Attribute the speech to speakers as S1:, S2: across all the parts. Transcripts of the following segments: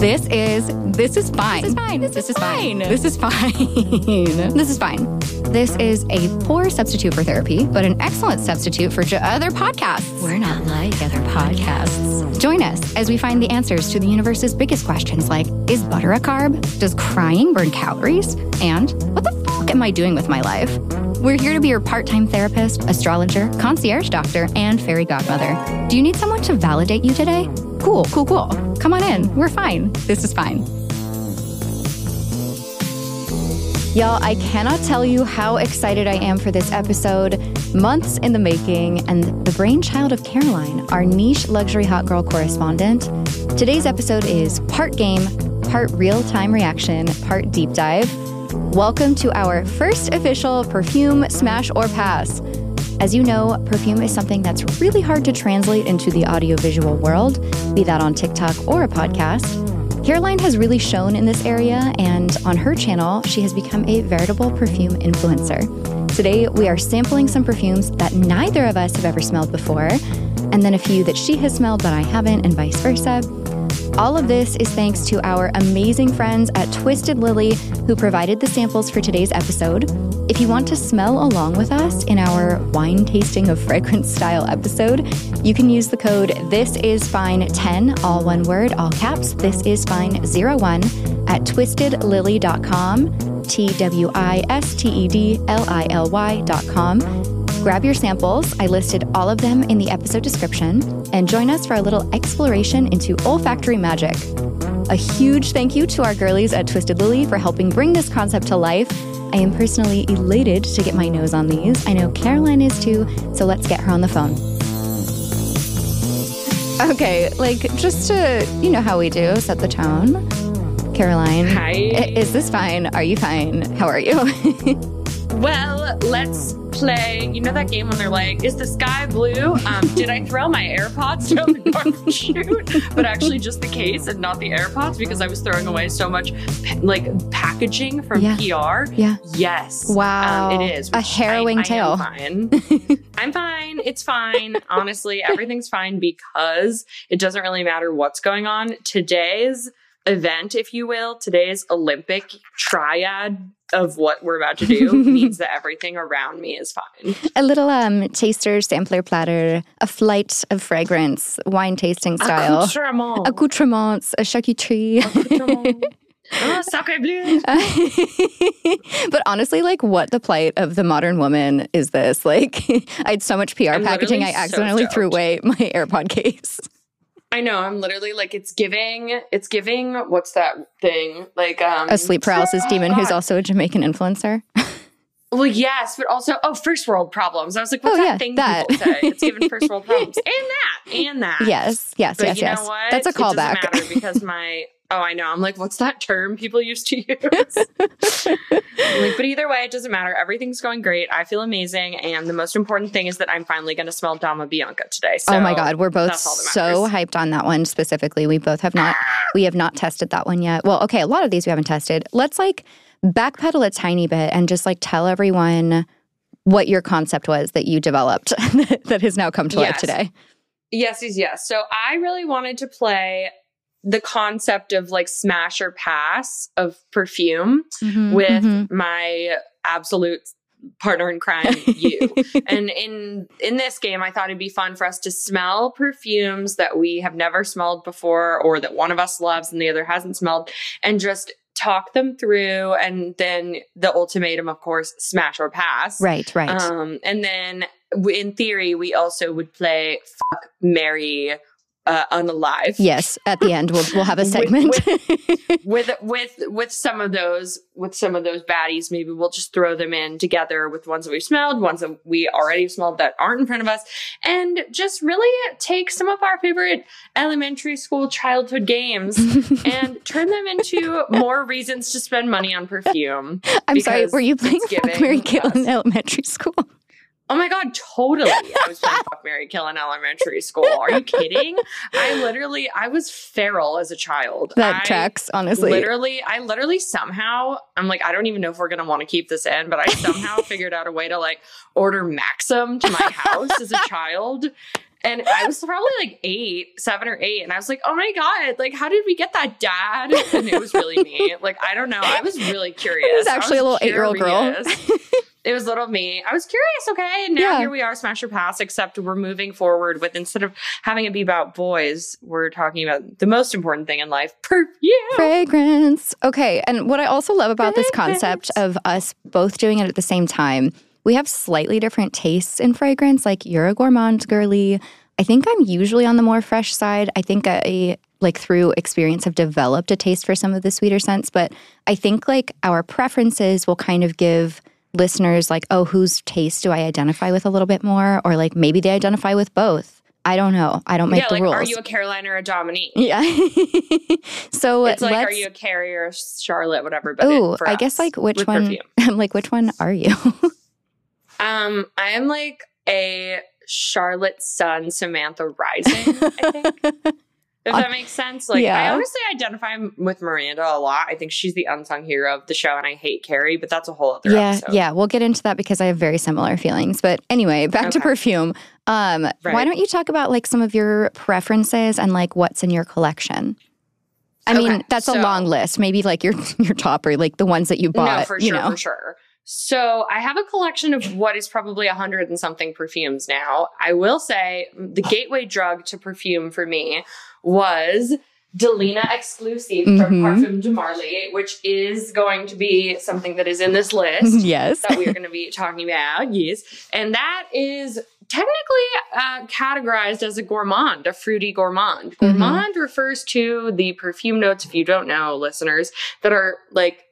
S1: This is this is fine.
S2: This is fine. This is fine.
S1: This is fine. this is fine. This is a poor substitute for therapy, but an excellent substitute for j- other podcasts.
S2: We're not like other podcasts.
S1: Join us as we find the answers to the universe's biggest questions like Is butter a carb? Does crying burn calories? And What the fuck am I doing with my life? We're here to be your part time therapist, astrologer, concierge doctor, and fairy godmother. Do you need someone to validate you today? Cool, cool, cool. Come on in. We're fine. This is fine. Y'all, I cannot tell you how excited I am for this episode. Months in the making, and the brainchild of Caroline, our niche luxury hot girl correspondent. Today's episode is part game, part real time reaction, part deep dive. Welcome to our first official perfume smash or pass. As you know, perfume is something that's really hard to translate into the audiovisual world, be that on TikTok or a podcast. Caroline has really shown in this area, and on her channel, she has become a veritable perfume influencer. Today, we are sampling some perfumes that neither of us have ever smelled before, and then a few that she has smelled but I haven't, and vice versa. All of this is thanks to our amazing friends at Twisted Lily who provided the samples for today's episode. If you want to smell along with us in our wine tasting of fragrance style episode, you can use the code this is fine 10 all one word all caps this is fine 01 at twistedlily.com t w i s t e d l i l y.com Grab your samples. I listed all of them in the episode description and join us for a little exploration into olfactory magic. A huge thank you to our girlies at Twisted Lily for helping bring this concept to life. I am personally elated to get my nose on these. I know Caroline is too, so let's get her on the phone. Okay, like just to, you know how we do, set the tone. Caroline.
S3: Hi.
S1: i- Is this fine? Are you fine? How are you?
S3: Well, let's play. You know that game when they're like, "Is the sky blue?" Um, did I throw my AirPods down the garbage chute? But actually, just the case and not the AirPods because I was throwing away so much pa- like packaging from
S1: Yeah.
S3: PR.
S1: yeah.
S3: Yes.
S1: Wow.
S3: Um, it is
S1: A
S3: which
S1: harrowing
S3: I, I
S1: tale.
S3: Am fine. I'm fine. It's fine. Honestly, everything's fine because it doesn't really matter what's going on. Today's event, if you will, today's Olympic triad of what we're about to do means that everything around me is fine.
S1: A little um taster, sampler, platter, a flight of fragrance, wine tasting style,
S3: Accoutrement.
S1: accoutrements, a charcuterie.
S3: Accoutrement. oh, sacre bleu.
S1: Uh, but honestly, like, what the plight of the modern woman is this? Like, I had so much PR
S3: I'm
S1: packaging, I
S3: literally so
S1: accidentally threw
S3: stoked.
S1: away my AirPod case.
S3: I know. I'm literally like, it's giving, it's giving, what's that thing? Like, um,
S1: A sleep paralysis demon who's
S3: God.
S1: also a Jamaican influencer.
S3: Well, yes, but also, oh, first world problems. I was like,
S1: Oh,
S3: what's that
S1: yeah,
S3: thing
S1: that.
S3: people say? It's given first world problems. And that, and that.
S1: Yes, yes,
S3: But
S1: yes,
S3: you know
S1: yes.
S3: what?
S1: That's a
S3: It doesn't
S1: callback.
S3: matter because my, oh, I know. I'm like, what's that term people used to use? I'm like, but either way, it doesn't matter. Everything's going great. I feel amazing. And the most important thing is that I'm finally going to smell Dama Bianca today. So,
S1: oh my god, we're both
S3: that's all
S1: so
S3: that
S1: hyped on that one specifically. We both have not we have not tested that one yet. Well, okay, a lot of these we haven't tested. Let's like backpedal a tiny bit and just like tell everyone what your concept was that you developed that has now come to life
S3: Yes.
S1: today.
S3: Yes, yes, yes. So I really wanted to play the concept of like smash or pass of perfume. Mm-hmm.
S1: Mm-hmm.
S3: with my absolute partner in crime you and in in this game i thought it'd be fun for us to smell perfumes that we have never smelled before or that one of us loves and the other hasn't smelled and just talk them through and then the ultimatum of course smash or pass
S1: Right, right.
S3: um, and then w- in theory we also would play fuck mary uh, unalive
S1: yes, at the end we'll we'll have a
S3: With-
S1: segment.
S3: with with with some of those with some of those baddies maybe we'll just throw them in together with ones that we've smelled ones that we already smelled that aren't in front of us and just really take some of our favorite elementary school childhood games and turn them into more reasons to spend money on perfume
S1: I'm sorry,
S3: because
S1: were you playing
S3: it's
S1: Fuck
S3: giving
S1: Mary Kill in
S3: us-
S1: elementary school?
S3: oh my god totally i was playing fuck mary kill in elementary school are you kidding i literally i was feral as a child
S1: That
S3: I-
S1: tracks, honestly.
S3: Literally, I literally somehow, I'm like, I don't even know if we're gonna want to keep this in, but I somehow figured out a way to like order Maxim to my house as a child. And I was probably like eight, seven or eight. And I was like, oh my God, like, how did we get that dad? And it was really me. Like, I don't know. I was really curious.
S1: It was actually a little eight-year-old girl.
S3: curious. it was little me. I was curious, okay? And now
S1: Yeah.
S3: here we are, Smash Your Pass, except we're moving forward with instead of having it be about boys, we're talking about the most important thing in life perfume.
S1: Fragrance. Okay. And what I also love about this concept of us both doing it at the same time, we have slightly different tastes in fragrance. Like you're a gourmand girly. I think I'm usually on the more fresh side. I think I, like through experience, have developed a taste for some of the sweeter scents. But I think like our preferences will kind of give listeners like, oh, whose taste do I identify with a little bit more? Or like maybe they identify with both. I don't know. I don't make
S3: yeah,
S1: the
S3: like,
S1: rules.
S3: are you a Caroline or a Dominique?
S1: yeah. so
S3: It's like,
S1: let's,
S3: are you a Carrie or a Charlotte, whatever. But
S1: Oh,
S3: it- for
S1: I guess
S3: us,
S1: like which
S3: with
S1: one?
S3: perfume.
S1: I'm like, which one are you?
S3: Um, I am like a Charlotte Sun Samantha Rising. I think if
S1: Uh,
S3: that makes sense. Like I
S1: yeah.
S3: honestly identify m- with Miranda a lot. I think she's the unsung hero of the show, and I hate Carrie, but that's a whole other
S1: yeah,
S3: episode.
S1: yeah. We'll get into that because I have very similar feelings. But anyway, back to
S3: Okay.
S1: perfume. Um, why
S3: Right.
S1: don't you talk about like some of your preferences and like what's in your collection? I mean,
S3: Okay,
S1: that's a
S3: so-
S1: long list. Maybe like your your top or like the ones that you bought.
S3: no, for
S1: you
S3: sure,
S1: know.
S3: for sure. So I have a collection of what is probably a hundred and something perfumes now. I will say the gateway drug to perfume for me was Delina Exclusive
S1: Mhm.
S3: from Parfum de Marley, which is going to be something that is in this
S1: Mm-hmm.
S3: list.
S1: yes.
S3: that we are going to be talking about. Yes. And that is technically uh, categorized as a gourmand, a fruity gourmand. Gourmand refers to the perfume notes, if you don't know, listeners, that are like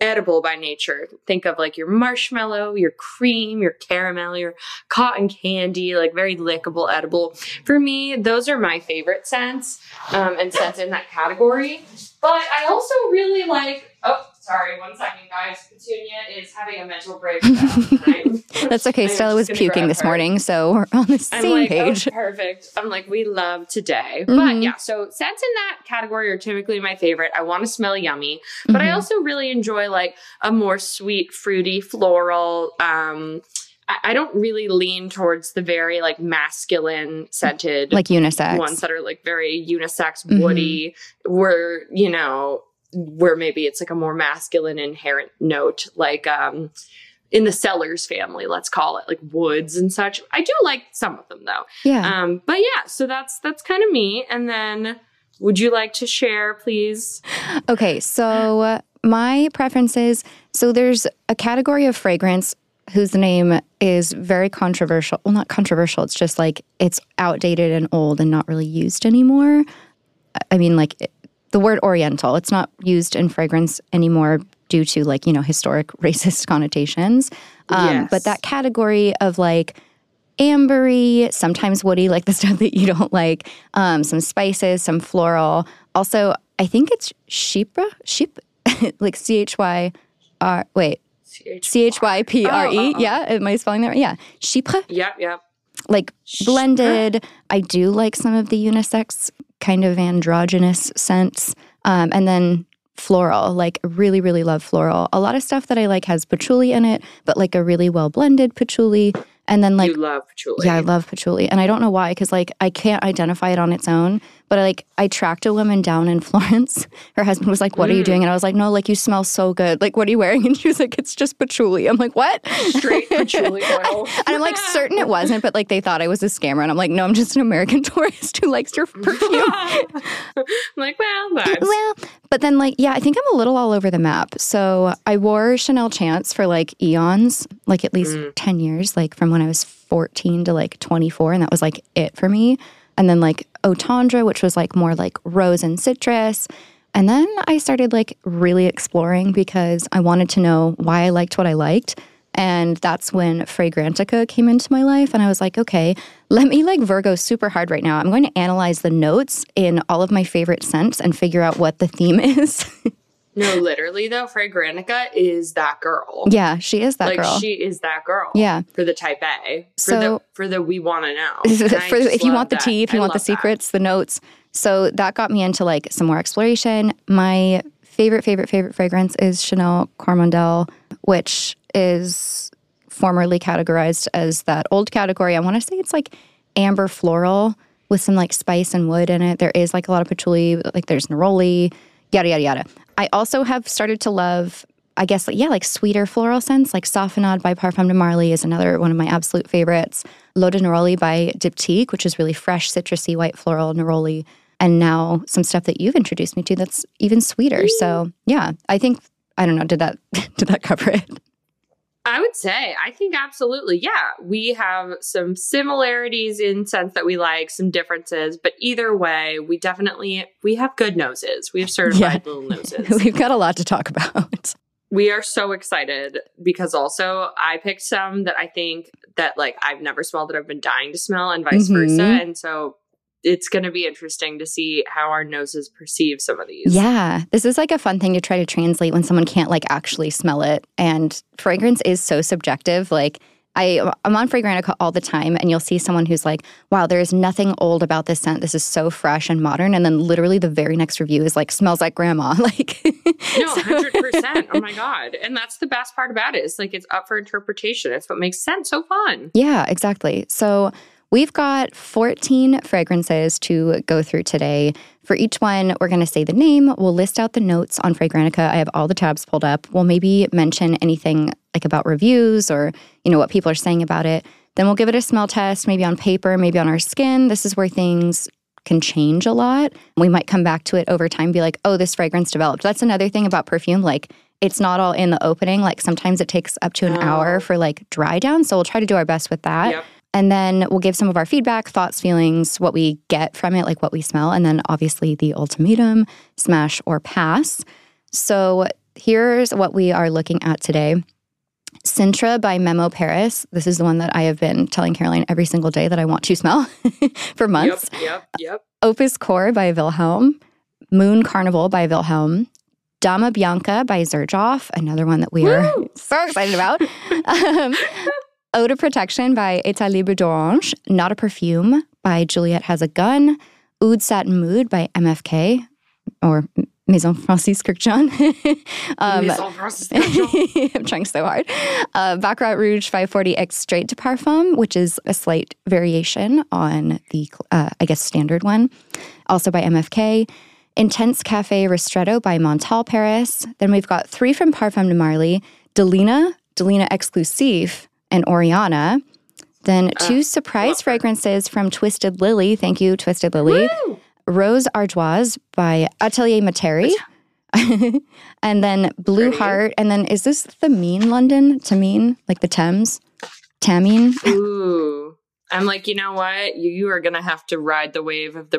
S3: edible by nature. Think of like your marshmallow, your cream, your caramel, your cotton candy, like very lickable, edible. For me, those are my favorite scents um, and scents in that category. But I also really like. Oh, sorry, one second, guys. Petunia is having a mental breakdown. tonight.
S1: That's okay.
S3: I'm
S1: Stella
S3: just
S1: was
S3: gonna
S1: puking
S3: grab
S1: this
S3: her.
S1: morning, so we're on the
S3: I'm
S1: same
S3: like, oh,
S1: page.
S3: perfect. I'm like, we love today. But
S1: Mhm.
S3: yeah, so scents in that category are typically my favorite. I want to smell yummy, but I
S1: Mhm.
S3: also really enjoy like a more sweet, fruity, floral. Um, I, I don't really lean towards the very like masculine scented
S1: like unisex.
S3: ones that are like very unisex
S1: Mhm.
S3: woody where you know where maybe it's like a more masculine inherent note like um in the sellers family let's call it like woods and such i do like some of them though
S1: yeah.
S3: um but yeah so that's that's kind of me and then would you like to share please
S1: Okay, so uh, my preferences. So there's a category of fragrance whose name is very controversial. Well, not controversial. It's just like it's outdated and old and not really used anymore. I- I mean, like it- the word Oriental. It's not used in fragrance anymore due to like you know historic racist connotations. Um, But
S3: Yes.
S1: that category of like ambery, sometimes woody, like the stuff that you don't like, um, some spices, some floral. Also, I think it's chypre, sheep, like C H Y R. Wait, C H Y P R
S3: Oh,
S1: E.
S3: oh, oh.
S1: Yeah, am I spelling that right? Yeah, chypre,
S3: yep yep
S1: like
S3: Chypre.
S1: blended. I do like some of the unisex kind of androgynous scents, um, and then floral. Like really, really love floral. A lot of stuff that I like has patchouli in it, but like a really well blended patchouli, and then like
S3: you love patchouli
S1: yeah, I love patchouli, and I don't know why, because like I can't identify it on its own. But like I tracked a woman down in Florence. Her husband was like, "What are you
S3: Mm.
S1: doing?" And I was like, "No, like you smell so good. Like what are you wearing?" And she was like, "It's just patchouli." I'm like, "What?"
S3: straight patchouli oil
S1: And I'm like certain it wasn't, but like they thought I was a scammer, and I'm like, "No, I'm just an American tourist who likes your perfume."
S3: I'm like well vibes.
S1: Well, but then like yeah, I think I'm a little all over the map. So I wore Chanel Chance for like eons, like at least
S3: Mm.
S1: 10 years, like from when I was 14 to like 24 and that was like it for me. And then like Otandra, which was like more like rose and citrus. And then I started like really exploring because I wanted to know why I liked what I liked. And that's when Fragrantica came into my life. And I was like, okay, let me like Virgo super hard right now. I'm going to analyze the notes in all of my favorite scents and figure out what the theme is.
S3: no literally though fragrantica is that girl
S1: yeah, she is that
S3: like
S1: girl.
S3: she is that girl.
S1: Yeah.
S3: For the type A. For
S1: So-
S3: the for the we want to know.
S1: for,
S3: And I just
S1: if you
S3: love
S1: want the
S3: that.
S1: tea, if you
S3: I
S1: want the
S3: love that.
S1: secrets, the notes. So that got me into like some more exploration. My favorite, favorite, favorite fragrance is Chanel Cormandel, which is formerly categorized as that old category. I want to say it's like amber floral with some like spice and wood in it. There is like a lot of patchouli, like there's neroli, yada, yada, yada. I also have started to love, I guess, like, yeah, like sweeter floral scents, like Soffinade by Parfum de Marly is another one of my absolute favorites. Loda Neroli by Diptyque, which is really fresh, citrusy, white floral neroli. And now some stuff that you've introduced me to that's even sweeter. So yeah, I think, I don't know, did that, did that cover it?
S3: I would say, I think absolutely. Yeah. We have some similarities in sense that we like, some differences, but either way, we definitely we have good noses. We have certified little noses.
S1: We've got a lot to talk about.
S3: we are so excited because also I picked some that I think that like I've never smelled that I've been dying to smell and vice versa.
S1: Mhm.
S3: And so it's going to be interesting to see how our noses perceive some of these.
S1: Yeah, this is like a fun thing to try to translate when someone can't like actually smell it. And fragrance is so subjective. Like I, I'm on Fragrantica all the time, and you'll see someone who's like, "Wow, there is nothing old about this scent. This is so fresh and modern." And then literally the very next review is like, "Smells like grandma." Like,
S3: No,
S1: so-
S3: hundred percent. Oh my god! And that's the best part about it. It's like it's up for interpretation. It's what makes sense. So fun.
S1: Yeah, exactly. So we've got 14 fragrances to go through today. For each one, we're going to say the name. We'll list out the notes on Fragrantica. I have all the tabs pulled up. We'll maybe mention anything like about reviews or, you know, what people are saying about it. Then we'll give it a smell test, maybe on paper, maybe on our skin. This is where things can change a lot. We might come back to it over time, be like, oh, this fragrance developed. That's another thing about perfume. Like, it's not all in the opening. Like, sometimes it takes up to an
S3: Oh.
S1: hour for like dry down. So, we'll try to do our best with that.
S3: Yep.
S1: And then we'll give some of our feedback, thoughts, feelings, what we get from it, like what we smell. And then obviously the ultimatum smash or pass. So, here's what we are looking at today. Sintra by Memo Paris. This is the one that I have been telling Caroline every single day that I want to smell for months.
S3: Yep. Yep. Yep.
S1: Opus Core by Wilhelm, Moon Carnival by Wilhelm, Dama Bianca by Zerjoff, another one that we are
S3: Woo!
S1: so excited about. um, Eau de Protection by Etat Libre d'Orange, Not a Perfume by Juliette Has a Gun, Oud Satin Mood by MFK or Maison Francis Kirkjohn. um,
S3: Miss Alvarez's special.
S1: I'm trying so hard. Uh, Baccarat Rouge 540X Straight to Parfum, which is a slight variation on the, uh, I guess, standard one, also by MFK. Intense Cafe Ristretto by Montal Paris. Then we've got three from Parfum de Marly Delina, Delina Exclusive, and Oriana. Then
S3: Uh,
S1: two surprise
S3: love her.
S1: fragrances from Twisted Lily. Thank you, Twisted Lily.
S3: Woo!
S1: Rose Ardoise by Atelier Materi. and then Blue
S3: Pretty.
S1: Heart. And then is this the mean London? Tamine? Like the Thames? Tamine?
S3: Ooh. I'm like, you know what? You, you are gonna have to ride the wave of the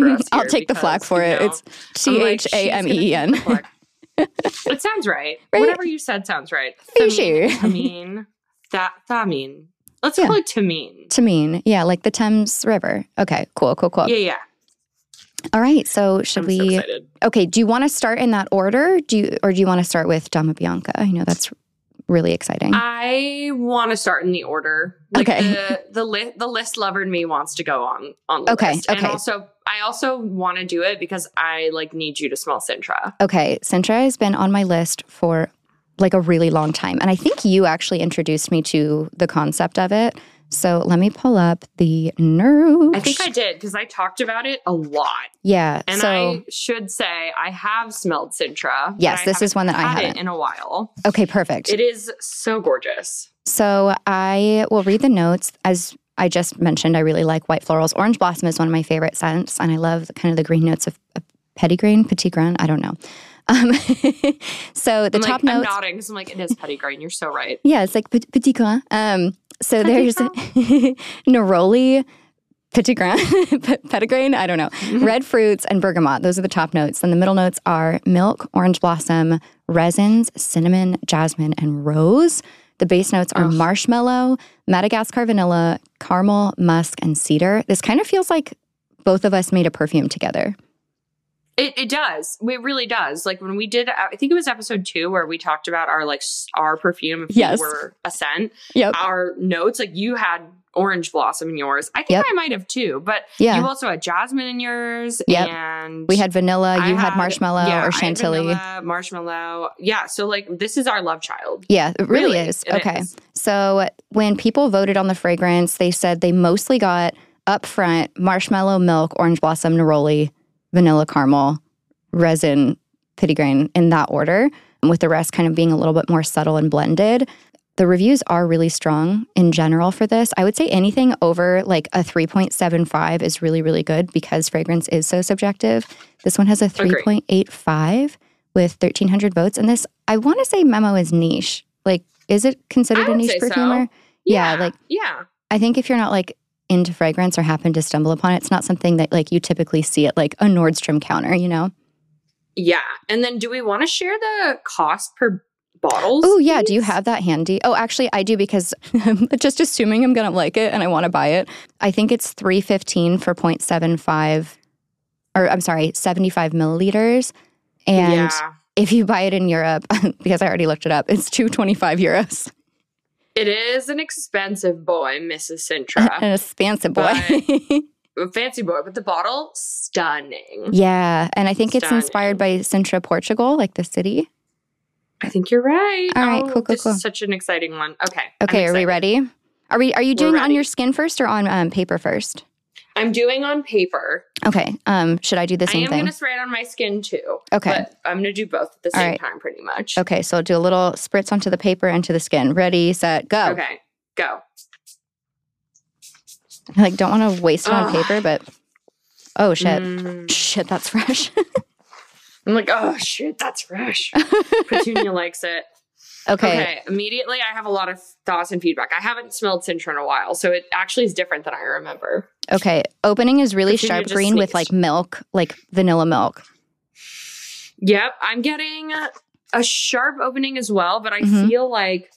S3: For us
S1: I'll
S3: here
S1: take the
S3: because,
S1: flack for
S3: you
S1: it.
S3: know,
S1: It's
S3: I'm
S1: T
S3: like,
S1: H
S3: she's
S1: A
S3: gonna
S1: M
S3: take
S1: E
S3: the
S1: N.
S3: flack. it sounds right.
S1: Right?
S3: Whatever you said sounds right.
S1: For
S3: Tham-
S1: sure.
S3: Thameen. Tha- Thameen. Let's
S1: Yeah.
S3: call it Tameen.
S1: Tamine. Yeah, like the Thames River. Okay, cool, cool, cool.
S3: Yeah, yeah.
S1: All right, so should
S3: I'm so
S1: we?
S3: excited.
S1: okay, do you want to start in that order? Do you, or do you want to start with Dama Bianca? I know that's really exciting.
S3: I want to start in the order. Like
S1: Mm. Okay.
S3: The the, li- the list lover in me wants to go on on the
S1: Okay,
S3: list. And
S1: okay.
S3: also, I also want to do it because I like need you to smell Sintra.
S1: Okay, Sintra has been on my list for like a really long time. And I think you actually introduced me to the concept of it. So let me pull up the nerds.
S3: I think I did because I talked about it a lot,
S1: Yeah.
S3: and
S1: so
S3: I should say I have smelled Sintra. but
S1: Yes,
S3: I
S1: this is one that I
S3: haven't had
S1: haven't.
S3: it in a while.
S1: okay, perfect.
S3: It is so gorgeous.
S1: So I will read the notes. As I just mentioned, I really like white florals. Orange blossom is one of my favorite scents, and I love the- kind of the green notes of, of pettigrain, petit grain. I don't know. Um, so the
S3: I'm
S1: top
S3: like, I'm
S1: notes.
S3: nodding because I'm like, it is pettigrain. You're so right.
S1: Yeah, it's like pet- petit grain. Um, so
S3: Petit
S1: there's neroli, petit grain, pe- pettigrain, I don't know,
S3: Mm-hmm.
S1: red fruits, and bergamot. Those are the top notes. Then the middle notes are milk, orange blossom, resins, cinnamon, jasmine, and rose. The base notes are marshmallow, Madagascar vanilla, caramel, musk, and cedar. This kind of feels like both of us made a perfume together.
S3: It, it does. It really does. Like when we did, I think it was episode two where we talked about our like s- our perfume. If
S1: Yes.
S3: we were a scent.
S1: Yep.
S3: Our notes. Like you had orange blossom in yours. I think
S1: Yep.
S3: I might have too, but
S1: Yeah.
S3: you also had jasmine in yours.
S1: Yep.
S3: And
S1: we had vanilla,
S3: I
S1: you had, marshmallow
S3: yeah, I
S1: or
S3: had
S1: chantilly.
S3: vanilla, marshmallow. Yeah. So like this is our love child.
S1: Yeah, it really, is.
S3: It
S1: okay. So when people voted on the fragrance, they said they mostly got upfront marshmallow milk, orange blossom, neroli, vanilla caramel, resin, petitgrain in that order, with the rest kind of being a little bit more subtle and blended. The reviews are really strong in general for this. I would say anything over like a 3.75 is really, really good because fragrance is so subjective. This one has a
S3: Agree.
S1: 3.85 with 1,300 votes. And this, I want to say memo is niche. Like, is it considered
S3: I
S1: a
S3: would
S1: niche
S3: say so.
S1: perfumer? Yeah, like
S3: yeah.
S1: I think if you're not like into fragrance or happen to stumble upon it, it's not something that like you typically see at like a Nordstrom counter, you know?
S3: Yeah. And then do we want to share the cost per bottles?
S1: Oh yeah, do you
S3: please?
S1: have that handy? Oh, actually, I do because I'm just assuming I'm gonna like it and I want to buy it. I think it's three fifteen for 0.75 or I'm sorry, seventy five milliliters. And
S3: yeah.
S1: if you buy it in Europe, because I already looked it up, it's two twenty five euros.
S3: It is an expensive boy, Mrs. Sintra.
S1: An expensive boy.
S3: A Fancy boy, but the bottle, stunning.
S1: uh. yeah, and I think it's
S3: Stunning.
S1: inspired by Sintra, Portugal, like the city.
S3: I think you're right. Oh,
S1: All right, cool, cool,
S3: This
S1: cool.
S3: is such an exciting one. Okay. I'm
S1: Okay, are we
S3: excited.
S1: ready? Are we? Are you
S3: We're
S1: doing it on
S3: ready.
S1: your skin first or on um, paper first?
S3: I'm doing on paper.
S1: Okay. Um, should I do the
S3: I
S1: same
S3: am
S1: thing?
S3: going to spray it on my skin too.
S1: Okay.
S3: But I'm going to do both at the
S1: All
S3: same
S1: right.
S3: time, pretty much.
S1: Okay, so do a little spritz onto the paper and to the skin. Ready, set, go.
S3: Okay. Go.
S1: I, like don't want to waste it on
S3: Ugh.
S1: paper, but oh shit.
S3: Mm.
S1: Shit, that's fresh.
S3: I'm like, oh shit, that's fresh. Petunia likes it.
S1: okay.
S3: Immediately, I have a lot of thoughts and feedback. I haven't smelled Cintra in a while, so it actually is different than I remember.
S1: Okay. Opening is really
S3: Christina
S1: sharp
S3: just
S1: green with like
S3: sneezed.
S1: milk, like vanilla milk.
S3: Yep. I'm getting a sharp opening as well, but I
S1: Mhm.
S3: feel like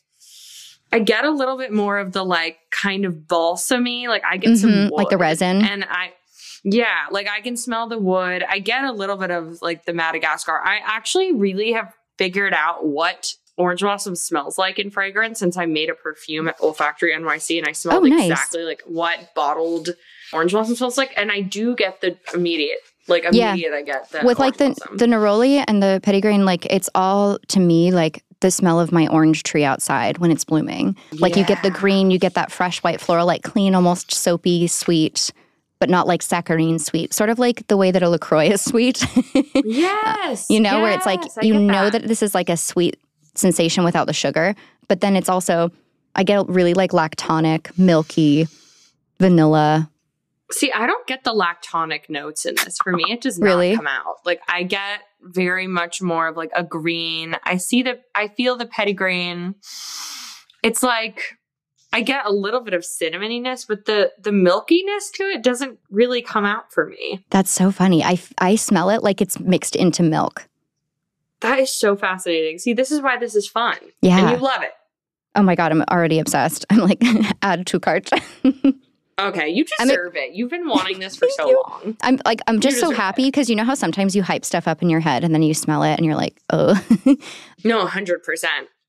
S3: I get a little bit more of the like kind of balsamy. Like I get some
S1: Mhm, like the
S3: wood.
S1: resin.
S3: And I, yeah, like I can smell the wood. I get a little bit of like the Madagascar. I actually really have figured out what orange blossom smells like in fragrance since I made a perfume at Olfactory NYC and I smelled
S1: Oh, nice.
S3: exactly like what bottled orange blossom smells like. And I do get the immediate, like
S1: Yeah.
S3: immediate, I get the
S1: with like the
S3: orange blossom.
S1: the neroli and the pettigrain, like it's all to me like the smell of my orange tree outside when it's blooming. Like you get the
S3: Yeah.
S1: green, you get that fresh white floral, like clean, almost soapy, sweet, but not like saccharine sweet. Sort of like the way that a Lacroix is sweet.
S3: Yes.
S1: you know, where it's like
S3: yes, I
S1: you
S3: get
S1: know that. this is like a sweet sensation without the sugar, but then it's also I get really like lactonic, milky, vanilla.
S3: See, I don't get the lactonic notes in this. For me, it does not
S1: Really?
S3: come out. Like I get very much more of like a green. I see the I feel the pettigrain. It's like I get a little bit of cinnamoniness, but the the milkiness to it doesn't really come out for me.
S1: That's so funny. I f- I smell it like it's mixed into milk.
S3: That is so fascinating. See, this is why this is fun.
S1: Yeah.
S3: And you love it.
S1: Oh my god, I'm already obsessed. I'm like add to cart.
S3: Okay, you
S1: I mean-
S3: deserve it. You've been wanting this for
S1: Thank
S3: so
S1: you.
S3: long.
S1: I'm like I'm just so
S3: deserve
S1: happy because you know how sometimes you hype stuff up in your head and then you smell it and you're like, "Oh,
S3: No, 100%.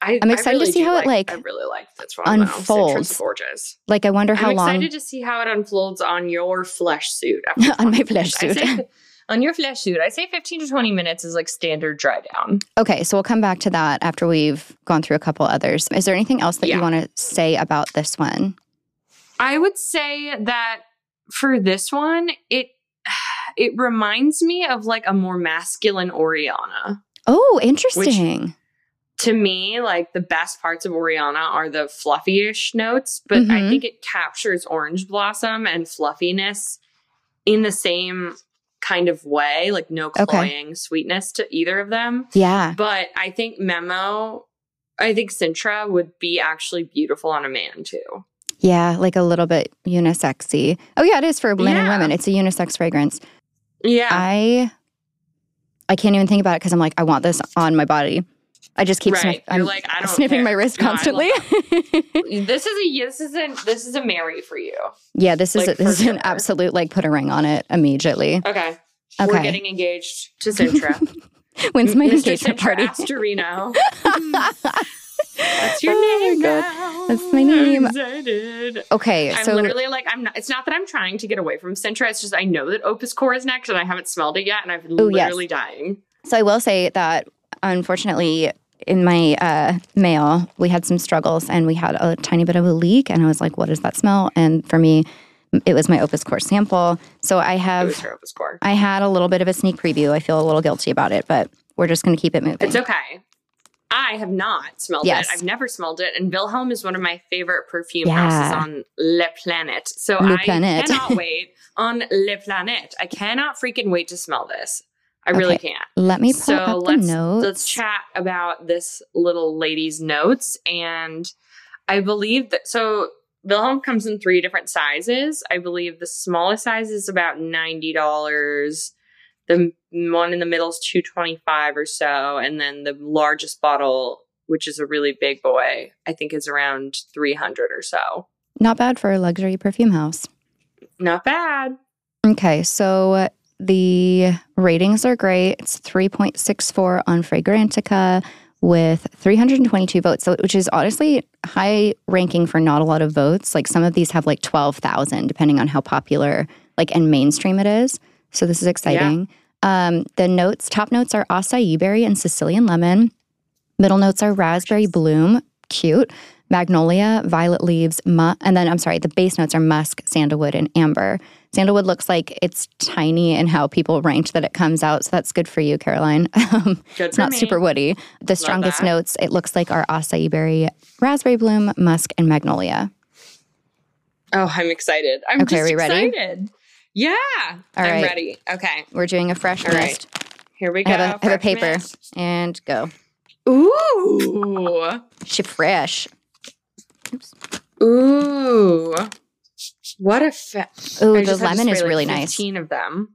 S3: I,
S1: I'm
S3: I
S1: excited to
S3: really
S1: see
S3: do
S1: how it, like,
S3: I really like this one. though. Citrus
S1: unfolds.
S3: Gorgeous.
S1: like I wonder how
S3: I'm
S1: long."
S3: excited to see how it unfolds on your flesh suit. after
S1: On
S3: 20
S1: my flesh
S3: minutes. I
S1: suit.
S3: say- on your flesh suit, I say 15 to 20 minutes is like standard dry down.
S1: Okay, so we'll come back to that after we've gone through a couple others. Is there anything else that you
S3: Yeah.
S1: want to say about this one?
S3: I would say that for this one, it it reminds me of like a more masculine Oriana.
S1: Oh, interesting.
S3: To me, like the best parts of Oriana are the fluffy-ish notes, but I
S1: Mhm.
S3: think it captures orange blossom and fluffiness in the same kind of way, like no
S1: Okay.
S3: cloying sweetness to either of them.
S1: yeah.
S3: But I think Memo, I think Sintra would be actually beautiful on a man too.
S1: Yeah, like a little bit unisexy. Oh yeah, it is for men and
S3: Yeah.
S1: women. It's a unisex fragrance.
S3: Yeah.
S1: I I can't even think about it because I'm like, I want this on my body. I just keep
S3: Right.
S1: sniff-
S3: You're
S1: I'm
S3: like, I don't
S1: sniffing
S3: care.
S1: my wrist
S3: No, I love
S1: constantly.
S3: this is a this is a this is a Mary for you.
S1: yeah, this is
S3: Like,
S1: this is
S3: for
S1: an
S3: sure.
S1: absolute like put a ring on it immediately.
S3: Okay. We're
S1: Okay.
S3: getting engaged to Sintra.
S1: When's my
S3: Mr.
S1: engagement
S3: Sintra
S1: party?
S3: Astorino. That's your
S1: Oh my
S3: name.
S1: God.
S3: now.
S1: That's my name.
S3: I'm excited.
S1: Okay,
S3: I'm
S1: so
S3: literally like, I'm not, it's not that I'm trying to get away from Sintra. It's just I know that Opus Core is next and I haven't smelled it yet and I'm
S1: Oh, yes.
S3: literally dying.
S1: so I will say that unfortunately in my uh, mail we had some struggles and we had a tiny bit of a leak and I was like, what is that smell? And for me, it was my Opus Core sample. So I
S3: It
S1: have
S3: was for Opus Core.
S1: I had a little bit of a sneak preview. I feel a little guilty about it, but we're just going to keep it moving.
S3: It's okay. I have not smelled
S1: Yes.
S3: it. I've never smelled it. And Wilhelm is one of my favorite perfume
S1: Yeah.
S3: houses on Le Planet. So
S1: Le
S3: I
S1: Planet.
S3: cannot wait on Le Planet. I cannot freaking wait to smell this. I really
S1: Okay.
S3: can't.
S1: Let me pull
S3: So
S1: up the
S3: let's
S1: notes.
S3: let's chat about this little lady's notes. And I believe that so Wilhelm comes in three different sizes. I believe the smallest size is about ninety dollars. The m- one in the middle is two twenty five or so, and then the largest bottle, which is a really big boy, I think is around three hundred or so.
S1: Not bad for a luxury perfume house.
S3: Not bad.
S1: Okay, so the ratings are great. It's 3.64 on Fragrantica with 322 votes, so, which is honestly high ranking for not a lot of votes. Like some of these have like 12,000, depending on how popular like and mainstream it is. So this is exciting. Um, the notes, top notes are acai berry and Sicilian lemon. Middle notes are raspberry bloom, cute, magnolia, violet leaves, mu- and then I'm sorry, the base notes are musk, sandalwood, and amber. Sandalwood looks like it's tiny in how people ranked that it comes out, so that's good for you, Caroline. Um,
S3: Good
S1: it's
S3: for
S1: not
S3: me.
S1: super woody. The strongest
S3: that.
S1: notes, it looks like, are acai berry, raspberry bloom, musk, and magnolia.
S3: Oh, I'm excited. I'm
S1: Okay,
S3: just
S1: are we ready?
S3: excited. Yeah.
S1: All
S3: I'm
S1: right.
S3: ready. Okay.
S1: We're doing a fresh
S3: All right.
S1: list.
S3: Here we
S1: I
S3: go.
S1: have a, I have a
S3: Fresh
S1: paper
S3: mint.
S1: and go.
S3: Ooh.
S1: She fresh. Oops.
S3: Ooh. What a fa-
S1: Ooh,
S3: I
S1: the
S3: just had to
S1: lemon
S3: spray,
S1: is
S3: like,
S1: really nice.
S3: 15 of them.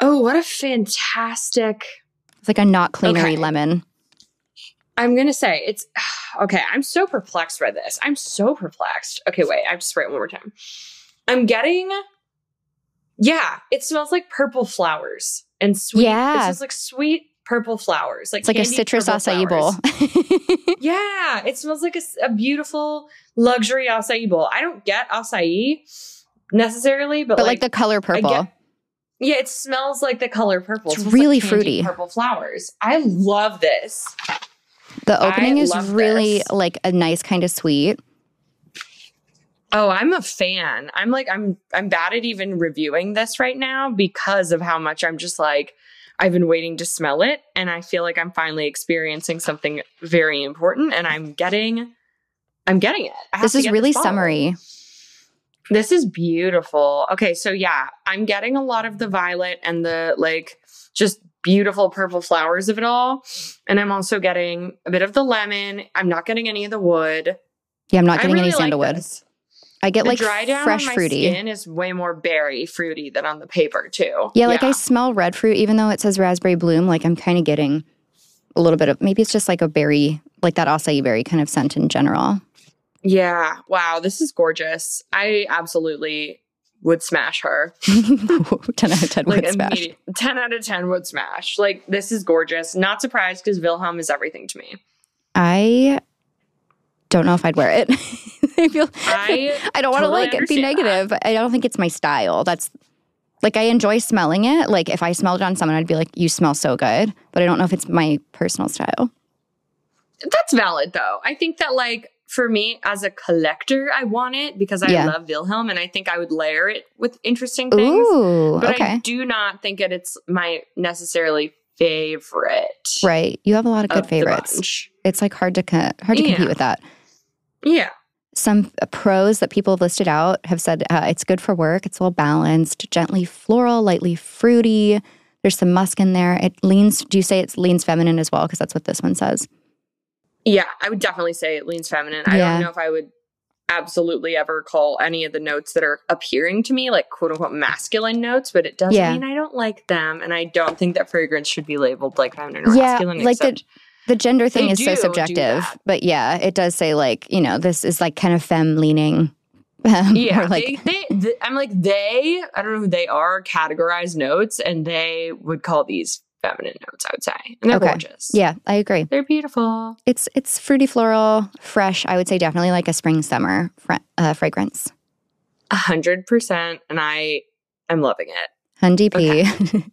S3: Oh, what a fantastic.
S1: It's like a not cleanery
S3: Okay.
S1: lemon.
S3: I'm going to say it's okay. I'm so perplexed by this. I'm so perplexed. Okay, wait. I have to spray it one more time. I'm getting Yeah, it smells like purple flowers and sweet.
S1: Yeah.
S3: This is like sweet purple flowers. Like
S1: It's like a
S3: candied
S1: citrus
S3: purple
S1: acai
S3: flowers.
S1: bowl.
S3: Yeah, it smells like a, s- a beautiful luxury acai bowl. I don't get acai necessarily, but,
S1: but like, the color
S3: I
S1: purple.
S3: get- yeah, it smells like the color purple. It
S1: It's
S3: smells like
S1: really
S3: candied
S1: fruity.
S3: Purple flowers. I love this.
S1: the
S3: I
S1: opening is
S3: love
S1: really
S3: this.
S1: like a nice kind of sweet.
S3: Oh, I'm a fan. I'm like I'm I'm bad at even reviewing this right now because of how much I'm just like I've been waiting to smell it and I feel like I'm finally experiencing something very important and I'm getting I'm getting it. I have
S1: This
S3: to
S1: is
S3: get
S1: really
S3: bottle.
S1: summery.
S3: This is beautiful. Okay, so yeah, I'm getting a lot of the violet and the like just beautiful purple flowers of it all. And I'm also getting a bit of the lemon. I'm not getting any of the wood.
S1: Yeah, I'm not getting
S3: I really
S1: any sandalwood.
S3: Like this.
S1: I get
S3: the
S1: like
S3: dry down
S1: fresh
S3: on my
S1: fruity.
S3: skin is way more berry fruity than on the paper too.
S1: Yeah, like I smell red fruit, even though it says raspberry bloom. Like I'm kind of getting a little bit of maybe it's just like a berry, like that acai berry kind of scent in general.
S3: yeah. Wow, this is gorgeous. I absolutely would smash her.
S1: 10 out of 10 would smash.
S3: immediate- ten out of ten would smash. Like this is gorgeous. Not surprised because Wilhelm is everything to me.
S1: I don't know if I'd wear it. I feel
S3: I
S1: I don't want to
S3: totally
S1: like be
S3: understand that.
S1: negative. I don't think it's my style. That's like I enjoy smelling it. Like if I smelled it on someone, I'd be like, "You smell so good," but I don't know if it's my personal style.
S3: That's valid though. I think that like for me as a collector, I want it because I
S1: Yeah.
S3: love Wilhelm and I think I would layer it with interesting things.
S1: Ooh,
S3: but I
S1: okay,
S3: do not think that it's my necessarily favorite.
S1: right. You have a lot of good
S3: of the
S1: favorites.
S3: bunch.
S1: It's like hard to co- hard to
S3: Yeah.
S1: compete with that.
S3: Yeah.
S1: Some uh, pros that people have listed out have said uh, it's good for work. It's well balanced, gently floral, lightly fruity. There's some musk in there. It leans. Do you say it leans feminine as well? Because that's what this one says.
S3: Yeah, I would definitely say it leans feminine. I
S1: Yeah.
S3: don't know if I would absolutely ever call any of the notes that are appearing to me like quote unquote masculine notes, but it does
S1: Yeah.
S3: mean I don't like them and I don't think that fragrance should be labeled like feminine or
S1: Yeah,
S3: masculine.
S1: like the-
S3: except
S1: The gender thing
S3: They
S1: is so
S3: do do
S1: subjective,
S3: that.
S1: but yeah, it does say like you know this is like kind of femme leaning, um,
S3: yeah
S1: or like
S3: they, they, th- i'm like they i don't know who they are categorize notes and they would call these feminine notes, I would say. And they're
S1: Okay.
S3: gorgeous.
S1: Yeah, I agree.
S3: They're beautiful.
S1: It's it's fruity, floral, fresh. I would say definitely like a spring summer fra- uh, fragrance.
S3: A hundred percent. And I am loving it.
S1: Hundy P.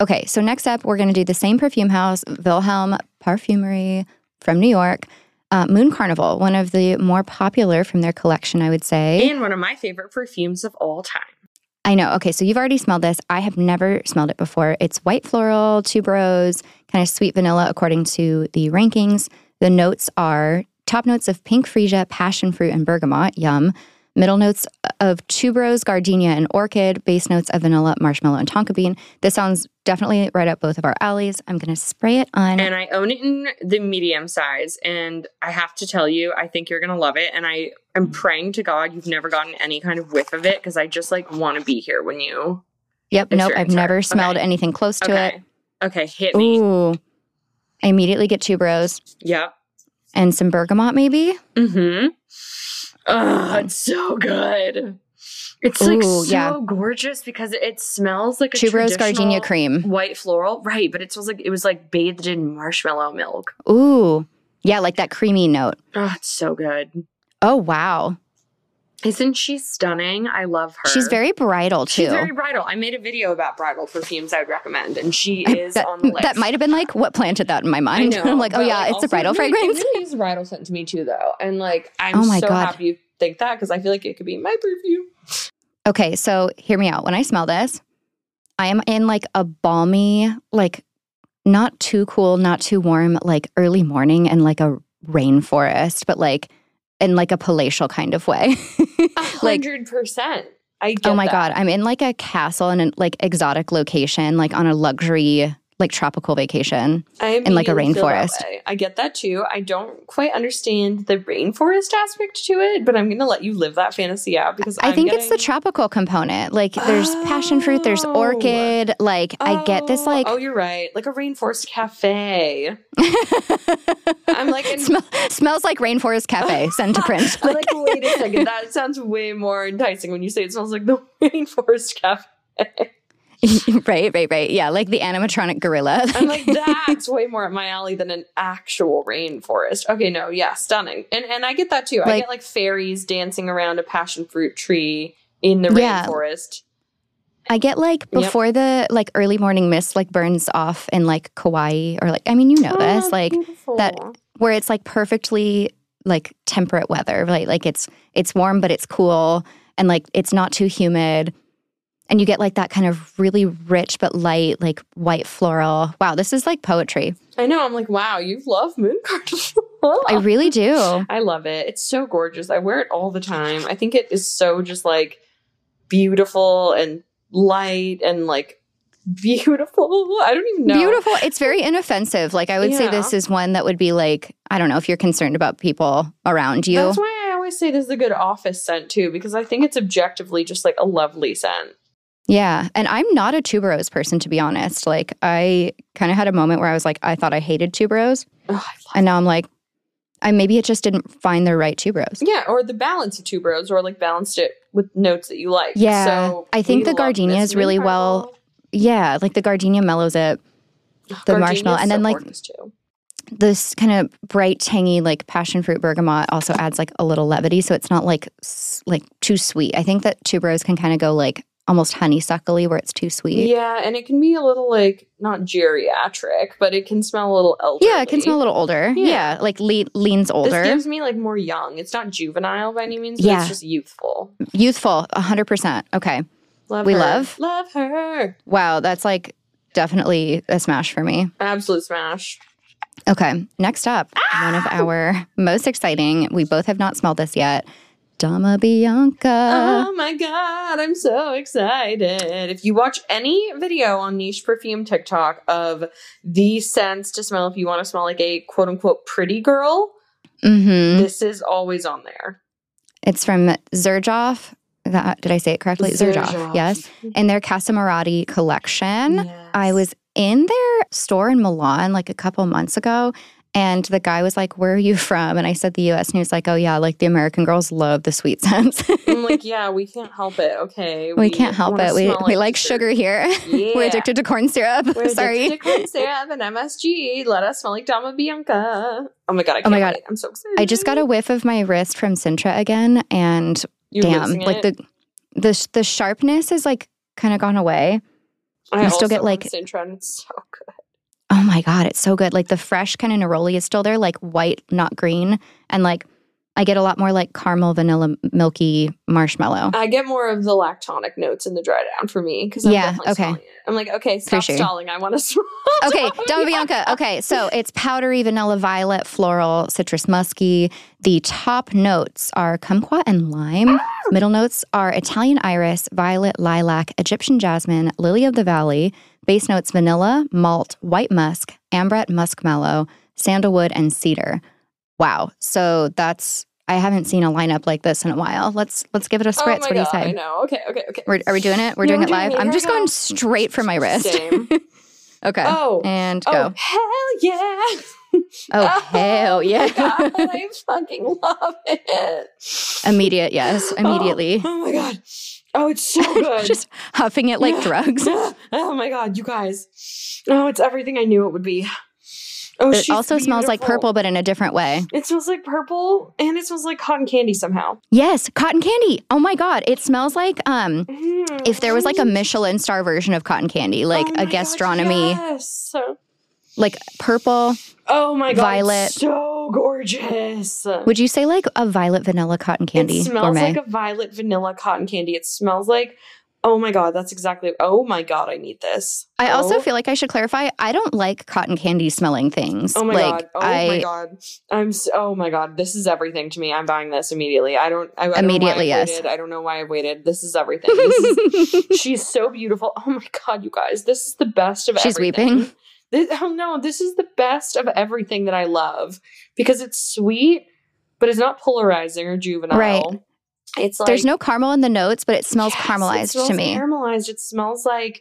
S1: Okay. so next up, we're going to do the same perfume house, Wilhelm Parfumery from New York. Uh, Moon Carnival, one of the more popular from their collection, I would say.
S3: And one of my favorite perfumes of all time.
S1: I know. Okay, so you've already smelled this. I have never smelled it before. It's white floral, tuberose, kind of sweet vanilla, according to the rankings. The notes are top notes of pink freesia, passion fruit, and bergamot. Yum. Middle notes of tuberose, gardenia, and orchid. Base notes of vanilla, marshmallow, and tonka bean. This sounds definitely right up both of our alleys. I'm going to spray it on.
S3: And I own it in the medium size. And I have to tell you, I think you're gonna love it. And I am praying to God you've never gotten any kind of whiff of it because I just like wanna be here when you
S1: yep, nope. I've
S3: experience her.
S1: never smelled
S3: Okay.
S1: anything close to
S3: Okay. Okay, hit
S1: it.
S3: me.
S1: Ooh. I immediately get tuberose
S3: Yep.
S1: and some bergamot, maybe.
S3: Mm-hmm. Oh, it's so good. It's like so
S1: Ooh, yeah.
S3: gorgeous because it smells like a
S1: Tuberose, gardenia,
S3: traditional
S1: cream.
S3: white floral, right? But it smells like it was like bathed in marshmallow milk.
S1: Ooh, yeah, like that creamy note.
S3: Oh, it's so good.
S1: Oh wow,
S3: Isn't she stunning? I love her.
S1: she's very bridal too.
S3: She's very bridal. I made a video about bridal perfumes I would recommend, and she
S1: I-
S3: is
S1: Hmm, that,
S3: on the list.
S1: that might have been like what planted that in my
S3: I
S1: mind.
S3: know.
S1: I'm like, oh
S3: but,
S1: yeah, it's
S3: also,
S1: a bridal
S3: it really-
S1: fragrance.
S3: It really is bridal scent to me too, though, and like I'm
S1: Oh my
S3: so
S1: God.
S3: happy you think that because I feel like it could be my perfume.
S1: Okay, so hear me out. When I smell this, I am in like a balmy, like not too cool, not too warm, like early morning and like a rainforest, but like in like a palatial kind of way.
S3: A
S1: Like-
S3: hundred percent. I get
S1: oh my
S3: that.
S1: god, I'm in like a castle in a like exotic location, like on a luxury like tropical vacation.
S3: I
S1: in, like, a
S3: immediately feel that
S1: rainforest.
S3: way. I get that too. I don't quite understand the rainforest aspect to it, but I'm going to let you live that fantasy out because
S1: I
S3: I'm
S1: think it's the
S3: getting-
S1: tropical component. Like there's passion fruit, there's
S3: Oh.
S1: orchid. Like I get this
S3: Oh,
S1: like
S3: oh, you're right, like a rainforest cafe. I'm like in-
S1: Smell- smells like rainforest cafe send to print.
S3: I'm like, wait a second, that sounds way more enticing when you say it smells like the rainforest cafe.
S1: right, right, right. Yeah, like the animatronic gorilla.
S3: I'm like, that's way more up my alley than an actual rainforest. Okay, no, yeah, stunning. And and I get that too. I
S1: Like-
S3: get like fairies dancing around a passion fruit tree in the
S1: Yeah.
S3: rainforest.
S1: I get like
S3: Yep.
S1: before the like early morning mist like burns off in like Kauai or like I mean you know
S3: Oh,
S1: this like that- where it's like perfectly like temperate weather, right? Like it's it's warm but it's cool and like it's not too humid. And you get like that kind of really rich but light like white floral. Wow, this is like poetry.
S3: I know. I'm like, wow, you love moon carnival.
S1: I really do.
S3: I love it. It's so gorgeous. I wear it all the time. I think it is so just like beautiful and light and like beautiful. I don't even know.
S1: Beautiful. It's very inoffensive. Like I would say
S3: Yeah.
S1: this is one that would be like I don't know if you're concerned about people around you.
S3: That's why I always say this is a good office scent too, because I think it's objectively just like a lovely scent.
S1: Yeah. And I'm not a tuberose person, to be honest. Like, I kind of had a moment where I was like, I thought I hated tuberose.
S3: Oh, I love
S1: And now I'm like, I maybe it just didn't find the right tuberose.
S3: yeah, or the balance of tuberose, or like balanced it with notes that you like.
S1: Yeah,
S3: so
S1: I think
S3: we
S1: the
S3: love
S1: gardenia
S3: this
S1: is really
S3: moon
S1: well-
S3: carnival.
S1: Yeah. Like the gardenia mellows it. the
S3: Gardenia's
S1: marshmallow, and
S3: so
S1: then, like,
S3: gorgeous, too.
S1: This kind of bright, tangy, like passion fruit bergamot also adds like a little levity. So it's not like, s- like too sweet. I think that tuberose can kind of go like almost honeysuckle where it's too sweet.
S3: yeah, and it can be a little like not geriatric, but it can smell a little elderly.
S1: Yeah, it can smell a little older.
S3: Yeah.
S1: Yeah, like le- leans older.
S3: This gives me like more young. It's not juvenile by any means, but
S1: Yeah.
S3: it's just youthful.
S1: Youthful, 100%. Okay.
S3: Love
S1: We
S3: her.
S1: love?
S3: Love her.
S1: Wow, that's like definitely a smash for me.
S3: Absolute smash.
S1: Okay, next up, one of our most exciting. We both have not smelled this yet. Dama Bianca.
S3: oh my god, I'm so excited. If you watch any video on niche perfume TikTok of the scents to smell if you want to smell like a quote unquote pretty girl,
S1: hmm
S3: this is always on there.
S1: It's from Zerjoff. That, did I say it correctly? Zerjoff,
S3: Zerjoff.
S1: yes. In their Casamarati collection.
S3: Yes.
S1: I was in their store in Milan like a couple months ago, And the guy was like, Where are you from? And I said, The US. And he was like, Oh, yeah, like the American girls love the sweet scents.
S3: I'm like, yeah, we can't help it. Okay.
S1: we can't help
S3: wanna
S1: it. We,
S3: smell
S1: we like sugar here.
S3: Yeah.
S1: We're addicted to corn syrup.
S3: We're
S1: Sorry.
S3: addicted to corn syrup and MSG. Let us smell like Dama Bianca. Oh my god! I can't
S1: my God.
S3: wait. I'm so excited.
S1: I just got a whiff of my wrist from Sintra again. And
S3: You
S1: damn,
S3: rinsing
S1: like
S3: it?
S1: the, the, sh- the sharpness is like kind of gone away.
S3: I
S1: I still get,
S3: also
S1: like-
S3: love Sintra and it's so good.
S1: Oh my God, it's so good. Like the fresh kind of neroli is still there, like white, not green. And like I get a lot more like caramel, vanilla, milky marshmallow.
S3: I get more of the lactonic notes in the dry down for me because I'm
S1: Yeah,
S3: definitely
S1: okay.
S3: smelling it. I'm like, okay, stop
S1: Appreciate it.
S3: stalling. I want to smell.
S1: okay, Dama
S3: Dama
S1: Bianca. Okay, so it's powdery, vanilla, violet, floral, citrus, musky. The top notes are kumquat and lime. Middle notes are Italian iris, violet, lilac, Egyptian jasmine, lily of the valley. Base notes vanilla, malt, white musk, ambrette, musk mallow, sandalwood, and cedar. Wow. So that's I haven't seen a lineup like this in a while. Let's let's give it a
S3: Oh
S1: spritz.
S3: my
S1: what do you
S3: God, I
S1: say?
S3: know. Okay, okay, okay.
S1: We're, are we doing it? We're
S3: Yeah,
S1: doing
S3: we're
S1: it live.
S3: doing it.
S1: I'm
S3: Here
S1: just
S3: we go.
S1: going straight for my wrist.
S3: Same.
S1: Okay.
S3: Oh.
S1: And
S3: Oh
S1: go.
S3: hell yeah!
S1: Oh,
S3: Oh,
S1: hell yeah.
S3: my God, I fucking love it.
S1: Immediate, yes, immediately.
S3: Oh, oh my god! Oh, it's so good.
S1: Just huffing it like
S3: Yeah.
S1: drugs.
S3: oh my god, you guys! Oh, it's everything I knew it would be. Oh,
S1: It
S3: she's
S1: also smells like
S3: beautiful.
S1: purple, but in a different way.
S3: It smells like purple, and it smells like cotton candy somehow.
S1: Yes, cotton candy. Oh my god, it smells like um if there was like a Michelin star version of cotton candy, like
S3: Hmm. Oh my
S1: a
S3: God,
S1: gastronomy,
S3: yes.
S1: like purple.
S3: Oh my god,
S1: Violet.
S3: it's so gorgeous.
S1: Would you say like a violet vanilla cotton candy
S3: It smells
S1: gourmet?
S3: like a violet vanilla cotton candy. It smells like, oh my god, that's exactly. Oh my god, I need this.
S1: I also
S3: Oh.
S1: feel like I should clarify. I don't like cotton candy smelling things.
S3: Oh my
S1: like
S3: god! Oh
S1: I
S3: my god! I'm so, oh my god! This is everything to me. I'm buying this immediately. I don't. I, I
S1: Immediately,
S3: Don't know why I
S1: yes.
S3: waited. I don't know why I waited. This is everything. This is, she's so beautiful. Oh my god, you guys! This is the best of.
S1: She's
S3: everything.
S1: weeping.
S3: This, oh no! This is the best of everything that I love because it's sweet, but it's not polarizing or juvenile.
S1: Right.
S3: It's like
S1: There's no caramel in the notes, but it smells
S3: Yes,
S1: caramelized
S3: it smells
S1: to me.
S3: Caramelized. It smells like.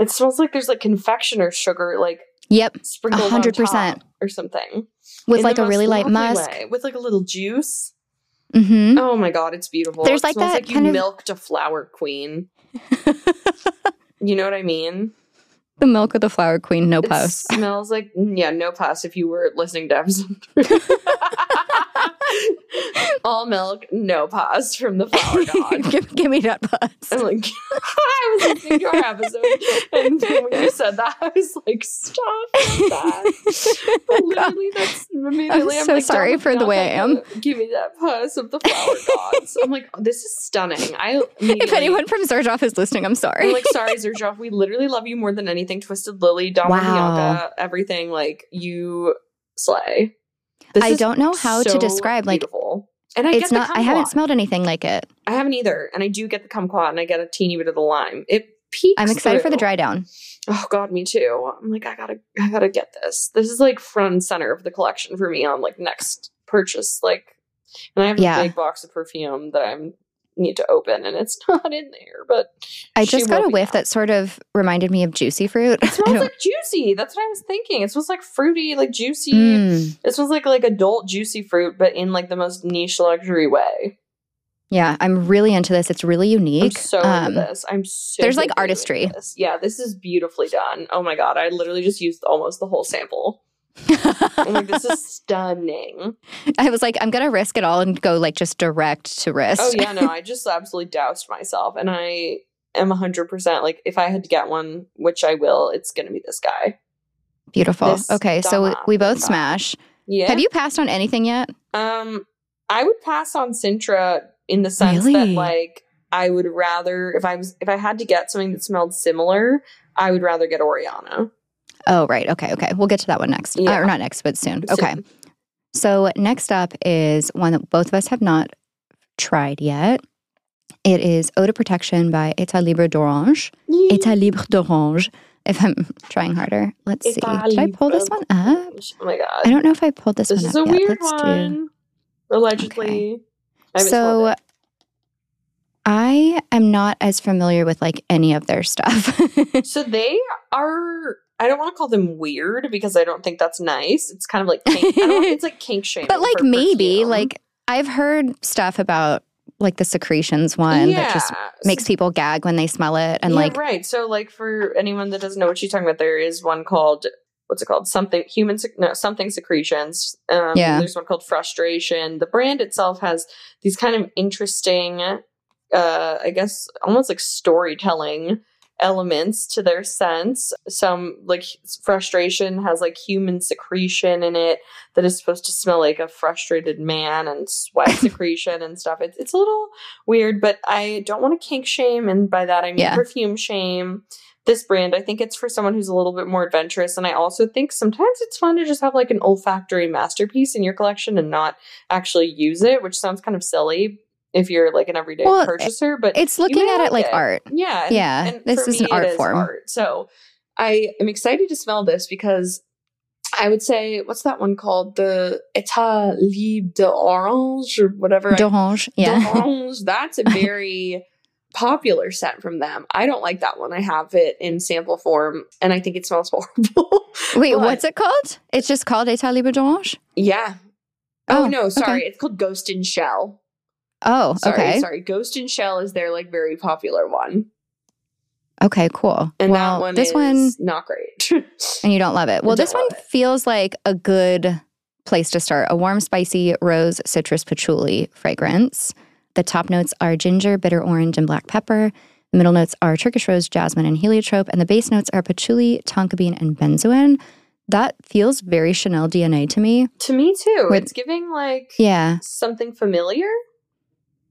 S3: It smells like there's like confectioner sugar like
S1: yep,
S3: sprinkled on
S1: 100%.
S3: top or something
S1: with
S3: in
S1: like
S3: the
S1: a
S3: most
S1: really light
S3: lovely
S1: musk.
S3: way, with like a little juice.
S1: Mm-hmm.
S3: Oh my god, it's beautiful.
S1: There's
S3: It
S1: like
S3: smells
S1: that
S3: you
S1: kind of-
S3: milked a flower queen. you know what I mean?
S1: The milk of the flower queen, no post.
S3: It smells like mm, yeah, no pus. If you were listening to episode three. all milk, no pus from the flower dog.
S1: give, give me that buzz.
S3: I'm like, I was listening to our episode, and when you said that, I was like, "Stop
S1: Oh
S3: that!" Literally, that's immediately.
S1: so
S3: like,
S1: sorry
S3: "Don't
S1: for the
S3: knock
S1: way I
S3: that
S1: am."
S3: out. Give me that puss of the flower gods. I'm like, oh, this is stunning. I
S1: If
S3: immediately-
S1: anyone from Zerjoff is listening, I'm
S3: I'm
S1: sorry.
S3: like, sorry, Zerjoff, we literally love you more than anything. Twisted Lily, Dama
S1: Wow.
S3: Bianca, everything. Like you slay. This
S1: I
S3: is
S1: don't know how to
S3: so
S1: describe. Like,
S3: beautiful. and I
S1: it's
S3: get the
S1: not. I haven't
S3: kumquat.
S1: smelled anything like it.
S3: I haven't either, and I do get the kumquat, and I get a teeny bit of the lime. It peaks.
S1: I'm excited for the
S3: through.
S1: dry down.
S3: Oh god, me too. I'm like, I gotta, I gotta get this. This is like front and center of the collection for me on like next purchase. Like, and I have
S1: Yeah.
S3: a big box of perfume that I'm need to open, and it's not in there. But
S1: I
S3: She
S1: just got
S3: will
S1: a
S3: be
S1: whiff
S3: out.
S1: that sort of reminded me of juicy fruit.
S3: it
S1: I
S3: smells
S1: don't-
S3: like juicy. That's what I was thinking. It smells like fruity, like juicy.
S1: Mm,
S3: It smells like like adult juicy fruit, but in like the most niche luxury way.
S1: yeah, I'm really into this. It's really unique.
S3: I'm so
S1: Um,
S3: into this. I'm so
S1: there's, like,
S3: deeply into
S1: artistry.
S3: this. Yeah, this is beautifully done. Oh my god, I literally just used almost the whole sample. I'm like, this is stunning.
S1: I was like, I'm gonna risk it all and go like just direct to wrist.
S3: Oh yeah, no, I just absolutely doused myself, and I am hundred percent like if I had to get one, which I will, it's gonna be this guy.
S1: Beautiful.
S3: This
S1: Okay, so we,
S3: Dama
S1: we both
S3: Bianca.
S1: smash.
S3: Yeah.
S1: Have you passed on anything yet?
S3: Um, I would pass on Sintra in the sense that
S1: Really?
S3: like I would rather if I was if I had to get something that smelled similar, I would rather get Oriana.
S1: Oh, right. Okay. Okay. We'll get to that one next. Uh,
S3: Yeah.
S1: or not next, but soon.
S3: Soon.
S1: Okay. So, next up is one that both of us have not tried yet. It is Eau de Protection by Etat Libre d'Orange. Etat Libre d'Orange. If I'm trying harder, let's see.
S3: État
S1: Did I pull
S3: Libre
S1: this one up?
S3: Oh my
S1: I
S3: god,
S1: don't know if I pulled this,
S3: this
S1: one
S3: is
S1: up
S3: a
S1: yet.
S3: weird
S1: let's
S3: one.
S1: do.
S3: Allegedly, I haven't smelled
S1: So,
S3: it.
S1: I am not as familiar with like any of their stuff.
S3: so they are I don't want to call them weird because I don't think that's nice. It's kind of like kink, I don't, it's like kink shaming,
S1: But like
S3: for
S1: maybe,
S3: perfume.
S1: like I've heard stuff about like the secretions one that just
S3: Yeah.
S1: makes people gag when they smell it and
S3: Yeah,
S1: like
S3: right. So like for anyone that doesn't know what she's talking about, there is one called what's it called? Something human sec- no something secretions. Um,
S1: Yeah.
S3: There's one called frustration. The brand itself has these kind of interesting, uh, I guess, almost like storytelling elements to their sense. Some like frustration has like human secretion in it that is supposed to smell like a frustrated man and sweat secretion and stuff. It's it's a little weird, but I don't want to kink shame, and by that I mean
S1: Yeah.
S3: perfume shame. This brand, I think it's for someone who's a little bit more adventurous, and I also think sometimes it's fun to just have like an olfactory masterpiece in your collection and not actually use it, which sounds kind of silly if you're like an everyday
S1: Well,
S3: purchaser. But
S1: it's looking at
S3: like
S1: it like
S3: it.
S1: art.
S3: yeah. and-
S1: Yeah,
S3: and
S1: this
S3: for
S1: is an
S3: me, it
S1: art form.
S3: So I am excited to smell this because I would say, what's that one called? The Etat Libre de Orange or whatever. I-
S1: D'orange. Yeah.
S3: D'Orange. That's a very popular scent from them. I don't like that one. I have it in sample form and I think it smells horrible.
S1: Wait,
S3: But-
S1: what's it called? It's just called Etat Libre d'Orange?
S3: yeah. Oh,
S1: Oh,
S3: no,
S1: okay.
S3: sorry. It's called Ghost in Shell.
S1: Oh,
S3: Sorry,
S1: okay.
S3: sorry. Ghost in Shell is their like very popular one.
S1: Okay, cool.
S3: And
S1: well,
S3: that one
S1: this
S3: is
S1: one
S3: not great.
S1: and you don't love it.
S3: I
S1: Well, this
S3: don't
S1: one
S3: love it.
S1: feels like a good place to start. A warm, spicy rose, citrus, patchouli fragrance. The top notes are ginger, bitter orange, and black pepper. The middle notes are Turkish rose, jasmine, and heliotrope. And the base notes are patchouli, tonka bean, and benzoin. That feels very Chanel DNA to me.
S3: to me too.
S1: With-
S3: it's giving like
S1: Yeah.
S3: something familiar.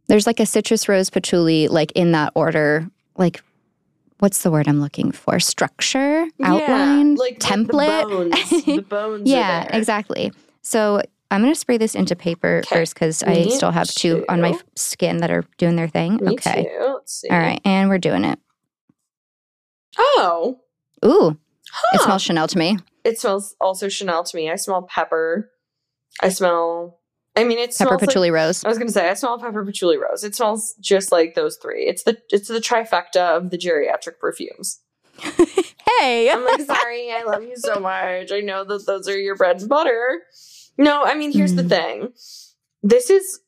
S1: There's like a citrus, rose, patchouli, like in that order. Like, what's the word I'm looking for? Structure, outline,
S3: yeah, like the-
S1: template.
S3: The bones, the bones are
S1: Yeah,
S3: there.
S1: exactly. So I'm going to spray this into paper
S3: Okay.
S1: first because I
S3: Me
S1: still have two on my
S3: too.
S1: f- skin that are doing their thing.
S3: Me
S1: okay.
S3: too. Let's see.
S1: All right. And we're doing it.
S3: Oh,
S1: Ooh,
S3: huh.
S1: it smells Chanel to me.
S3: It smells also Chanel to me. I smell pepper. I smell. I mean, it
S1: Pepper
S3: smells like-
S1: patchouli rose.
S3: I was gonna say I smell pepper patchouli rose. It smells just like those three. It's the it's the trifecta of the geriatric perfumes.
S1: Hey.
S3: I'm like, sorry, I love you so much. I know that those are your bread and butter. No, I mean, here's the
S1: Mm.
S3: thing. This is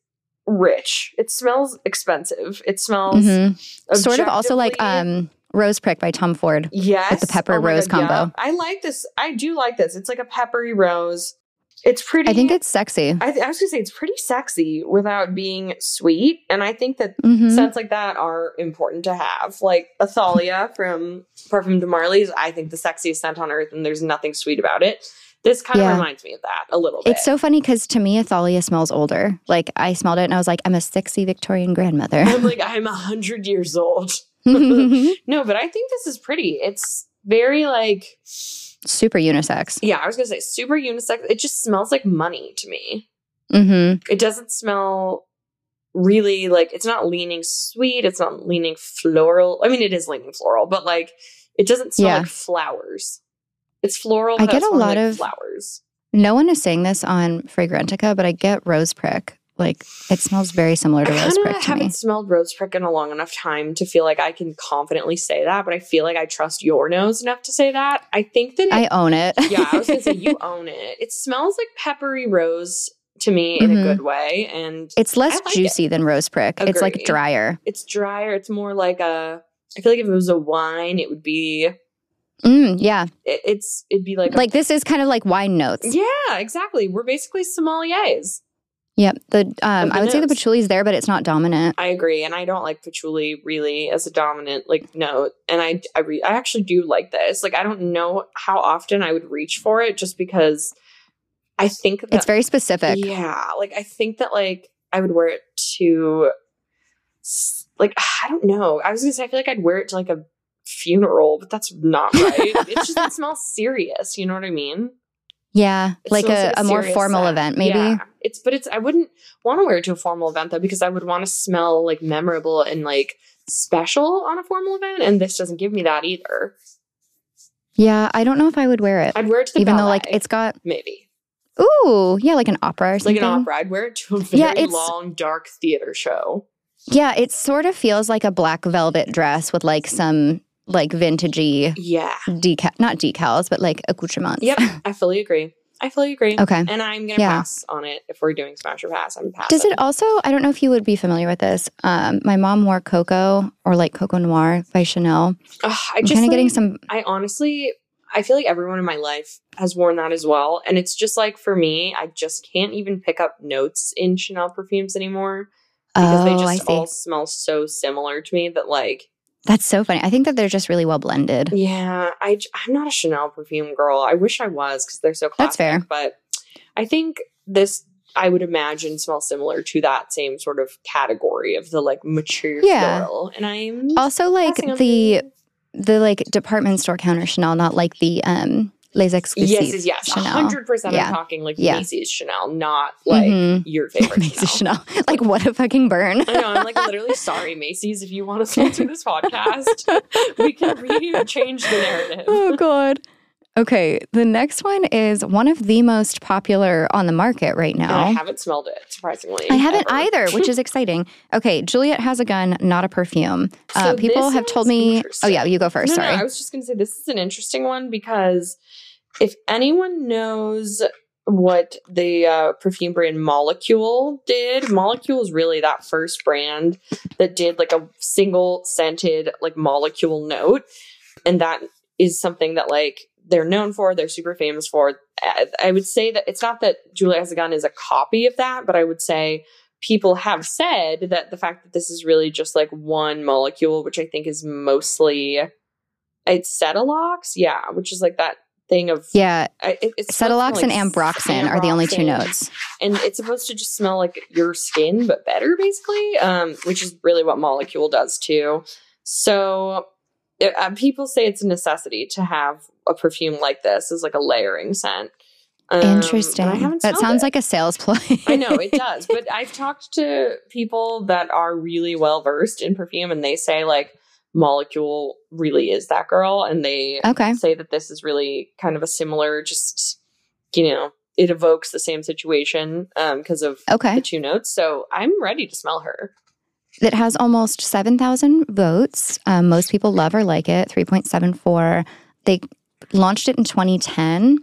S3: rich. It smells expensive. It smells
S1: Mhm. Sort of also like
S3: objectively-
S1: um Rose Prick by Tom Ford.
S3: yes, Oh
S1: pepper
S3: my
S1: rose combo.
S3: yeah. I like this. I do like this. It's like a peppery rose. It's pretty.
S1: I think it's sexy.
S3: I, th- I was gonna say it's pretty sexy without being sweet, and I think that
S1: Mhm.
S3: scents like that are important to have. Like Athalia from Parfum de Marley is, I think, the sexiest scent on earth, and there's nothing sweet about it. This kind
S1: Yeah.
S3: of reminds me of that a little bit.
S1: It's so funny because to me, Athalia smells older. Like I smelled it and I was like, I'm a sexy Victorian grandmother.
S3: I'm like, I'm a hundred years old. No, but I think this is pretty. It's very like,
S1: Super unisex.
S3: yeah, I was gonna say super unisex. It just smells like money to me.
S1: hmm
S3: It doesn't smell really like it's not leaning sweet. It's not leaning floral. I mean, it is leaning floral, but like it doesn't smell
S1: Yeah.
S3: like flowers. It's floral.
S1: I
S3: without
S1: get a
S3: smelling
S1: lot
S3: like
S1: of-
S3: flowers.
S1: No one is saying this on Fragrantica, but I get rose prick. Like it smells very similar
S3: I
S1: to rose
S3: kind
S1: prick
S3: of
S1: to
S3: haven't
S1: me.
S3: smelled rose prick in a long enough time to feel like I can confidently say that, but I feel like I trust your nose enough to say that. I think that it
S1: I own it.
S3: yeah, I was gonna say you own it. It smells like peppery rose to me in
S1: Mhm.
S3: a good way, and
S1: it's
S3: I
S1: less
S3: like it.
S1: juicy than rose prick. It's like
S3: Agree.
S1: drier.
S3: it's drier. It's more like a. I feel like if it was a wine, it would be. It,
S1: Mm, yeah,
S3: it's it'd be like a-
S1: like this is kind of like wine notes.
S3: yeah, exactly. We're basically sommeliers.
S1: Yep. The um,
S3: Of the
S1: I would say the
S3: notes.
S1: patchouli's there, but it's not dominant.
S3: I agree, and I don't like patchouli really as a dominant like note. And I I, re- I actually do like this. Like I don't know how often I would reach for it, just because I think that
S1: It's very specific.
S3: Yeah, like I think that like I would wear it to s- like I don't know. I was gonna say I feel like I'd wear it to like a funeral, but that's not right. it's just it smells serious. You know what I mean?
S1: Yeah,
S3: It
S1: like
S3: smells
S1: a, a, more
S3: serious
S1: formal
S3: scent.
S1: event, maybe.
S3: Yeah. It's but it's I wouldn't want to wear it to a formal event though because I would want to smell like memorable and like special on a formal event, and this doesn't give me that either.
S1: Yeah, I don't know if I would wear it,
S3: I'd wear it to the
S1: even though like
S3: ballet,
S1: it's got
S3: maybe
S1: ooh, yeah, like an opera or
S3: like
S1: something.
S3: an opera. I'd wear it to a very
S1: Yeah, it's-
S3: long dark theater show.
S1: Yeah, it sort of feels like a black velvet dress with like some like vintagey
S3: Yeah.
S1: decal, not decals, but like accoutrements.
S3: Yep. I fully agree. I fully agree.
S1: Okay.
S3: And I'm gonna
S1: Yeah.
S3: pass on it if we're doing smash or pass. I'm passing.
S1: Does it also? I don't know if you would be familiar with this. Um, my mom wore Coco or like Coco Noir by Chanel.
S3: Ugh, I
S1: I'm
S3: just
S1: kind of getting
S3: like-
S1: some.
S3: I honestly, I feel like everyone in my life has worn that as well. And it's just like for me, I just can't even pick up notes in Chanel perfumes anymore because
S1: Oh,
S3: they
S1: I
S3: just
S1: see.
S3: all smell so similar to me that like,
S1: That's so funny. I think that they're just really well blended.
S3: yeah, I j- I'm not a Chanel perfume girl. I wish I was because they're so
S1: That's
S3: classic.
S1: fair.
S3: But I think this. I would imagine smells similar to that same sort of category of the like mature
S1: Yeah.
S3: floral, and I'm
S1: Also, like
S3: passing on
S1: the the like department store counter Chanel, not like the um les exclusives.
S3: yes, yes, yes,
S1: Chanel.
S3: hundred percent.
S1: Yeah.
S3: I'm talking like
S1: Yeah.
S3: Macy's Chanel, not like
S1: Mhm.
S3: your favorite
S1: Macy's
S3: Chanel.
S1: Chanel. Like what a fucking burn.
S3: I know. I'm like literally sorry, Macy's. If you want to sponsor this podcast, we can re-change the narrative.
S1: oh god. Okay, the next one is one of the most popular on the market right
S3: And I
S1: now.
S3: haven't smelled it, surprisingly.
S1: I haven't
S3: ever.
S1: either, which is exciting. Okay, Juliet has a gun, not a perfume. Uh,
S3: So
S1: people
S3: this
S1: have told
S3: is
S1: me. Oh yeah,
S3: interesting.
S1: you go first.
S3: No, no,
S1: sorry.
S3: I was just going to say this is an interesting one because if anyone knows what the uh, perfume brand Molecule did, Molecule is really that first brand that did like a single scented like molecule note, and that is something that like they're known for. They're super famous for. I- I would say that it's not that Julia Has a Gun is a copy of that, but I would say people have said that the fact that this is really just like one molecule, which I think is mostly it's Cetalox, yeah, which is like that thing of
S1: yeah,
S3: I- it- it's supposed to
S1: Cetalox
S3: smell
S1: and
S3: like
S1: Ambroxan are the only two
S3: Ambroxan, Um,
S1: notes.
S3: and it's supposed to just smell like your skin, but better, basically, um, which is really what Molecule does too. So. it- uh, people say it's a necessity to have a perfume like this as like a layering scent. Um, and I
S1: Interesting.
S3: haven't
S1: That
S3: smelled
S1: sounds
S3: it.
S1: like a sales ploy.
S3: I know it does, but I've talked to people that are really well versed in perfume, and they say like Molecule really is that girl, and they
S1: okay.
S3: say that this is really kind of a similar, just you know, it evokes the same situation because of the
S1: Okay.
S3: two notes. So I'm ready to smell her.
S1: It has almost 7,000 votes. Um, most people love or like it, 3.74. They launched it in 2010.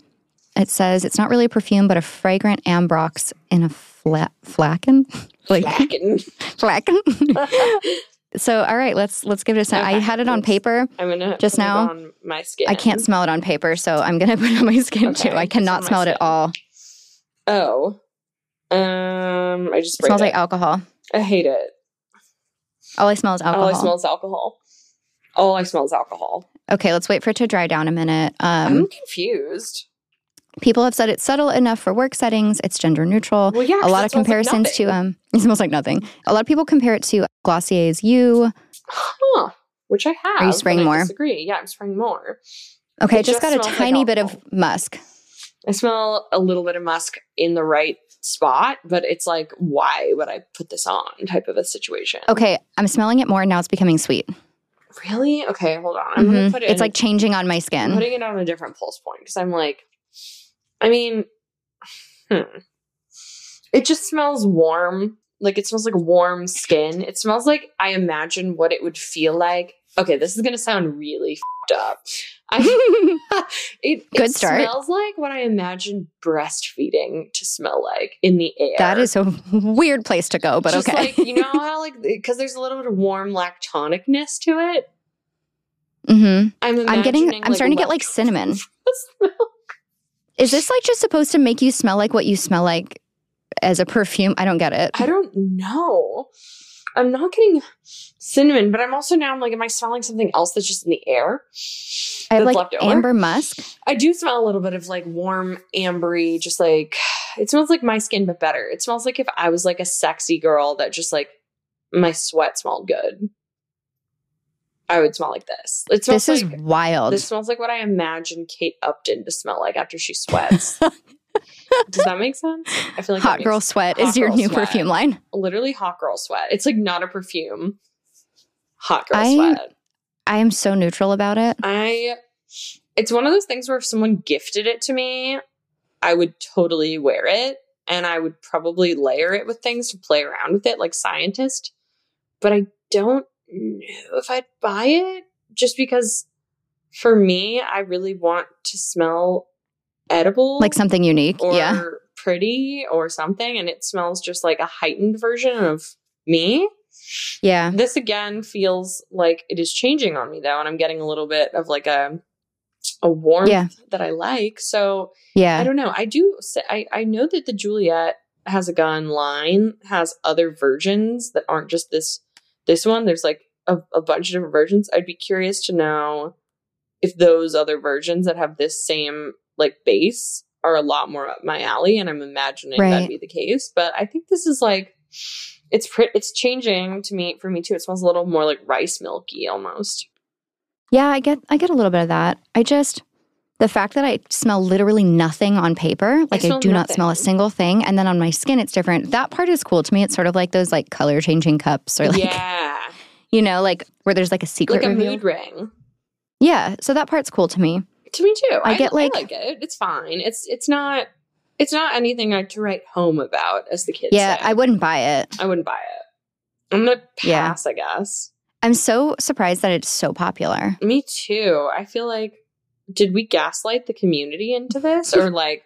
S1: It says it's not really a perfume, but a fragrant ambrox in a flat flacken. Like
S3: Fucking-
S1: flacken. so all right, let's let's give it a second. I
S3: Okay,
S1: had it on
S3: let's-
S1: paper.
S3: I'm gonna
S1: Just
S3: put it
S1: now?
S3: on my skin.
S1: I can't smell it on paper, so I'm gonna put it on my skin
S3: Okay,
S1: too. I
S3: it's on
S1: cannot
S3: my
S1: smell it at
S3: skin.
S1: all.
S3: Oh, um, I just
S1: It smells
S3: sprayed
S1: like alcohol.
S3: I hate it.
S1: All I smell is alcohol.
S3: All I smell is alcohol. All I smell is alcohol.
S1: okay, let's wait for it to dry down a minute. Um,
S3: I'm confused.
S1: People have said it's subtle enough for work settings. It's gender neutral.
S3: Well, yeah,
S1: a lot of comparisons to um, it smells like nothing. A lot of people compare it to Glossier's You.
S3: huh, which I have.
S1: you spraying
S3: and I
S1: more?
S3: Disagree. Yeah, I'm spraying more.
S1: Okay,
S3: It
S1: it just,
S3: just
S1: got a
S3: smells like
S1: tiny bit of
S3: alcohol.
S1: musk.
S3: I smell a little bit of musk in the right spot, but it's like, why would I put this on? Type of a situation.
S1: Okay, I'm smelling it more and now. It's becoming sweet.
S3: Really? Okay, hold on. I'm gonna
S1: Mhm.
S3: put it.
S1: It's
S3: in-
S1: like changing on my
S3: I'm
S1: skin.
S3: putting it on a different pulse point because I'm like, I mean, hmm. it just smells warm. Like it smells like warm skin. It smells like I imagine what it would feel like. Okay, this is gonna sound really fed up. I, it it
S1: Good start.
S3: smells like what I imagine breastfeeding to smell like in the air.
S1: that is a weird place to go, but
S3: Just
S1: okay.
S3: like, you know how like because there's a little bit of warm lactonicness to it.
S1: hmm
S3: I'm
S1: I'm getting. I'm
S3: imagining, like,
S1: starting to get like
S3: lactose
S1: cinnamon.
S3: smell.
S1: Is this like just supposed to make you smell like what you smell like as a perfume? I don't get it.
S3: I don't know. I'm not getting cinnamon, but I'm also now I'm like, am I smelling something else that's just in the air?
S1: I have
S3: that's
S1: like
S3: left over?
S1: amber musk.
S3: I do smell a little bit of like warm, ambery, just like it smells like my skin, but better. It smells like if I was like a sexy girl that just like my sweat smelled good. I would smell like this. It smells
S1: This is
S3: like
S1: wild.
S3: this smells like what I imagine Kate Upton to smell like after she sweats. Does that make sense? I feel like that
S1: Hot
S3: makes
S1: girl sweat
S3: Hot
S1: is your
S3: Girl
S1: new
S3: Sweat.
S1: perfume line.
S3: literally hot girl sweat. It's like not a perfume. Hot girl
S1: I-
S3: sweat.
S1: I am so neutral about it.
S3: I it's one of those things where if someone gifted it to me, I would totally wear it and I would probably layer it with things to play around with it like scientist. But I don't know if I'd buy it just because for me, I really want to smell edible.
S1: Like something unique.
S3: or
S1: yeah.
S3: pretty or something, and it smells just like a heightened version of me.
S1: Yeah.
S3: This again feels like it is changing on me though, and I'm getting a little bit of like a a warmth
S1: Yeah.
S3: that I like. So I
S1: Yeah.
S3: don't know. I do. Say, I I know that the Juliet has a gun line has other versions that aren't just this this one. There's like a, a bunch of different versions. I'd be curious to know if those other versions that have this same like base are a lot more up my alley. And I'm imagining
S1: Right.
S3: that'd be the case. But I think this is like it's pretty. It's changing to me for me too. It smells a little more like rice milky almost.
S1: Yeah, I get I get a little bit of that. I just the fact that I smell literally nothing on paper, like I,
S3: smell
S1: do not smell a
S3: nothing.
S1: single thing, and then on my skin it's different. That part is cool to me. It's sort of like those like color changing cups or like
S3: yeah,
S1: you know, like where there's like a secret
S3: like a
S1: reveal.
S3: mood ring.
S1: Yeah, so that part's cool to me.
S3: To me too.
S1: I get, like-
S3: I like it. It's fine. It's it's not it's not anything I to write home about, as the kids
S1: yeah,
S3: say.
S1: I wouldn't buy it.
S3: I wouldn't buy it. I'm gonna
S1: Yeah.
S3: pass, I guess.
S1: I'm so surprised that it's so popular.
S3: Me too. I feel like did we gaslight the community into this? Or like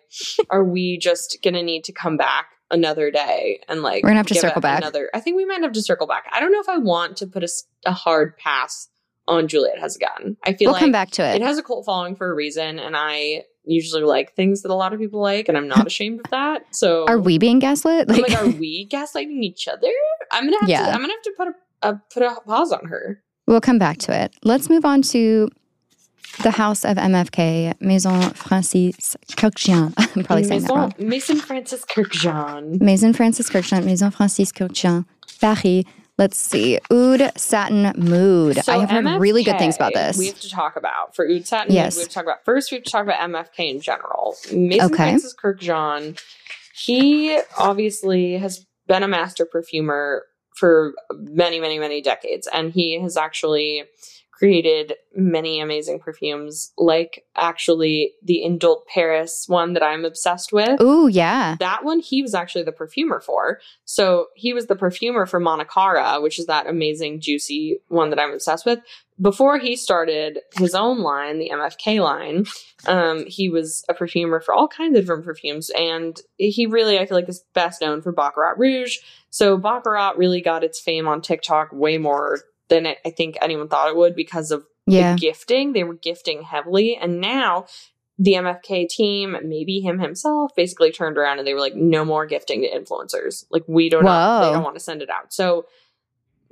S3: are we just gonna need to come back another day and like
S1: We're gonna have to
S3: give
S1: circle
S3: it
S1: back.
S3: another I think we might have to circle back. I don't know if I want to put a, s- a hard pass on Juliet has a gun. I feel
S1: We'll
S3: like
S1: come back to it.
S3: it has a cult following for a reason and i usually like things that a lot of people like and i'm not ashamed of that so
S1: Are we being gaslit?
S3: I'm like, are we gaslighting each other i'm gonna have
S1: Yeah.
S3: to i'm gonna have to put a, a put a pause on her
S1: We'll come back to it. Let's move on to the house of MFK, Maison Francis Kirkjian. I'm probably saying that wrong.
S3: mason francis kirkjean
S1: Maison Francis Kirkjian, Maison Francis Kirkjian, Paris. Let's see. Oud Satin Mood. I have heard really good things about
S3: MFK,
S1: this.
S3: We have to talk about for Utsat and
S1: Yes.
S3: yes. we have to talk about first we have to talk about MFK in general. Mason
S1: Okay.
S3: Francis Kirkjohn, he obviously has been a master perfumer for many, many, many decades, and he has actually created many amazing perfumes, like actually the Indult Paris one that I'm obsessed with.
S1: Ooh, yeah.
S3: That one he was actually the perfumer for. So he was the perfumer for Monocara, which is that amazing, juicy one that I'm obsessed with. Before he started his own line, the MFK line, um, he was a perfumer for all kinds of different perfumes. And he really, I feel like, is best known for Baccarat Rouge. So Baccarat really got its fame on TikTok way more than it, I think anyone thought it would because of
S1: Yeah.
S3: the gifting. They were gifting heavily. And now the MFK team, maybe him himself, basically turned around and they were like, no more gifting to influencers. Like, we don't,
S1: Whoa.
S3: they don't want to send it out. So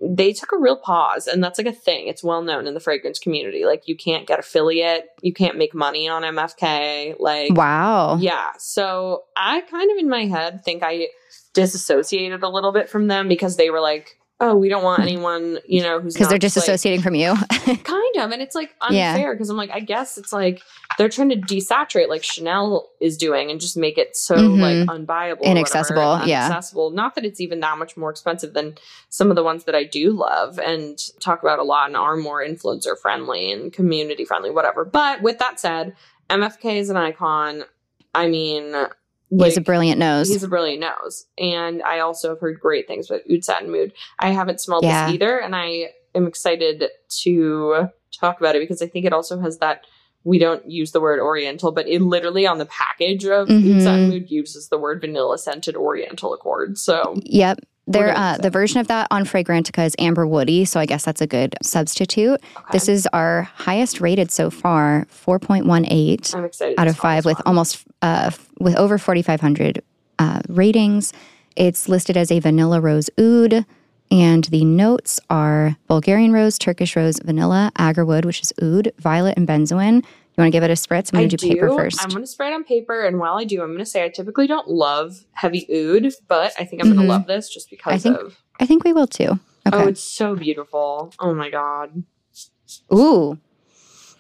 S3: they took a real pause. And that's like a thing. It's well known in the fragrance community. Like, you can't get affiliate, you can't make money on MFK. Like,
S1: Wow.
S3: yeah. So I kind of in my head think I disassociated a little bit from them because they were like, oh, we don't want anyone, you know, who's
S1: Hmm. Because they're
S3: not just, like-
S1: disassociating from you.
S3: kind of and it's like
S1: Yeah.
S3: unfair because i'm like i guess it's like they're trying to desaturate like chanel is doing and just make it so
S1: Mhm.
S3: like unbuyable or
S1: Inaccessible,
S3: whatever,
S1: yeah.
S3: inaccessible not that it's even that much more expensive than some of the ones that i do love and talk about a lot and are more influencer friendly and community friendly whatever but with that said mfk is an icon i mean
S1: He's
S3: like,
S1: a brilliant nose.
S3: He's a brilliant nose. And I also have heard great things about Oud Satin Mood. I haven't smelled
S1: Yeah.
S3: this either, and I am excited to talk about it because I think it also has that we don't use the word oriental, but it literally on the package of
S1: Mhm.
S3: Oud Satin Mood uses the word vanilla scented oriental accord. So
S1: Yep. There,
S3: gonna
S1: uh,
S3: use
S1: the
S3: it.
S1: version of that on Fragrantica is Amber Woody, so I guess that's a good substitute.
S3: okay.
S1: This is our highest rated so far, 4.18
S3: I'm excited.
S1: out
S3: to
S1: of
S3: smell
S1: five,
S3: this
S1: with
S3: one.
S1: almost uh, f- with over 4,500 uh, ratings. It's listed as a vanilla rose oud, and the notes are Bulgarian rose, Turkish rose, vanilla, agarwood, which is oud, violet, and benzoin. You want to give it a spritz? I'm
S3: I
S1: going to do paper first.
S3: I'm going to spray it on paper, and while I do, I'm going to say I typically don't love heavy oud, but I think I'm going
S1: Mhm.
S3: to love this just because
S1: think-
S3: of.
S1: I think we will too.
S3: Oh,
S1: Okay.
S3: it's so beautiful! Oh my god!
S1: Ooh,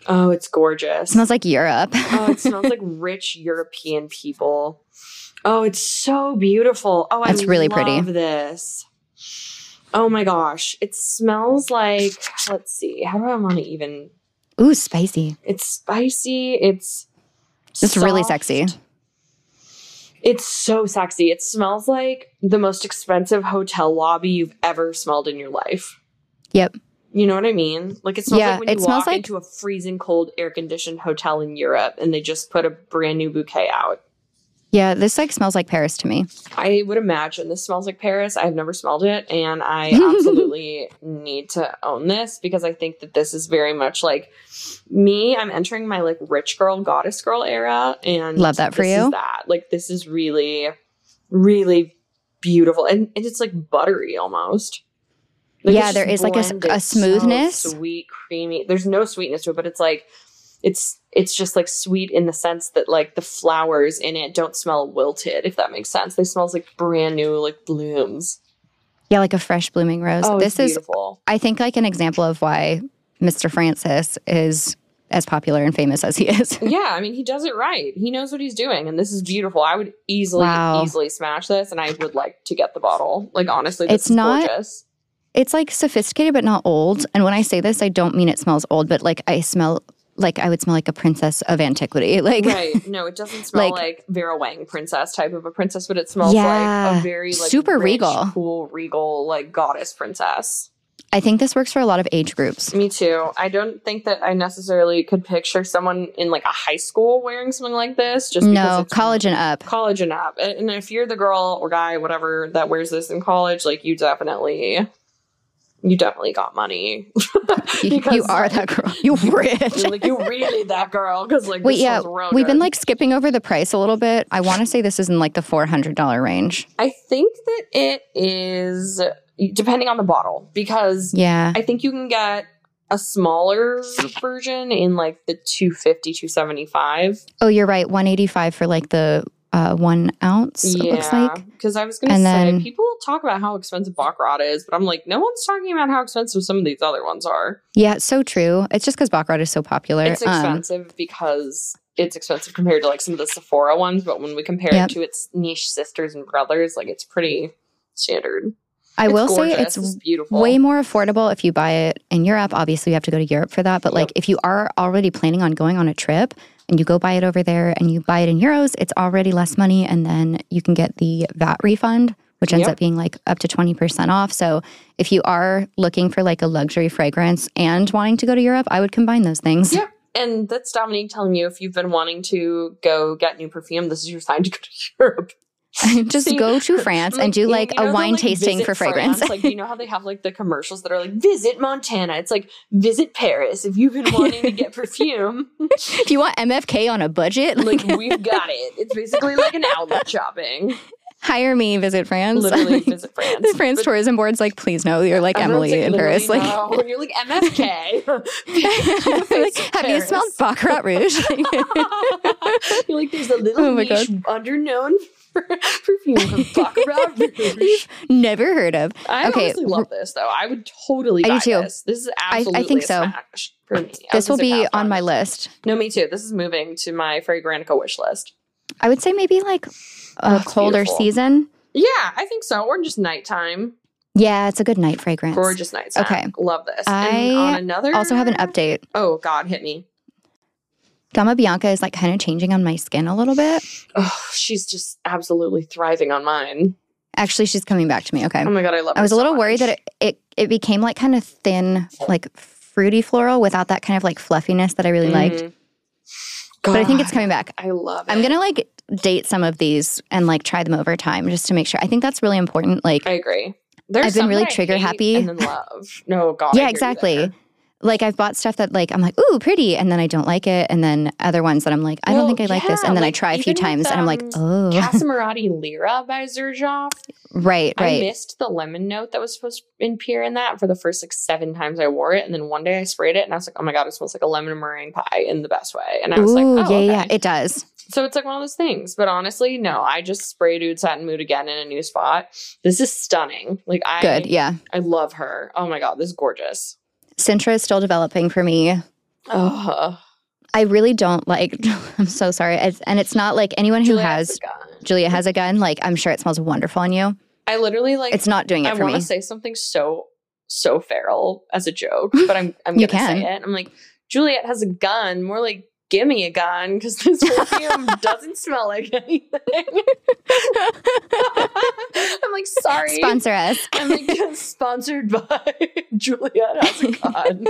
S3: Oh, it's gorgeous.
S1: smells like Europe.
S3: oh, it smells like rich European people. Oh, it's so beautiful. Oh,
S1: That's
S3: I
S1: really
S3: love
S1: pretty.
S3: This. Oh my gosh, it smells like. Let's see. How do I want to even?
S1: Ooh, spicy.
S3: It's spicy. It's.
S1: It's really
S3: soft.
S1: sexy.
S3: It's so sexy. It smells like the most expensive hotel lobby you've ever smelled in your life.
S1: Yep.
S3: You know what I mean? Like it smells
S1: Yeah,
S3: like when you
S1: it smells
S3: walk
S1: like-
S3: into a freezing cold air conditioned hotel in Europe and they just put a brand new bouquet out.
S1: Yeah, this like smells like Paris to me.
S3: I would imagine this smells like Paris. I've never smelled it, and I absolutely need to own this because I think that this is very much like me. I'm entering my like rich girl, goddess girl era, and
S1: Love that for
S3: this
S1: you.
S3: Is that like this is really, really beautiful, and, and it's like buttery almost.
S1: Yeah,
S3: it's
S1: there
S3: just
S1: is, like, a s-
S3: blended
S1: a
S3: so
S1: smoothness.
S3: sweet, creamy. There's no sweetness to it, but it's like. It's it's just like sweet in the sense that like the flowers in it don't smell wilted, if that makes sense. They smells like brand new like blooms.
S1: Yeah, like a fresh blooming rose.
S3: Oh,
S1: this is
S3: beautiful.
S1: I think like an example of why Mr. Francis is as popular and famous as he is.
S3: yeah, I mean he does it right. He knows what he's doing, and this is beautiful. I would easily
S1: Wow.
S3: easily smash this, and I would like to get the bottle. Like honestly, this
S1: It's
S3: is
S1: not-
S3: gorgeous.
S1: it's like sophisticated but not old. And when I say this, I don't mean it smells old, but like I smell like I would smell like a princess of antiquity. Like
S3: right? No, it doesn't smell like,
S1: Like-
S3: Vera Wang princess type of a princess, but it smells like
S1: Yeah.
S3: a very like
S1: Super
S3: rich,
S1: regal.
S3: cool regal like goddess princess.
S1: I think this works for a lot of age groups.
S3: Me too. I don't think that I necessarily could picture someone in like a high school wearing something like this. Just because
S1: No,
S3: it's
S1: college and up.
S3: college and up. And and if you're the girl or guy, whatever that wears this in college, like you definitely, you definitely got money.
S1: You,
S3: Because,
S1: you are that girl. You're rich.
S3: You're like you really that girl because like
S1: Wait,
S3: this
S1: yeah,
S3: sounds real
S1: we've been
S3: good.
S1: like skipping over the price a little bit. I want to say this is in like the four hundred dollar range.
S3: I think that it is depending on the bottle because
S1: Yeah,
S3: I think you can get a smaller version in like the 250 275
S1: Oh, you're right. 185 for like the uh, one ounce, it looks like.
S3: Because I was going to say,
S1: And then-
S3: people talk about how expensive Baccarat is, but I'm like, no one's talking about how expensive some of these other ones are.
S1: Yeah, it's so true. It's just because Baccarat is so popular.
S3: It's
S1: Um,
S3: expensive because it's expensive compared to like some of the Sephora ones, but when we compare
S1: Yep.
S3: it to its niche sisters and brothers, like it's pretty standard.
S1: I
S3: It's
S1: will say
S3: gorgeous,
S1: it's
S3: beautiful.
S1: way more affordable if you buy it in Europe. Obviously, you have to go to Europe for that. But like if you are already planning on going on a trip and you go buy it over there and you buy it in euros, it's already less money. And then you can get the VAT refund, which ends
S3: Yep.
S1: up being like up to 20% off. So if you are looking for like a luxury fragrance and wanting to go to Europe, I would combine those things.
S3: Yep. And that's Dominique telling you if you've been wanting to go get new perfume, this is your sign to go to Europe.
S1: just
S3: See,
S1: go to France and do
S3: you-
S1: like
S3: you know
S1: a
S3: the,
S1: wine
S3: like,
S1: tasting
S3: visit
S1: for fragrance.
S3: France? like you know how they have like the commercials that are like visit Montana. It's like visit Paris if you've been wanting to get perfume.
S1: if you want MFK on a budget, like,
S3: Like we've got it. It's basically like an outlet shopping.
S1: hire me, visit France.
S3: Literally
S1: Like,
S3: visit France.
S1: the France tourism board's like, please no, you're like
S3: Everyone's
S1: Emily in Paris.
S3: literally,
S1: Like,
S3: no. you're like MFK.
S1: like, have you smelled Baccarat Rouge? Like,
S3: you're like there's a little
S1: Oh my
S3: niche underknown perfume called Baccarat Rouge.
S1: Never heard of.
S3: I
S1: Okay,
S3: honestly love this though. I would totally
S1: I do
S3: buy
S1: too.
S3: this. This is
S1: I
S3: absolutely
S1: think
S3: a
S1: so.
S3: smash for me. I was
S1: This will
S3: gonna say
S1: be
S3: half
S1: on my
S3: done.
S1: list.
S3: No, me too. This is moving to my Fragrantica wish list.
S1: I would say maybe like a
S3: it's
S1: colder
S3: beautiful.
S1: season.
S3: Yeah, I think so. Or just nighttime.
S1: Yeah, it's a good night fragrance.
S3: Gorgeous night.
S1: Okay.
S3: Love this.
S1: I
S3: and on another
S1: Also, have an update.
S3: Oh god, hit me.
S1: Gama Bianca is like kind of changing on my skin a little bit.
S3: Oh, she's just absolutely thriving on mine.
S1: Actually, she's coming back to me. Okay.
S3: Oh my god, I love
S1: I was
S3: her
S1: a
S3: so
S1: little worried
S3: much.
S1: that it, it it became like kind of thin, like fruity floral without that kind of like fluffiness that I really liked.
S3: Mhm.
S1: But I think it's
S3: Mm-hmm. God,
S1: coming back.
S3: I love it.
S1: I'm gonna like date some of these and like try them over time just to make sure. I think that's really important. Like
S3: I agree. There's
S1: I've been
S3: some
S1: really
S3: that I
S1: trigger
S3: hate
S1: happy.
S3: and then love. No god. I hear
S1: yeah,
S3: you
S1: exactly.
S3: there.
S1: Like I've bought stuff that like I'm like, ooh, pretty, and then I don't like it, and then other ones that I'm like, I
S3: Well,
S1: don't think I like this,
S3: yeah,
S1: and then I
S3: like,
S1: try a few
S3: even with,
S1: times, and I'm like,
S3: um,
S1: oh,
S3: Casamarati Lira by Zerjoff.
S1: right,
S3: I
S1: right.
S3: missed the lemon note that was supposed to appear in that for the first like seven times I wore it. And then one day I sprayed it and I was like, oh my God, it smells like a lemon meringue pie in the best way. And I was
S1: Ooh,
S3: like, oh,
S1: yeah,
S3: okay.
S1: yeah, it does.
S3: So it's like one of those things. But honestly, no, I just spray Dude Satin Mood again in a new spot. This is stunning. Like, I,
S1: Good, yeah.
S3: I love her. Oh my God, this is gorgeous.
S1: Cintra is still developing for me.
S3: Oh,
S1: I really don't like. I'm so sorry, it's, and it's not like anyone who has Julia has a gun. Like I'm sure it smells wonderful on you.
S3: I literally like,
S1: It's not doing it
S3: I
S1: for
S3: want
S1: me.
S3: to say something so so feral as a joke, but I'm I'm
S1: You
S3: gonna say
S1: can.
S3: it. I'm like Juliet has a gun, more like give me a gun because this perfume doesn't smell like anything. I'm like, sorry.
S1: Sponsor us.
S3: I'm like, sponsored by Juliet has a gun.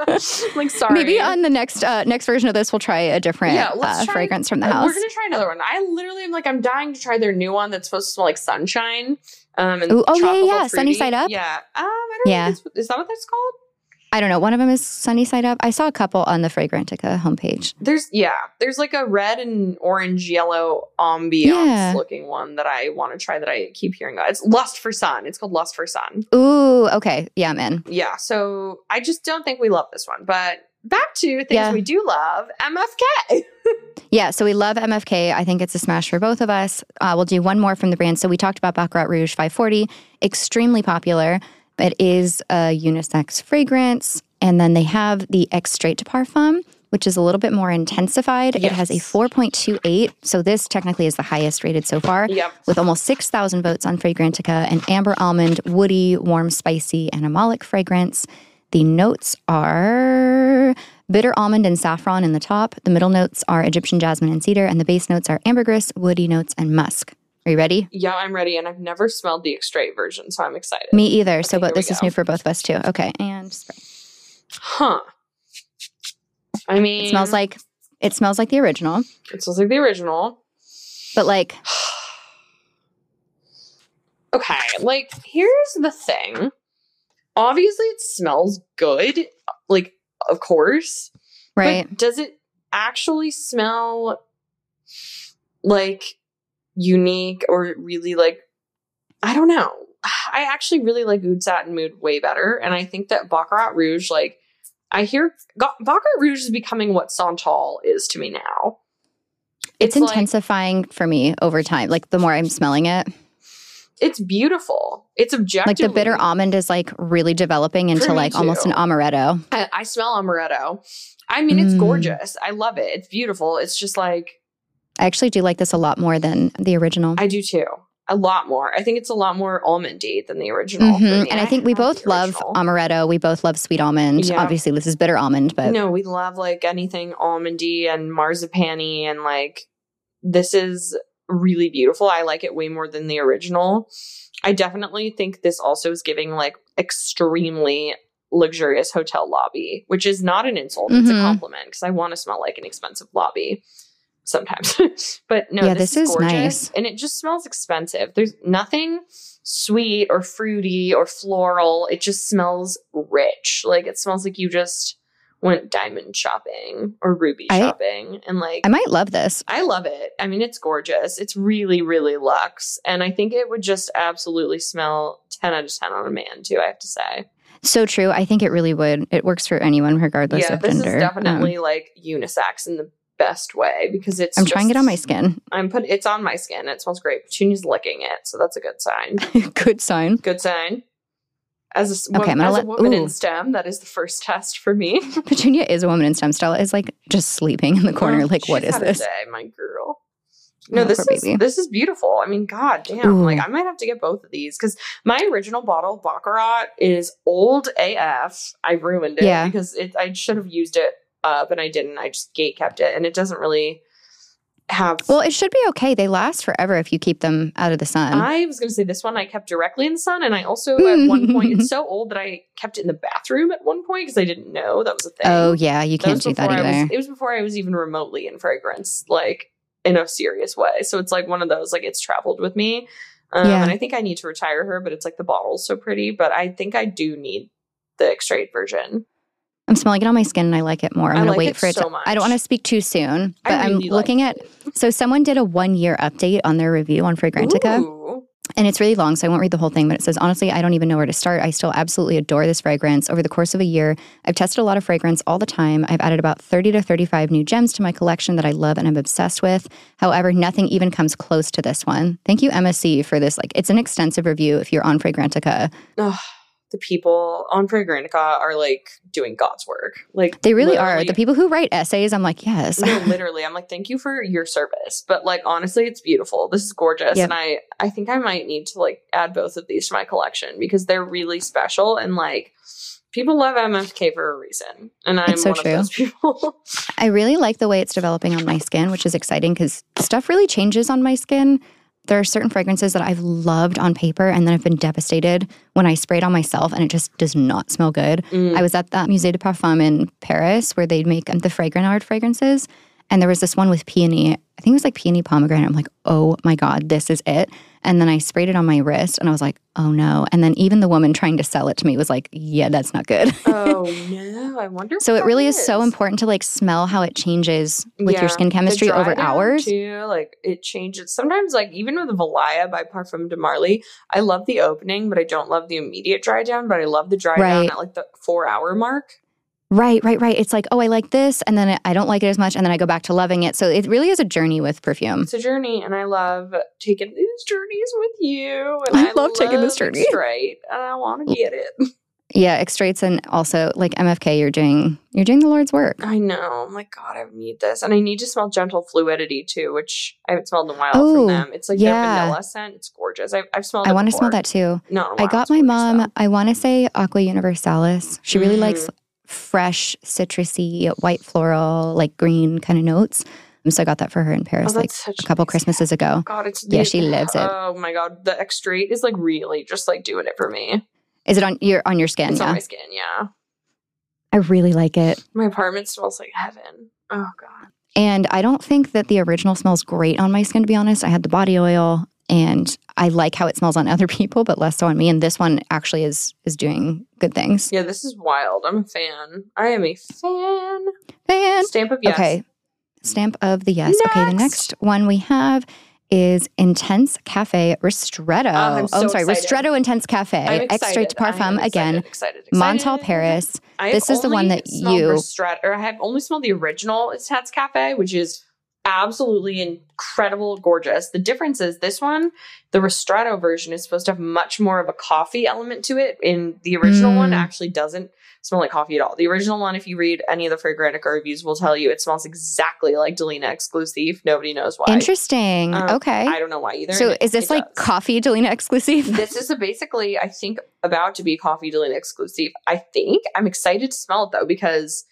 S3: I'm like, sorry.
S1: Maybe on the next uh, next version of this, we'll try a different
S3: Yeah, let's
S1: uh,
S3: try-
S1: fragrance from the
S3: Uh,
S1: house.
S3: We're gonna try another one. I literally am like, I'm dying to try their new one that's supposed to smell like sunshine. Um, and
S1: Ooh, oh, yeah,
S3: tropical
S1: yeah, sunny
S3: fruity.
S1: side up?
S3: Yeah. Um, I don't
S1: Yeah.
S3: know. if that's- Is that what that's called?
S1: I don't know. One of them is sunny side up. I saw a couple on the Fragrantica homepage.
S3: There's yeah, there's like a red and orange yellow ambiance
S1: Yeah.
S3: looking one that I want to try that I keep hearing about. It's Lust for Sun. It's called Lust for Sun.
S1: Ooh, okay. Yeah, man.
S3: Yeah. So I just don't think we love this one. But back to things
S1: Yeah.
S3: we do love, MFK.
S1: Yeah, so we love MFK. I think it's a smash for both of us. Uh, we'll do one more from the brand. So we talked about Baccarat Rouge 540, extremely popular. It is a unisex fragrance. And then they have the X Straight to Parfum, which is a little bit more intensified. It has a
S3: Yes.
S1: 4.28. So this technically is the highest rated so far.
S3: yep.
S1: with almost 6,000 votes on Fragrantica, an amber almond, woody, warm, spicy, animalic fragrance. The notes are bitter almond and saffron in the top. The middle notes are Egyptian jasmine and cedar, and the base notes are ambergris, woody notes, and musk. Are you ready?
S3: Yeah, I'm ready, and I've never smelled the extrait version, so I'm excited.
S1: Me either. So,
S3: Okay, here
S1: but
S3: we
S1: this is
S3: go.
S1: new for both of us too. Okay, and spray.
S3: Huh. I mean,
S1: It smells like it smells like the original,
S3: it smells like the original.
S1: but like
S3: Okay, like here's the thing. Obviously, it smells good. Like, of course, but
S1: right?
S3: does it actually smell like unique or really like? I don't know. I actually really like Oud Satin Mood way better, and I think that Baccarat Rouge, like, I hear Ga- Baccarat Rouge is becoming what Santal is to me now.
S1: it's
S3: like-
S1: intensifying for me over time. Like the more I'm smelling it,
S3: it's beautiful. It's objective.
S1: like the bitter almond is like really developing into
S3: me
S1: like almost
S3: too.
S1: an amaretto.
S3: I, I smell amaretto. I mean, it's
S1: Mm.
S3: gorgeous. I love it. It's beautiful. It's just like
S1: I actually do like this a lot more than the original.
S3: I do too. A lot more. I think it's a lot more almondy than the original. for
S1: Mhm.
S3: me.
S1: And I think we both love
S3: almond.
S1: amaretto. We both love sweet almond.
S3: Yeah.
S1: Obviously, this is bitter almond, but
S3: no, we love like anything almondy and marzipani and like this is really beautiful. I like it way more than the original. I definitely think this also is giving like extremely luxurious hotel lobby, which is not an insult. It's a
S1: Mhm.
S3: compliment because I want to smell like an expensive lobby sometimes. but no,
S1: Yeah,
S3: this,
S1: this
S3: is,
S1: is
S3: gorgeous.
S1: nice.
S3: And it just smells expensive. There's nothing sweet or fruity or floral. It just smells rich. Like it smells like you just went diamond shopping or ruby
S1: I-
S3: shopping and like
S1: I might love this.
S3: I love it. I mean, it's gorgeous. It's really, really luxe. And I think it would just absolutely smell 10 out of 10 on a man, too, I have to say.
S1: So true. I think it really would. It works for anyone, regardless
S3: yeah,
S1: of
S3: this
S1: gender.
S3: is
S1: Um,
S3: definitely like unisex in the best way because it's.
S1: I'm
S3: just-
S1: trying it on my skin.
S3: I'm put. It's on my skin. It smells great. Petunia's licking it, so that's a good sign.
S1: Good sign.
S3: Good sign. As a, s-
S1: Okay, I'm gonna
S3: wo- as
S1: let-
S3: a woman
S1: ooh.
S3: in STEM, that is the first test for me.
S1: Petunia is a woman in STEM. Stella is like just sleeping in the corner.
S3: Oh,
S1: like, what
S3: she's
S1: is
S3: had a
S1: this?
S3: day, my girl. No,
S1: Oh,
S3: this
S1: poor
S3: is
S1: baby.
S3: this is beautiful. I mean, god damn.
S1: Ooh.
S3: Like I might have to get both of these because my original bottle of Baccarat is old AF. I ruined it
S1: Yeah.
S3: because it I should have used it up and I didn't. I just gate kept it and it doesn't really have
S1: Well, it should be okay. They last forever if you keep them out of the sun.
S3: I was gonna say this one I kept directly in the sun and I also at one point it's so old that I kept it in the bathroom at one point because I didn't know that was a thing.
S1: oh yeah, you
S3: That
S1: can't
S3: was
S1: do that
S3: before I
S1: either.
S3: was, it was before I was even remotely in fragrance, like in a serious way. So it's like one of those, like it's traveled with me. Um,
S1: Yeah.
S3: And I think I need to retire her, but it's like the bottle's so pretty. But I think I do need the straight version.
S1: I'm smelling it on my skin and I like it more. I'm
S3: I
S1: gonna
S3: like
S1: wait
S3: it
S1: for it.
S3: so
S1: to, I don't want to
S3: much.
S1: speak too soon, but
S3: I
S1: I'm
S3: really like
S1: looking at
S3: it.
S1: So someone did a one year update on their review on Fragrantica,
S3: Ooh.
S1: and it's really long, so I won't read the whole thing. But it says, honestly, I don't even know where to start. I still absolutely adore this fragrance. Over the course of a year, I've tested a lot of fragrance all the time. I've added about thirty to thirty five new gems to my collection that I love and I'm obsessed with. However, nothing even comes close to this one. Thank you, MSC, for this. Like, it's an extensive review. If you're on Fragrantica,
S3: Ugh, the people on Fragrantica are like doing God's work. Like
S1: they really are
S3: literally-
S1: the people who write essays. I'm like, yes,
S3: no, literally, I'm like, thank you for your service. But like, honestly, it's beautiful. This is gorgeous,
S1: Yep.
S3: and I I think I might need to like add both of these to my collection because they're really special and like people love MFK for a reason, and I'm
S1: It's so
S3: one
S1: true.
S3: of those people.
S1: I really like the way it's developing on my skin, which is exciting because stuff really changes on my skin. There are certain fragrances that I've loved on paper and then I've been devastated when I sprayed on myself and it just does not smell good.
S3: Mm.
S1: I was at the Musée de Parfum in Paris where they'd make um, the Fragrainard fragrances. And there was this one with peony. I think it was like peony pomegranate. I'm like, oh my God, this is it. And then I sprayed it on my wrist and I was like, oh no. And then even the woman trying to sell it to me was like, yeah, that's not good.
S3: oh no, I wonder.
S1: So
S3: what
S1: it really
S3: that
S1: is so important to like smell how it changes with
S3: Yeah.
S1: your skin
S3: The
S1: chemistry
S3: dry
S1: over
S3: down,
S1: hours.
S3: too. Like it changes sometimes. Like even with Valaya by Parfum de Marly, I love the opening, but I don't love the immediate dry down. But I love the dry down
S1: Right.
S3: at like the four hour mark.
S1: Right, right, right. It's like, oh, I like this, and then I don't like it as much, and then I go back to loving it. So it really is a journey with perfume.
S3: It's a journey, and I love taking these journeys with you. And
S1: I love taking this journey.
S3: Right, and I want to get it.
S1: Yeah, extracts and also like MFK, you're doing you're doing the Lord's work.
S3: I know. I'm like, God, I need this, and I need to smell gentle fluidity too, which I haven't smelled in a while
S1: Oh,
S3: from them. It's like
S1: yeah.
S3: their vanilla scent. It's gorgeous. I've, I've smelled.
S1: I
S3: it
S1: want to smell
S3: before.
S1: that too.
S3: Not. in a
S1: I
S3: while.
S1: got
S3: It's
S1: my
S3: gorgeous,
S1: mom.
S3: though.
S1: I want to say Aqua Universalis. She really likes
S3: Mm.
S1: fresh, citrusy, white floral, like green kind of notes. And So I got that for her in Paris,
S3: Oh,
S1: like
S3: that's such
S1: a couple
S3: nice scent.
S1: Christmases ago.
S3: God, it's
S1: Yeah, she lives it.
S3: Oh my god, the extra eight is like really just like doing it for me.
S1: Is it on your on your skin?
S3: It's
S1: yeah,
S3: on my skin, yeah.
S1: I really like it.
S3: My apartment smells like heaven. Oh god.
S1: And I don't think that the original smells great on my skin. To be honest, I had the body oil, and I like how it smells on other people, but less so on me. And this one actually is is doing good things.
S3: Yeah, this is wild. I'm a fan. I am a fan.
S1: And
S3: Stamp of yes.
S1: Okay. Stamp of the yes. Okay, the
S3: Next.
S1: next one we have is Intense Cafe Ristretto.
S3: Oh, I'm so
S1: am sorry,
S3: excited.
S1: Ristretto Intense
S3: I'm
S1: Cafe. Extra
S3: excited. I am
S1: Parfum again.
S3: Excited, excited,
S1: Montal
S3: excited.
S1: Paris.
S3: I have
S1: This is the
S3: only
S1: one that
S3: smelled
S1: you-
S3: Ristret- or I have only smelled the original Tats Cafe, which is absolutely incredible, gorgeous. The difference is this one, the Ristretto version, is supposed to have much more of a coffee element to it. And the original one
S1: Mm.
S3: actually doesn't smell like coffee at all. The original one, if you read any of the Fragrantica reviews, will tell you it smells exactly like Delina Exclusive. Nobody knows why.
S1: Interesting.
S3: Um,
S1: okay.
S3: I don't know why either.
S1: So
S3: and it-
S1: is this
S3: it
S1: like
S3: does.
S1: coffee Delina exclusive?
S3: This is a basically, I think, about to be coffee Delina exclusive. I think I'm excited to smell it though because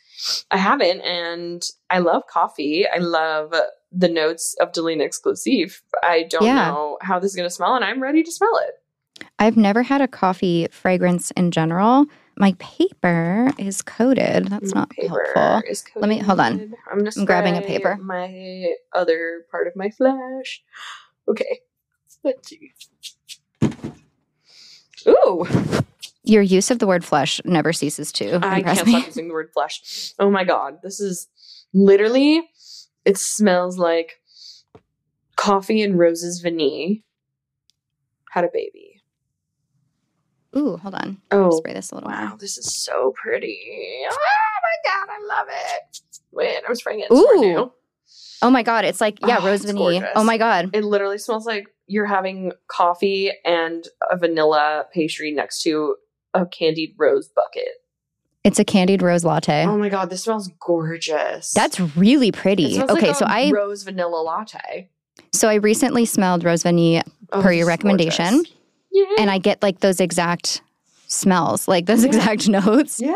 S3: I haven't, and I love coffee. I love the notes of Delina exclusive. I don't
S1: Yeah.
S3: know how this is gonna smell, and I'm ready to smell it.
S1: I've never had a coffee fragrance in general. My paper is coated. That's
S3: My
S1: not helpful.
S3: is
S1: Let me- hold on.
S3: coated. I'm, gonna
S1: I'm grabbing a
S3: spray
S1: paper.
S3: My other part of my flash. Okay, let's see. Ooh.
S1: Your use of the word flesh never ceases to
S3: I
S1: impress
S3: can't
S1: me.
S3: stop using the word flesh. Oh my god, this is literally. It smells like coffee and roses vanille had a baby.
S1: Ooh, hold on.
S3: Oh
S1: Spray this a little
S3: wow,
S1: while.
S3: this is so pretty. Oh my god, I love it. Wait, I'm spraying it.
S1: Ooh.
S3: Ooh. New.
S1: Oh my god, it's like yeah,
S3: Oh,
S1: rose
S3: it's
S1: vanille.
S3: gorgeous.
S1: Oh my god.
S3: It literally smells like you're having coffee and a vanilla pastry next to a candied rose bucket.
S1: It's a candied rose latte.
S3: Oh my god, this smells gorgeous.
S1: That's really
S3: It
S1: pretty.
S3: smells
S1: Okay,
S3: like
S1: so
S3: a
S1: I
S3: rose vanilla latte.
S1: so I recently smelled rose vanille
S3: Oh,
S1: per
S3: this
S1: your
S3: is
S1: recommendation,
S3: gorgeous. Yeah.
S1: and I get like those exact smells, like those
S3: Yeah.
S1: exact notes.
S3: yeah.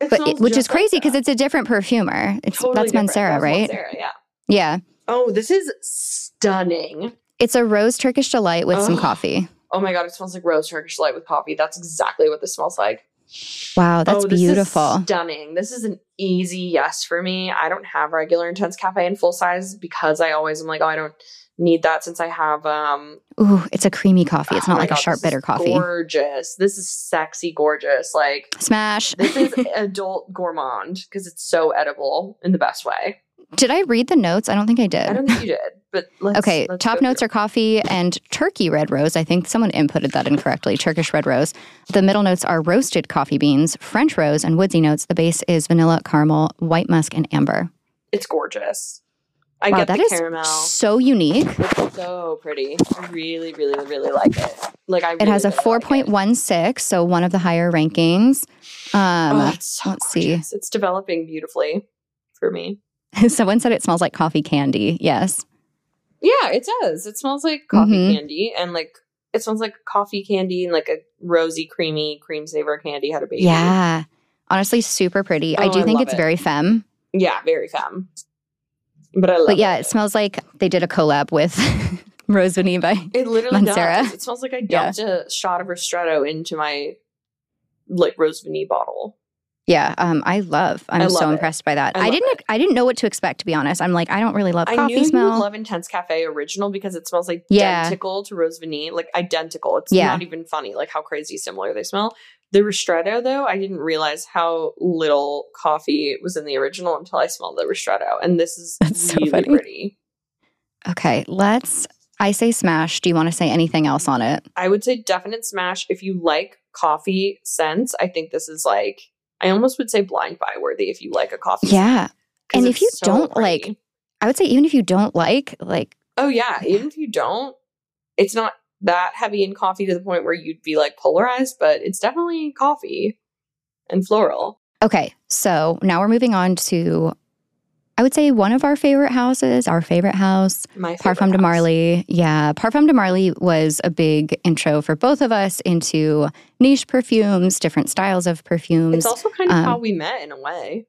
S3: It
S1: But it,
S3: smells
S1: which is
S3: just like
S1: crazy because
S3: that.
S1: it's a different perfumer. It's
S3: Totally
S1: that's
S3: different.
S1: Mancera,
S3: That's
S1: right?
S3: Mancera, yeah.
S1: Yeah.
S3: Oh, this is stunning.
S1: It's a rose Turkish delight with some
S3: Ugh.
S1: coffee.
S3: Oh my god, it smells like rose Turkish light with coffee. That's exactly what this smells like.
S1: Wow, that's
S3: Oh, this is
S1: beautiful.
S3: stunning. This is an easy yes for me. I don't have regular intense cafe in full size because I always am like, oh, I don't need that since I have um
S1: Ooh, it's a creamy coffee. It's
S3: oh
S1: not
S3: my
S1: like
S3: God,
S1: a sharp
S3: this
S1: bitter
S3: is
S1: coffee.
S3: Gorgeous. This is sexy, gorgeous. Like
S1: Smash.
S3: This is adult gourmand because it's so edible in the best way.
S1: Did I read the notes? I don't think I did.
S3: I don't think you did, but let's,
S1: Okay,
S3: let's
S1: top
S3: go
S1: notes
S3: through.
S1: are coffee and turkey red rose. I think someone inputted that incorrectly. Turkish red rose. The middle notes are roasted coffee beans, French rose, and woodsy notes. The base is vanilla, caramel, white musk, and amber.
S3: It's gorgeous. I
S1: wow,
S3: get
S1: that
S3: the
S1: is
S3: caramel.
S1: so unique.
S3: It's so pretty. I really, really, really like it. Like I.
S1: It has a
S3: really, Oh, really like it.
S1: 4.16, so one of the higher rankings.
S3: Oh,
S1: Um,
S3: it's so
S1: let's see.
S3: gorgeous. It's developing beautifully for me.
S1: someone said it smells like coffee candy. Yes.
S3: Yeah, it does. It smells like coffee
S1: Mhm.
S3: candy and like it smells like coffee candy and like a rosy, creamy cream savor candy had a baby.
S1: Yeah. Honestly, super pretty. I
S3: Oh,
S1: do
S3: I
S1: think
S3: love
S1: it's
S3: it.
S1: very femme.
S3: Yeah, very femme. But I love
S1: But
S3: it.
S1: yeah, it smells like they did a collab with Rose Vanille.
S3: It literally
S1: Mancera.
S3: does. It smells like I
S1: Yeah.
S3: dumped a shot of ristretto into my like rose vanille bottle.
S1: Yeah, um, I love. I'm
S3: I
S1: so
S3: love it.
S1: impressed by that.
S3: I
S1: I,
S3: love
S1: didn't. I didn't know what to expect to be honest. I'm like, I don't really love
S3: I knew
S1: coffee
S3: you would
S1: smell.
S3: love Intense Cafe original because it smells like
S1: Yeah.
S3: identical to rose vanille, like identical. It's
S1: Yeah.
S3: not even funny, like how crazy similar they smell. The ristretto though, I didn't realize how little coffee was in the original until I smelled the ristretto, and this is
S1: That's so
S3: really
S1: funny.
S3: pretty.
S1: okay, let's. I say smash. Do you want to say anything else on it?
S3: I would say definite smash if you like coffee scents. I think this is like I almost would say blind buy worthy if you like a coffee. scent,
S1: Yeah,
S3: 'cause
S1: and if
S3: it's
S1: you
S3: so
S1: don't like-
S3: pretty.
S1: I would say even if you don't like, like,
S3: Oh yeah, even if you don't, it's not that heavy in coffee to the point where you'd be like polarized, but it's definitely coffee and floral.
S1: okay. So now we're moving on to. I would say one of our favorite houses, our favorite house,
S3: My favorite
S1: Parfum de
S3: house.
S1: Marley. Yeah. Parfum de Marley was a big intro for both of us into niche perfumes, different styles of perfumes.
S3: It's also kind of
S1: Um,
S3: how we met in a way.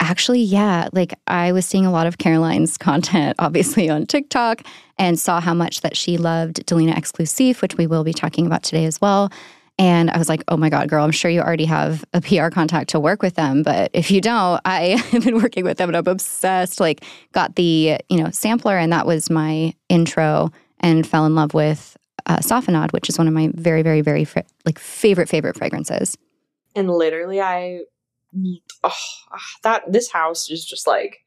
S1: Actually, yeah. Like I was seeing a lot of Caroline's content, obviously, on TikTok and saw how much that she loved Delina Exclusive, which we will be talking about today as well. And I was like, oh my God, girl, I'm sure you already have a PR contact to work with them. But if you don't, I have been working with them and I'm obsessed. Like, got the, you know, sampler, and that was my intro and fell in love with uh, Softenade, which is one of my very, very, very, fr- like, favorite, favorite fragrances.
S3: And literally I oh, that this house is just like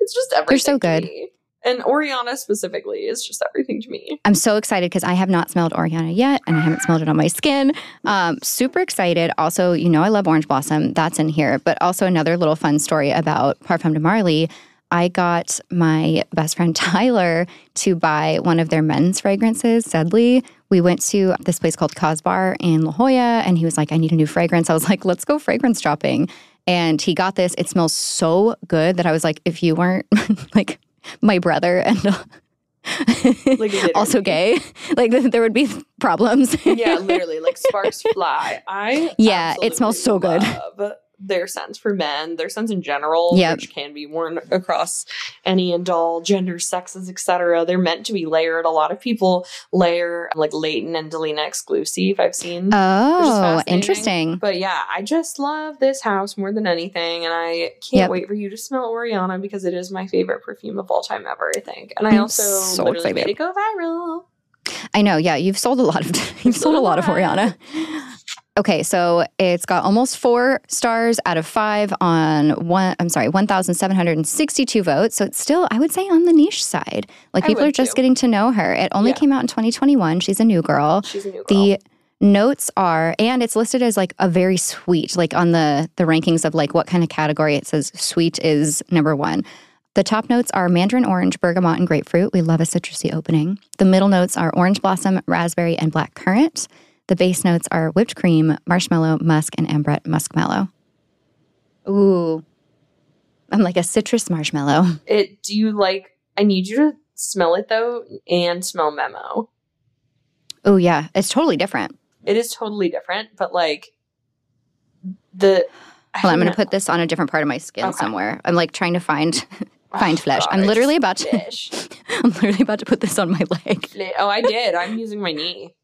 S3: it's just everything.
S1: so
S3: to
S1: good.
S3: me. And Oriana specifically is just everything to me.
S1: I'm so excited because I have not smelled Oriana yet and I haven't smelled it on my skin. Um, super excited. Also, you know, I love Orange Blossom. That's in here. But also, another little fun story about Parfum de Marley. I got my best friend Tyler to buy one of their men's fragrances, Sedley. We went to this place called Cosbar in La Jolla and he was like, I need a new fragrance. I was like, let's go fragrance shopping. And he got this. It smells so good that I was like, if you weren't like my brother and
S3: Like literally.
S1: also gay like th- there would be problems
S3: yeah, literally, like sparks fly. I
S1: Yeah, it smells so good.
S3: absolutely love Their scents for men, their scents in general,
S1: Yep.
S3: which can be worn across any and all genders, sexes, etc. They're meant to be layered. A lot of people layer like Leighton and Delina exclusive. I've seen,
S1: oh
S3: fascinating.
S1: interesting
S3: but yeah, I just love this house more than anything, and I can't
S1: Yep.
S3: wait for you to smell Oriana because it is my favorite perfume of all time ever. I think, and I
S1: I'm
S3: also
S1: so
S3: literally
S1: excited.
S3: made it go viral.
S1: i know yeah you've sold a lot of you've sold a lot of oriana okay so it's got almost four stars out of five on one i'm sorry 1762 votes so it's still i would say on the niche side like
S3: I
S1: people
S3: would
S1: are just
S3: too.
S1: getting to know her it only
S3: Yeah.
S1: came out in 2021 she's a new girl
S3: She's a new girl.
S1: the notes are and it's listed as like a very sweet like on the the rankings of like what kind of category it says sweet is number one the top notes are mandarin orange bergamot and grapefruit we love a citrusy opening the middle notes are orange blossom raspberry and black currant the base notes are whipped cream marshmallow musk and ambrette muskmallow ooh i'm like a citrus marshmallow
S3: It do you like I need you to smell it though and smell memo.
S1: oh yeah it's totally different
S3: It is totally different, but like the
S1: Hold on, I'm gonna put this on a different part of my skin
S3: Okay.
S1: somewhere. I'm like trying to find find
S3: Oh,
S1: flesh. I'm
S3: God.
S1: literally about to
S3: Fish.
S1: I'm literally about to put this on my leg.
S3: Fle- Oh, I did. I'm using my knee.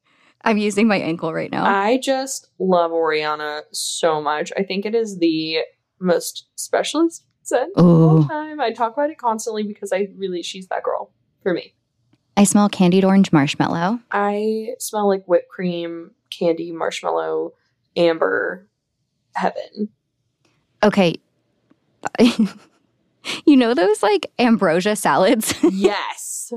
S1: I'm using my ankle right now.
S3: I just love Oriana so much. I think it is the most specialist scent of all
S1: Ooh.
S3: time. I talk about it constantly because I really she's that girl for me.
S1: I smell candied orange marshmallow.
S3: I smell like whipped cream, candy, marshmallow, amber, heaven.
S1: Okay. you know those like ambrosia salads?
S3: Yes.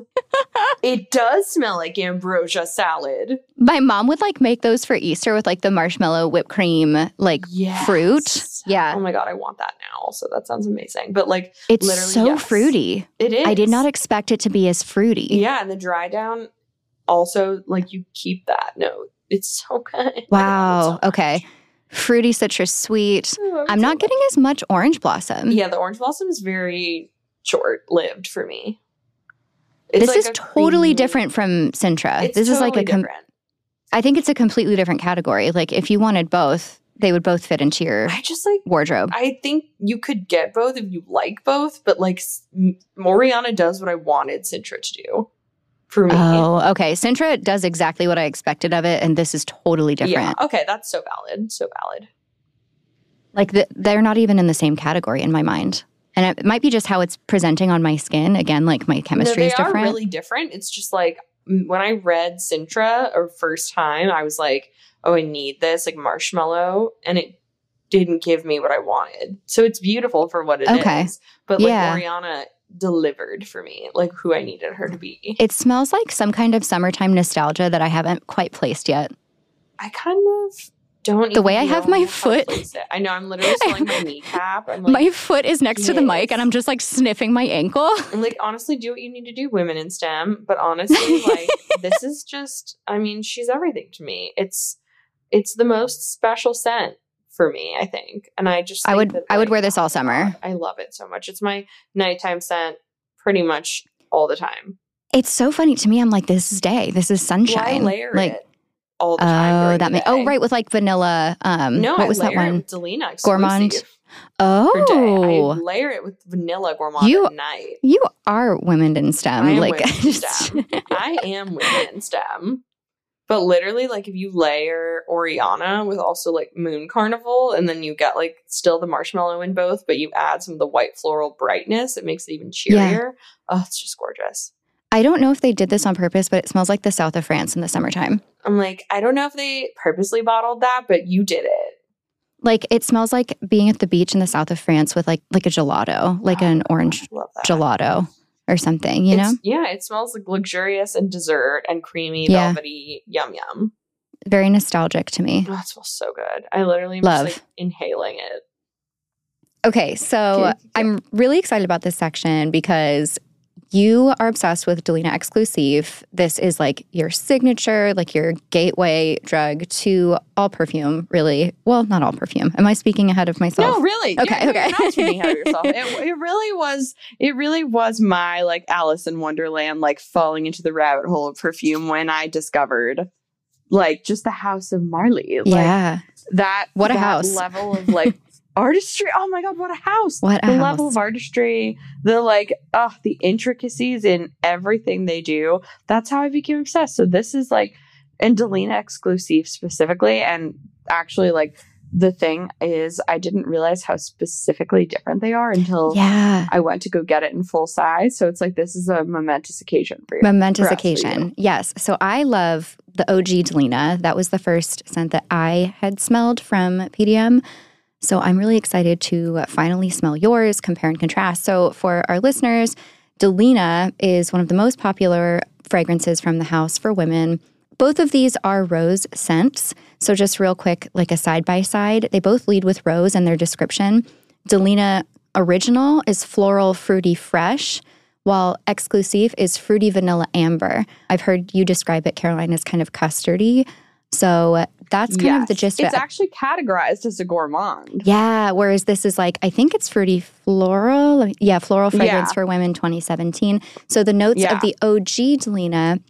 S3: it does smell like ambrosia salad.
S1: my mom would like make those for Easter with like the marshmallow whipped cream like
S3: Yes.
S1: fruit.
S3: Oh
S1: Yeah.
S3: my god, I want that now. So that sounds amazing. But like
S1: It's
S3: literally,
S1: so
S3: yes.
S1: fruity.
S3: it is.
S1: I did not expect it to be as fruity.
S3: Yeah, and the dry down also like you keep that note. It's so good. I love it so
S1: Wow.
S3: much.
S1: okay. Fruity citrus sweet.
S3: I love it
S1: I'm
S3: so
S1: not
S3: much.
S1: getting as much orange blossom.
S3: Yeah, the orange blossom is very short lived for me. It's
S1: this
S3: like
S1: is
S3: a
S1: totally
S3: creamy-
S1: different from Sintra.
S3: It's
S1: this is like a
S3: totally
S1: com-
S3: different.
S1: I think it's a completely different category. Like if you wanted both, they would both fit into your
S3: I just like
S1: wardrobe.
S3: I think you could get both if you like both, but like s- M- Moriana does what I wanted Sintra to do for me.
S1: Oh, okay. Sintra does exactly what I expected of it, and this is totally different.
S3: Yeah. Okay, that's so valid. So valid.
S1: Like the, they're not even in the same category in my mind, and it might be just how it's presenting on my skin. Again, like my chemistry
S3: No,
S1: is
S3: they
S1: different.
S3: are really different. It's just like m- when I read Sintra or first time, I was like, "Oh, I need this like marshmallow," and it didn't give me what I wanted. So it's beautiful for what it is.
S1: Okay.
S3: but like
S1: Yeah.
S3: Oriana delivered for me, like who I needed her to be.
S1: it smells like some kind of summertime nostalgia that I haven't quite placed yet.
S3: I kind of don't.
S1: The way
S3: even
S1: I have
S3: know
S1: my
S3: how to
S1: foot-
S3: place it. I know I'm literally smelling my kneecap. I'm like,
S1: My foot is next to the mic,
S3: yes.
S1: and I'm just like sniffing my ankle.
S3: I'm like honestly, do what you need to do, women in STEM. But honestly, like this is just. I mean, she's everything to me. It's it's the most special scent for me. I think, and I just
S1: I
S3: think
S1: would
S3: that,
S1: I would
S3: like,
S1: wear this all summer.
S3: I love it so much. It's my nighttime scent, pretty much all the time.
S1: It's so funny to me. I'm like, this is day. This is sunshine.
S3: Why layer
S1: like,
S3: it all the time?
S1: oh,
S3: during
S1: that
S3: the
S1: may. Oh,
S3: day?
S1: right, with like vanilla. Um,
S3: No,
S1: what
S3: I
S1: was that
S3: layer it
S1: one?
S3: with Delina
S1: Gourmand
S3: exclusive for day. I
S1: Oh,
S3: layer it with vanilla gourmand
S1: You-
S3: at night.
S1: you are women in STEM.
S3: I am
S1: like,
S3: women in STEM. I am women in STEM. But literally, like if you layer Oriana with also like Moon Carnival, and then you get like still the marshmallow in both, but you add some of the white floral brightness, it makes it even
S1: Yeah.
S3: cheerier. Oh, it's just gorgeous.
S1: I don't know if they did this on purpose, but it smells like the south of France in the summertime.
S3: I'm like, I don't know if they purposely bottled that, but you did it.
S1: Like, it smells like being at the beach in the south of France with like like a gelato, like an orange
S3: I love that.
S1: gelato or something. You know,
S3: It's- yeah, it smells like luxurious and dessert and creamy,
S1: Yeah.
S3: velvety, yum yum.
S1: very nostalgic to me.
S3: Oh, it smells so good. I literally am
S1: Love.
S3: just like inhaling it.
S1: Okay, so
S3: Okay.
S1: I'm really excited about this section because you are obsessed with Delina Exclusive. This is like your signature, like your gateway drug to all perfume, really. Well, not all perfume. Am I speaking ahead of myself?
S3: No, really. You're-
S1: Okay,
S3: you're,
S1: okay.
S3: not speaking out of yourself. It, it really was. It really was my like Alice in Wonderland, like falling into the rabbit hole of perfume when I discovered, like, just the House of Marley. Like,
S1: yeah.
S3: That
S1: What a
S3: that
S1: house.
S3: level of like artistry. Oh my god, what a house!
S1: What a
S3: the
S1: house.
S3: level of artistry, the like, oh, the intricacies in everything they do. That's how I became obsessed. So this is like, and Delina exclusive specifically, and actually like the thing is, I didn't realize how specifically different they are until
S1: yeah.
S3: I went to go get it in full size. So it's like this is a momentous occasion for you.
S1: Momentous
S3: for us, for
S1: occasion. Yes. So I love the OG Delina. That was the first scent that I had smelled from PDM. So I'm really excited to finally smell yours, compare and contrast. So for our listeners, Delina is one of the most popular fragrances from the house for women. Both of these are rose scents. So just real quick, like a side by side, they both lead with rose in their description. Delina Original is floral, fruity, fresh, while Exclusive is fruity, vanilla, amber. I've heard you describe it, Caroline, as kind of custardy. So that's kind of the
S3: Yes.
S1: gist of
S3: It's
S1: it.
S3: actually categorized as a gourmand.
S1: Yeah. Whereas this is like, I think it's fruity floral. Let me- Yeah, floral fragrance
S3: Yeah.
S1: for women 2017. So the notes
S3: Yeah.
S1: of the OG Delina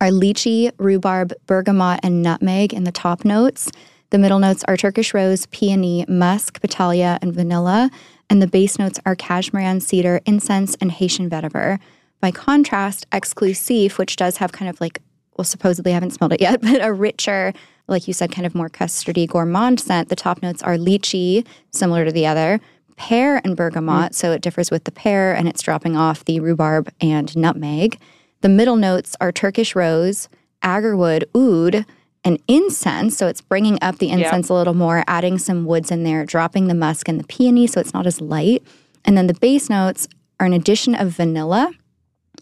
S1: are lychee, rhubarb, bergamot, and nutmeg in the top notes. The middle notes are Turkish rose, peony, musk, battalia, and vanilla. And the base notes are cashmere, cedar, incense, and Haitian vetiver. By contrast, exclusive, which does have kind of like, well, supposedly I haven't smelled it yet, but a richer, like you said, kind of more custardy gourmand scent. The top notes are lychee, similar to the other, pear and bergamot. So it differs with the pear and it's dropping off the rhubarb and nutmeg. The middle notes are Turkish rose, agarwood, oud, and incense. So it's bringing up the incense a little more, adding some woods in there, dropping the musk and the peony so it's not as light. And then the base notes are an addition of vanilla,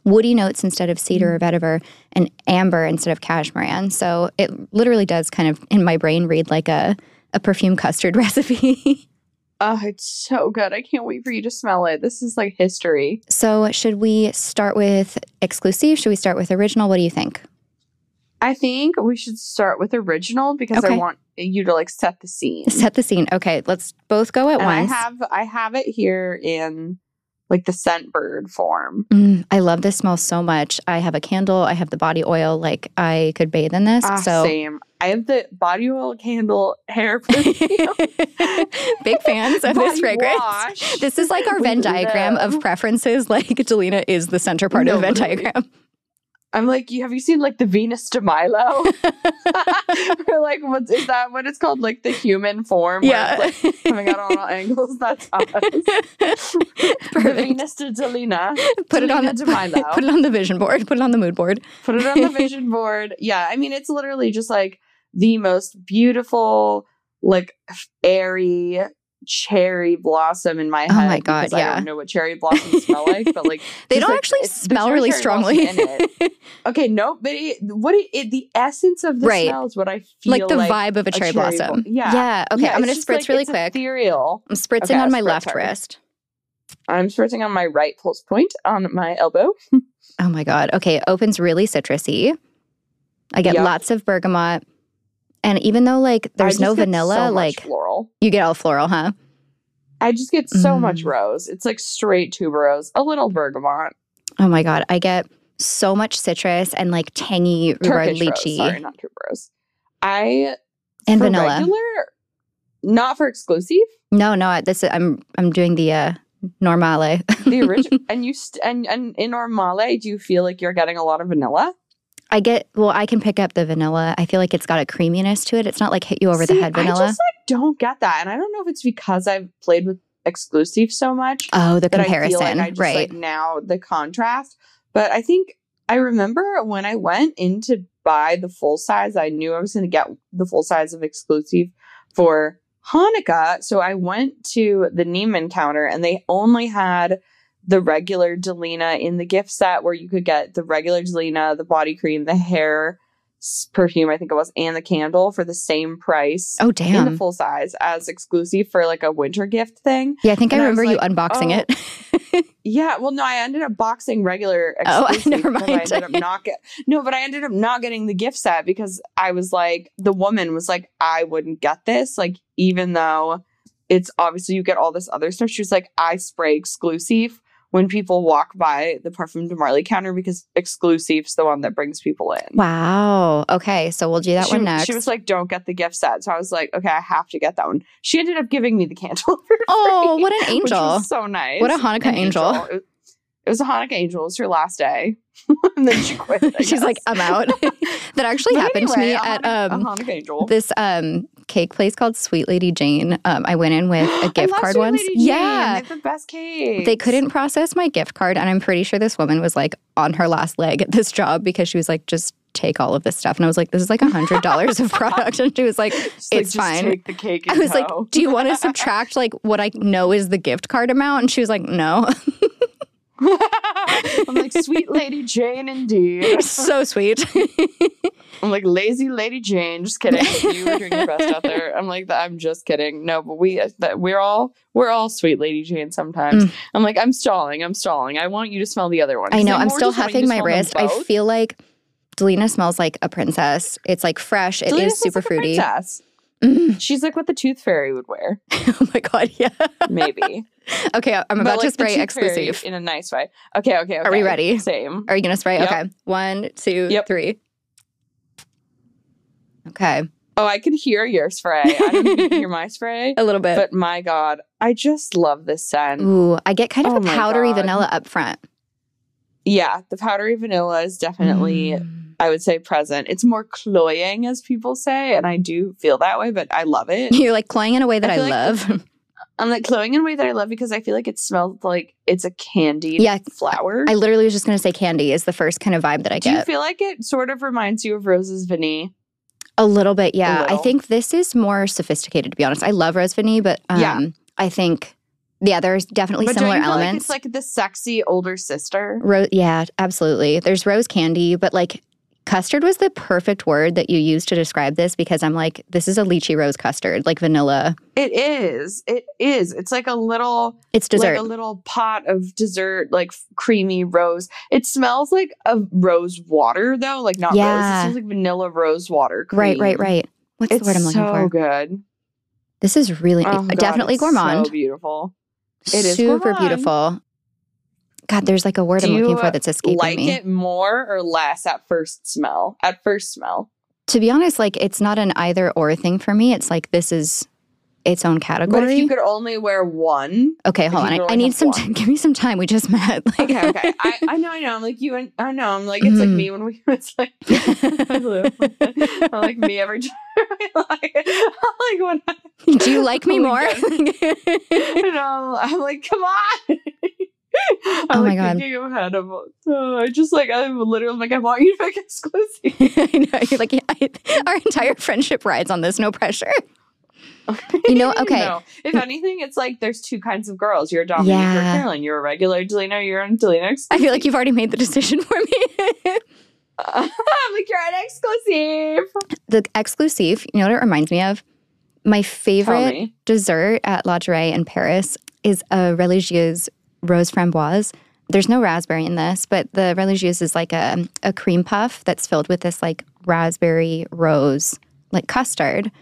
S1: woody notes instead of cedar or vetiver, and amber instead of cashmere. So it literally does kind of, in my brain, read like a, a perfume custard recipe.
S3: Oh, it's so good. I can't wait for you to smell it. This is like history.
S1: so should we start with exclusive? Should we start with original? What do you think?
S3: I think we should start with original because I
S1: Okay.
S3: want you to like set the scene.
S1: Set the scene. Okay, let's both go at
S3: And I
S1: once.
S3: have I have it here in like the scent bird form.
S1: Mm, I love this smell so much. I have a candle. I have the body oil. Like I could bathe in this.
S3: Ah,
S1: so
S3: same. I have the body oil candle hair perfume.
S1: Big fans of this
S3: Body
S1: fragrance.
S3: wash.
S1: This is like our Venn
S3: With
S1: diagram of
S3: them.
S1: preferences. Like Delina is the center part of the Venn
S3: Nobody.
S1: diagram.
S3: I'm like, you have you seen like the Venus de Milo? We're like, what's is that what it's called? Like the human form? where it's,
S1: yeah.
S3: like, coming out on all angles. That's us. The
S1: Perfect.
S3: Venus de Delina.
S1: Put it on
S3: Delina de
S1: the
S3: Milo.
S1: put it on the vision board. Put it on the mood board.
S3: Put it on the vision board. Yeah, I mean, it's literally just like the most beautiful, like f- airy cherry blossom in my head.
S1: Oh my God,
S3: because I
S1: yeah.
S3: don't know what cherry blossoms smell like, but like
S1: They
S3: Just,
S1: don't
S3: like,
S1: actually
S3: it's- there's
S1: smell
S3: no
S1: really
S3: cherry
S1: strongly.
S3: blossom in okay, no, but it, what it, it the essence of the
S1: Right.
S3: smell is what I feel
S1: like the
S3: like
S1: vibe of a cherry,
S3: cherry blo-
S1: blossom.
S3: yeah.
S1: Yeah. Okay.
S3: Yeah,
S1: I'm gonna
S3: it's just,
S1: spritz
S3: like,
S1: really
S3: it's
S1: quick.
S3: Ethereal.
S1: I'm spritzing
S3: Okay,
S1: on my
S3: spritz
S1: left
S3: hard.
S1: wrist.
S3: I'm spritzing on my right pulse point on my elbow.
S1: Oh my god. Okay, it opens really citrusy. I get
S3: Yep.
S1: lots of bergamot. And even though like
S3: I
S1: there's
S3: just
S1: no
S3: get so
S1: vanilla,
S3: much
S1: like
S3: floral.
S1: you get all floral, huh?
S3: I just get so much
S1: Mm.
S3: rose. It's like straight tuberose, a little bergamot,
S1: Oh my god, I get so much citrus and like tangy rhubarb
S3: Turkish
S1: lychee
S3: rose. Sorry, not tuberose. I
S1: and
S3: for
S1: vanilla.
S3: regular, not for exclusive.
S1: no, no, I- this I'm I'm doing the uh normale.
S3: The original and you st- and and in Normale, do you feel like you're getting a lot of vanilla
S1: I get well, I can pick up the vanilla. I feel like it's got a creaminess to it. It's not like hit you over the
S3: See,
S1: head
S3: I
S1: vanilla.
S3: just like don't get that, and I don't know if it's because I've played with exclusive so much.
S1: oh, the
S3: that I feel
S1: comparison,
S3: like I just
S1: right?
S3: like now the contrast. But I think I remember when I went in to buy the full size, I knew I was going to get the full size of exclusive for Hanukkah. So I went to the Neiman counter and they only had the regular Delina in the gift set where you could get the regular Delina, the body cream, the hair s- perfume, I think it was, and the candle for the same price
S1: oh,
S3: in the
S1: damn.
S3: full size as exclusive for like a winter gift thing.
S1: Yeah, I think I
S3: and I was
S1: remember you
S3: like,
S1: unboxing
S3: oh,
S1: it.
S3: Yeah, well, no, I ended up boxing regular.
S1: Oh, I-
S3: exclusive
S1: never
S3: because I
S1: mind.
S3: ended up not get, no, but I ended up not getting the gift set because I was like, the woman was like, I wouldn't get this, like even though it's obviously you get all this other stuff. She was like, I spray exclusive when people walk by the perfume de Marley counter because exclusive's the one that brings people in.
S1: Wow. Okay, so we'll do that
S3: she,
S1: one next.
S3: she was like, "Don't get the gift set," so I was like, "Okay, I have to get that one." She ended up giving me the candle. for
S1: "Oh,
S3: free,
S1: what an
S3: which
S1: angel!
S3: was so nice.
S1: What a Hanukkah
S3: An
S1: angel!"
S3: It was- It was a Hanukkah angel. It was her last day, and then she quit. I
S1: She's like,
S3: guess.
S1: "I'm out." that actually
S3: But
S1: happened
S3: anyway, uh-huh.
S1: to
S3: a
S1: me at
S3: Hanuk-
S1: um
S3: a Hanukkah angel.
S1: this um cake place called Sweet Lady Jane. Um, I went in with
S3: I
S1: a gift
S3: love
S1: card
S3: Sweet
S1: once.
S3: Lady Jane.
S1: Yeah.
S3: they have the best cake.
S1: They couldn't process my gift card, and I'm pretty sure this woman was like on her last leg at this job because she was like, just take all of this stuff. And I was like, this is like a hundred dollars of product. And she was like,
S3: She's like,
S1: it's
S3: "Just
S1: fine.
S3: Take the cake.
S1: I
S3: and
S1: was like,
S3: go."
S1: do you want to subtract like what I know is the gift card amount? And she was like, no.
S3: I'm like, sweet Lady Jane, indeed.
S1: so sweet.
S3: I'm like, lazy Lady Jane. Just kidding. You were doing your best out there. I'm like, I'm just kidding. No, but we, uh, that we're all, we're all sweet Lady Jane. Sometimes
S1: Mm.
S3: I'm like, I'm stalling. I'm stalling. I want you to smell the other one.
S1: I know.
S3: Same
S1: I'm
S3: more
S1: still
S3: just want you
S1: huffing
S3: to
S1: my
S3: smell them
S1: wrist. I
S3: both.
S1: feel like Delina smells like a princess. It's like fresh. It is
S3: Delina smells
S1: super
S3: like a
S1: fruity.
S3: princess.
S1: Mm.
S3: She's like what the tooth fairy would wear,
S1: Oh my god, yeah.
S3: maybe.
S1: Okay, I'm
S3: But,
S1: about to
S3: like, the
S1: spray
S3: Tooth Fairy
S1: exclusive.
S3: in a nice way. Okay, okay, okay.
S1: Are we ready?
S3: Same.
S1: Are you gonna spray?
S3: Yep.
S1: Okay. One, two,
S3: Yep.
S1: three. Okay.
S3: Oh, I could hear your spray. I don't know if you can hear my spray,
S1: A little bit.
S3: but my God, I just love this scent.
S1: Ooh, I get kind of
S3: Oh
S1: a
S3: my
S1: powdery
S3: God.
S1: vanilla up front.
S3: Yeah, the powdery vanilla is definitely,
S1: Mm.
S3: I would say, present. It's more cloying, as people say, and I do feel that way, but I love it.
S1: You're like cloying in a way that
S3: I
S1: I,
S3: feel like-
S1: love.
S3: I'm like cloying in a way that I love because I feel like it smells like it's a candied
S1: Yeah,
S3: flower.
S1: I literally was just gonna say candy is the first kind of vibe that I
S3: do you
S1: get.
S3: feel like it sort of reminds you of Rose's Vanille?
S1: A little bit, yeah. I
S3: little.
S1: think this is more sophisticated, to be honest. I love Rose Vanille, but um,
S3: Yeah.
S1: I think, yeah, there's definitely
S3: But don't
S1: similar
S3: you feel Like
S1: elements.
S3: it's like the sexy older sister.
S1: Ro- yeah, absolutely. There's rose candy, but like custard was the perfect word that you used to describe this because I'm like, this is a lychee rose custard, like vanilla.
S3: It is. It is. It's like a little,
S1: It's dessert.
S3: like a little pot of dessert, like f- creamy rose. It smells like a rose water, though. Like not rose.
S1: Yeah.
S3: It smells like vanilla rose water. Cream.
S1: right, right, right. What's
S3: It's
S1: the word I'm looking
S3: so
S1: for?
S3: good.
S1: This is really
S3: Oh, God,
S1: definitely
S3: it's
S1: gourmand.
S3: So beautiful. it is
S1: Super
S3: gourmand.
S1: beautiful. God, there's like a word
S3: Do
S1: I'm looking
S3: you,
S1: for that's escaping
S3: like
S1: me.
S3: it more or less at first smell? At first smell,
S1: to be honest, like it's not an either or thing for me. It's like this is its own category.
S3: But if you could only wear one,
S1: okay,
S3: if
S1: hold
S3: you
S1: on.
S3: could
S1: I, I
S3: only
S1: need
S3: have
S1: some.
S3: one.
S1: T- give me some time. We just met. Like,
S3: okay, okay. I, I know, I know. I'm like you, and I know. I'm like it's like
S1: Mhm.
S3: me when we. It's like Hello. I'm like me every time. like, I'm like when I,
S1: Do you like me
S3: Oh
S1: more?
S3: my and I'm, I'm like, come on. I'm
S1: Oh my
S3: like
S1: God.
S3: thinking ahead of. Oh, I just like I'm literally like I want you to pick exclusive.
S1: I know. You're like, yeah, I, our entire friendship rides on this. No pressure. You know, okay.
S3: No. If anything, it's like there's two kinds of girls. You're a Dominique or
S1: Yeah.
S3: a Carolyn. You're a regular Delina. You're an Delina.
S1: I feel like you've already made the decision for me.
S3: I'm like you're an exclusive.
S1: the exclusive, you know what it reminds me of? My
S3: Tell
S1: favorite
S3: me.
S1: dessert at La Durée in Paris is a religieuse rose framboise. There's no raspberry in this, but the religieuse is like a, a cream puff that's filled with this like raspberry rose, like custard.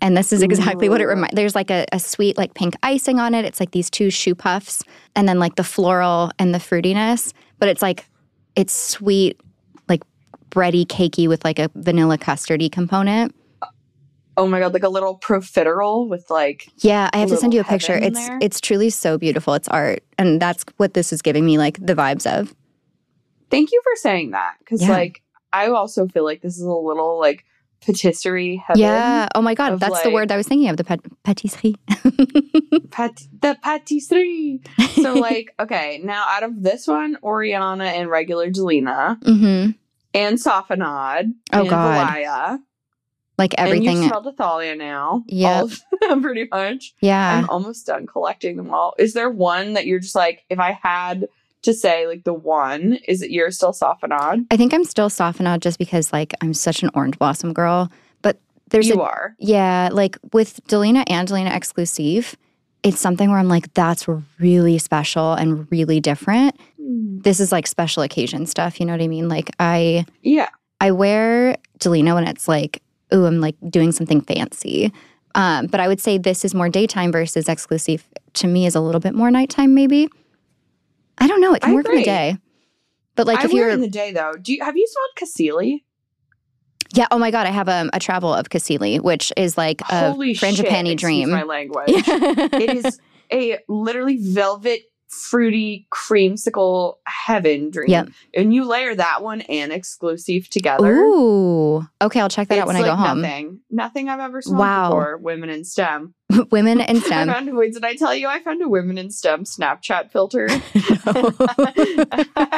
S1: And this is exactly what it
S3: Ooh.
S1: reminds. There's like a, a sweet like pink icing on it. It's like these two shoe puffs, and then like the floral and the fruitiness. But it's like it's sweet, like bready, cakey with like a vanilla custardy component.
S3: Oh my god, like a little profiterole with like
S1: Yeah, I have to send you a
S3: little
S1: picture.
S3: heaven
S1: It's
S3: there.
S1: it's truly so beautiful. It's art, and that's what this is giving me like the vibes of.
S3: Thank you for saying that because,
S1: Yeah.
S3: like, I also feel like this is a little like patisserie heaven.
S1: yeah. Oh my god,
S3: of,
S1: that's the word
S3: like-
S1: I was thinking of. The pat- patisserie.
S3: Pat- the patisserie. so, like, okay, now out of this one, Oriana and regular Delina
S1: hmm
S3: and Safanad
S1: Oh,
S3: and
S1: God.
S3: Valaya
S1: Like
S3: and you
S1: everything.
S3: smelled Athalia now.
S1: Yep.
S3: all of them pretty much.
S1: yeah.
S3: I'm almost done collecting them all. Is there one that you're just like, if I had to say like the one, is it you're still Safanad?
S1: I think I'm still softened just because like I'm such an orange blossom girl. But there's a
S3: You are.
S1: Yeah, like with Delina and Delina Exclusive, it's something where I'm like, that's really special and really different. This is like special occasion stuff. You know what I mean? Like I
S3: Yeah.
S1: I wear Delina when it's like, ooh, I'm like doing something fancy. Um, but I would say this is more daytime versus exclusive to me is a little bit more nighttime, maybe. I don't know. It can
S3: I
S1: work in the
S3: agree.
S1: day. But like
S3: I
S1: if
S3: wear
S1: you're
S3: in the day though. Do you have you smelled Cassili?
S1: Yeah, oh my god, I have um, a travel of Cassili, which is like a
S3: Holy
S1: frangipani
S3: shit!
S1: dream.
S3: Excuse my language.
S1: it
S3: it is a literally velvet, fruity, creamsicle heaven dream.
S1: Yep.
S3: And you layer that one and exclusive together.
S1: Ooh. Okay, I'll check that
S3: it's
S1: out when
S3: like
S1: I go home.
S3: nothing. Nothing I've ever smelled
S1: Wow.
S3: before. Women in STEM.
S1: Women in STEM.
S3: I found, wait, did I tell you I found a women in STEM Snapchat filter?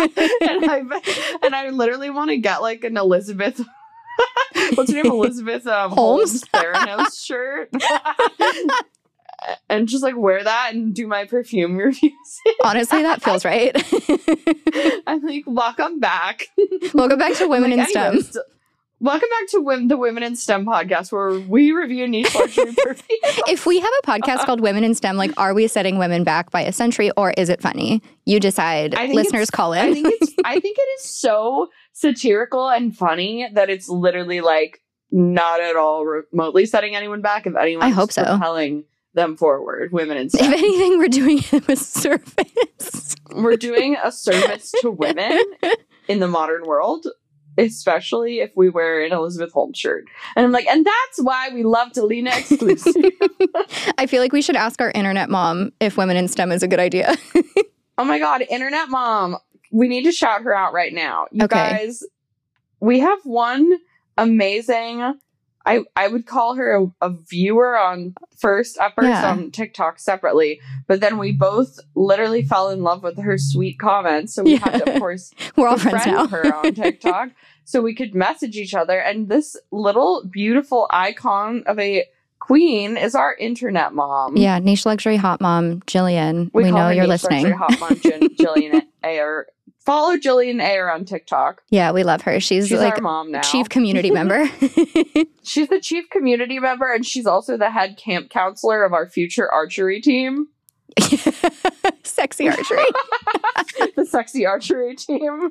S3: and, I, and I literally want to get like an Elizabeth. What's her name? Elizabeth um,
S1: Holmes?
S3: Holmes Theranos shirt. and just like wear that and do my perfume reviews.
S1: Honestly, that feels right.
S3: I'm like, welcome back.
S1: Welcome back to Women in
S3: Like,
S1: STEM.
S3: anyways, Welcome back to Wim, the Women in STEM podcast, where we review niche luxury perfume.
S1: If we have a podcast called Women in STEM, like, are we setting women back by a century or is it funny? You decide.
S3: I think
S1: Listeners,
S3: it's-
S1: call
S3: I
S1: in.
S3: think it's I think it is so satirical and funny that it's literally like not at all remotely setting anyone back. If anyone,
S1: I hope so.
S3: Propelling them forward, women and
S1: If
S3: STEM.
S1: anything, we're doing it with service.
S3: We're doing a service to women in the modern world, especially if we wear an Elizabeth Holmes shirt. And I'm like, and that's why we love Delina exclusive.
S1: I feel like we should ask our internet mom if Women in STEM is a good idea.
S3: Oh my god, internet mom. We need to shout her out right now. You
S1: Okay.
S3: guys, we have one amazing I I would call her a, a viewer on first at first
S1: Yeah.
S3: on TikTok separately, but then we both literally fell in love with her sweet comments. So we have to
S1: Yeah.
S3: of course
S1: We're all friends now.
S3: friend her on TikTok so we could message each other. And this little beautiful icon of a queen is our internet mom.
S1: Yeah, niche luxury hot mom, Jillian. We,
S3: call
S1: know
S3: her
S1: you're
S3: Niche Luxury
S1: listening.
S3: Hot Mom Jin- Jillian Ayer. Follow Jillian Ayer on TikTok.
S1: Yeah, we love her. She's,
S3: She's
S1: like
S3: our mom now.
S1: chief community member.
S3: she's the chief community member, and she's also the head camp counselor of our future archery team,
S1: Sexy archery.
S3: the sexy archery team.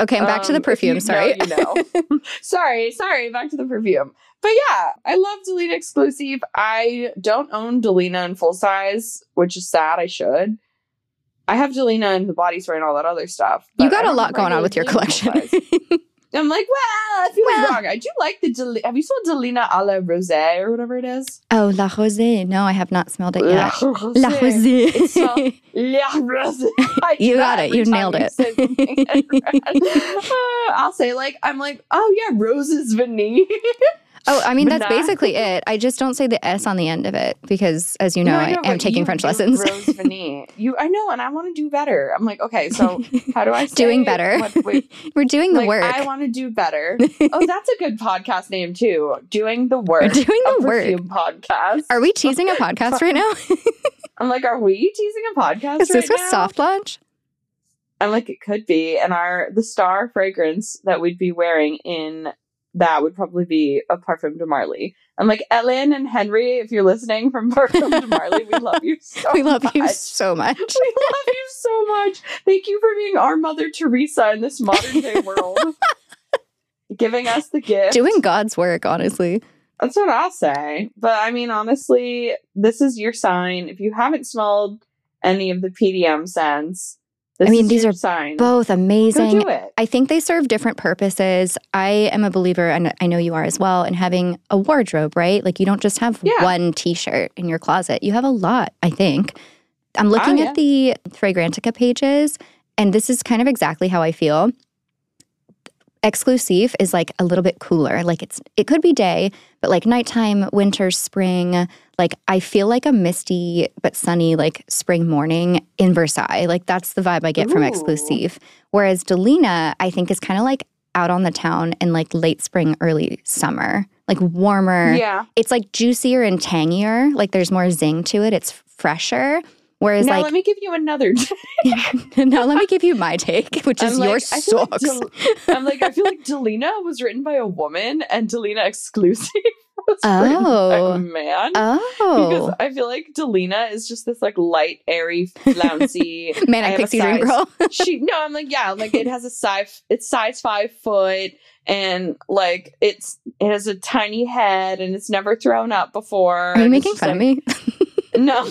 S1: okay, I'm back to the
S3: Um, if you
S1: perfume. Sorry.
S3: know, you know. sorry, sorry. Back to the perfume. But yeah, I love Delina exclusive. I don't own Delina in full size, which is sad. I should. I have Delina in the body spray and all that other stuff.
S1: You
S3: but I
S1: got a
S3: don't
S1: lot
S3: have
S1: going on
S3: regular
S1: with your
S3: Delina in full
S1: collection.
S3: size. I'm like, well, I feel
S1: Well.
S3: wrong. I do like the Del- have you smelled Delina a la Rose or whatever it is?
S1: Oh, La Rosée. No, I have not smelled it yet.
S3: Rose.
S1: La Rosée.
S3: It's so- La Rose. I
S1: You
S3: do
S1: got
S3: that
S1: it.
S3: every
S1: You
S3: time
S1: nailed it.
S3: say something wrong. Uh, I'll say like I'm like, oh yeah, Rose's Vanille.
S1: oh, I mean,
S3: But
S1: that's
S3: that-
S1: basically it. I just don't say the S on the end of it because, as you know, I,
S3: but
S1: am taking
S3: you
S1: French
S3: do
S1: lessons.
S3: Rose Vanille. You I know, and I want to do better. I'm like, okay, so how do I say
S1: Doing better.
S3: What, wait,
S1: We're doing the
S3: like,
S1: work.
S3: I want to do better. oh, that's a good podcast name too. Doing the work.
S1: We're doing the
S3: a
S1: work.
S3: perfume podcast.
S1: Are we teasing a podcast right now?
S3: I'm like, are we teasing a podcast?
S1: Is this
S3: right
S1: was
S3: now?
S1: soft launch?
S3: I'm like, it could be. And our the star fragrance that we'd be wearing in that would probably be a Parfum de Marley. I'm like, Ellen and Henry, if you're listening from Parfum de Marley, we love you so
S1: we love
S3: much.
S1: you so much.
S3: we love you so much. Thank you for being our Mother Teresa in this modern day world. Giving us the gift.
S1: Doing God's work, honestly.
S3: That's what I'll say. But I mean, honestly, this is your sign. If you haven't smelled any of the PDM scents, this
S1: I mean,
S3: is
S1: these
S3: your
S1: are
S3: sign.
S1: Both
S3: Go
S1: amazing.
S3: do it.
S1: I think they serve different purposes. I am a believer, and I know you are as well, in having a wardrobe, right? Like you don't just have
S3: Yeah.
S1: one t shirt in your closet, you have a lot, I think. I'm looking
S3: Ah, yeah.
S1: at the Fragrantica pages, and this is kind of exactly how I feel. Exclusive is like a little bit cooler. Like it's it could be day, but like nighttime, winter, spring, like I feel like a misty but sunny like spring morning in Versailles. Like that's the vibe I get from
S3: Ooh.
S1: Exclusive. Whereas Delina, I think, is kind of like out on the town in like late spring, early summer, like warmer.
S3: Yeah.
S1: It's like juicier and tangier. Like there's more zing to it. It's fresher. Whereas
S3: now
S1: like
S3: let me give you another.
S1: now let me give you my take, which is
S3: I'm like,
S1: your
S3: I feel like
S1: socks.
S3: Del- I'm like, I feel like Delina was written by a woman and Delina exclusive was written by
S1: Oh.
S3: a man. Because
S1: oh,
S3: I feel like Delina is just this like light, airy, flouncy. I
S1: manic
S3: have a
S1: pixie dream
S3: size.
S1: girl.
S3: she no, I'm like, yeah, like it has a size it's size five foot and like it's it has a tiny head and it's never thrown up before.
S1: Are you
S3: and it's
S1: making
S3: just
S1: fun
S3: like-
S1: of me?
S3: no.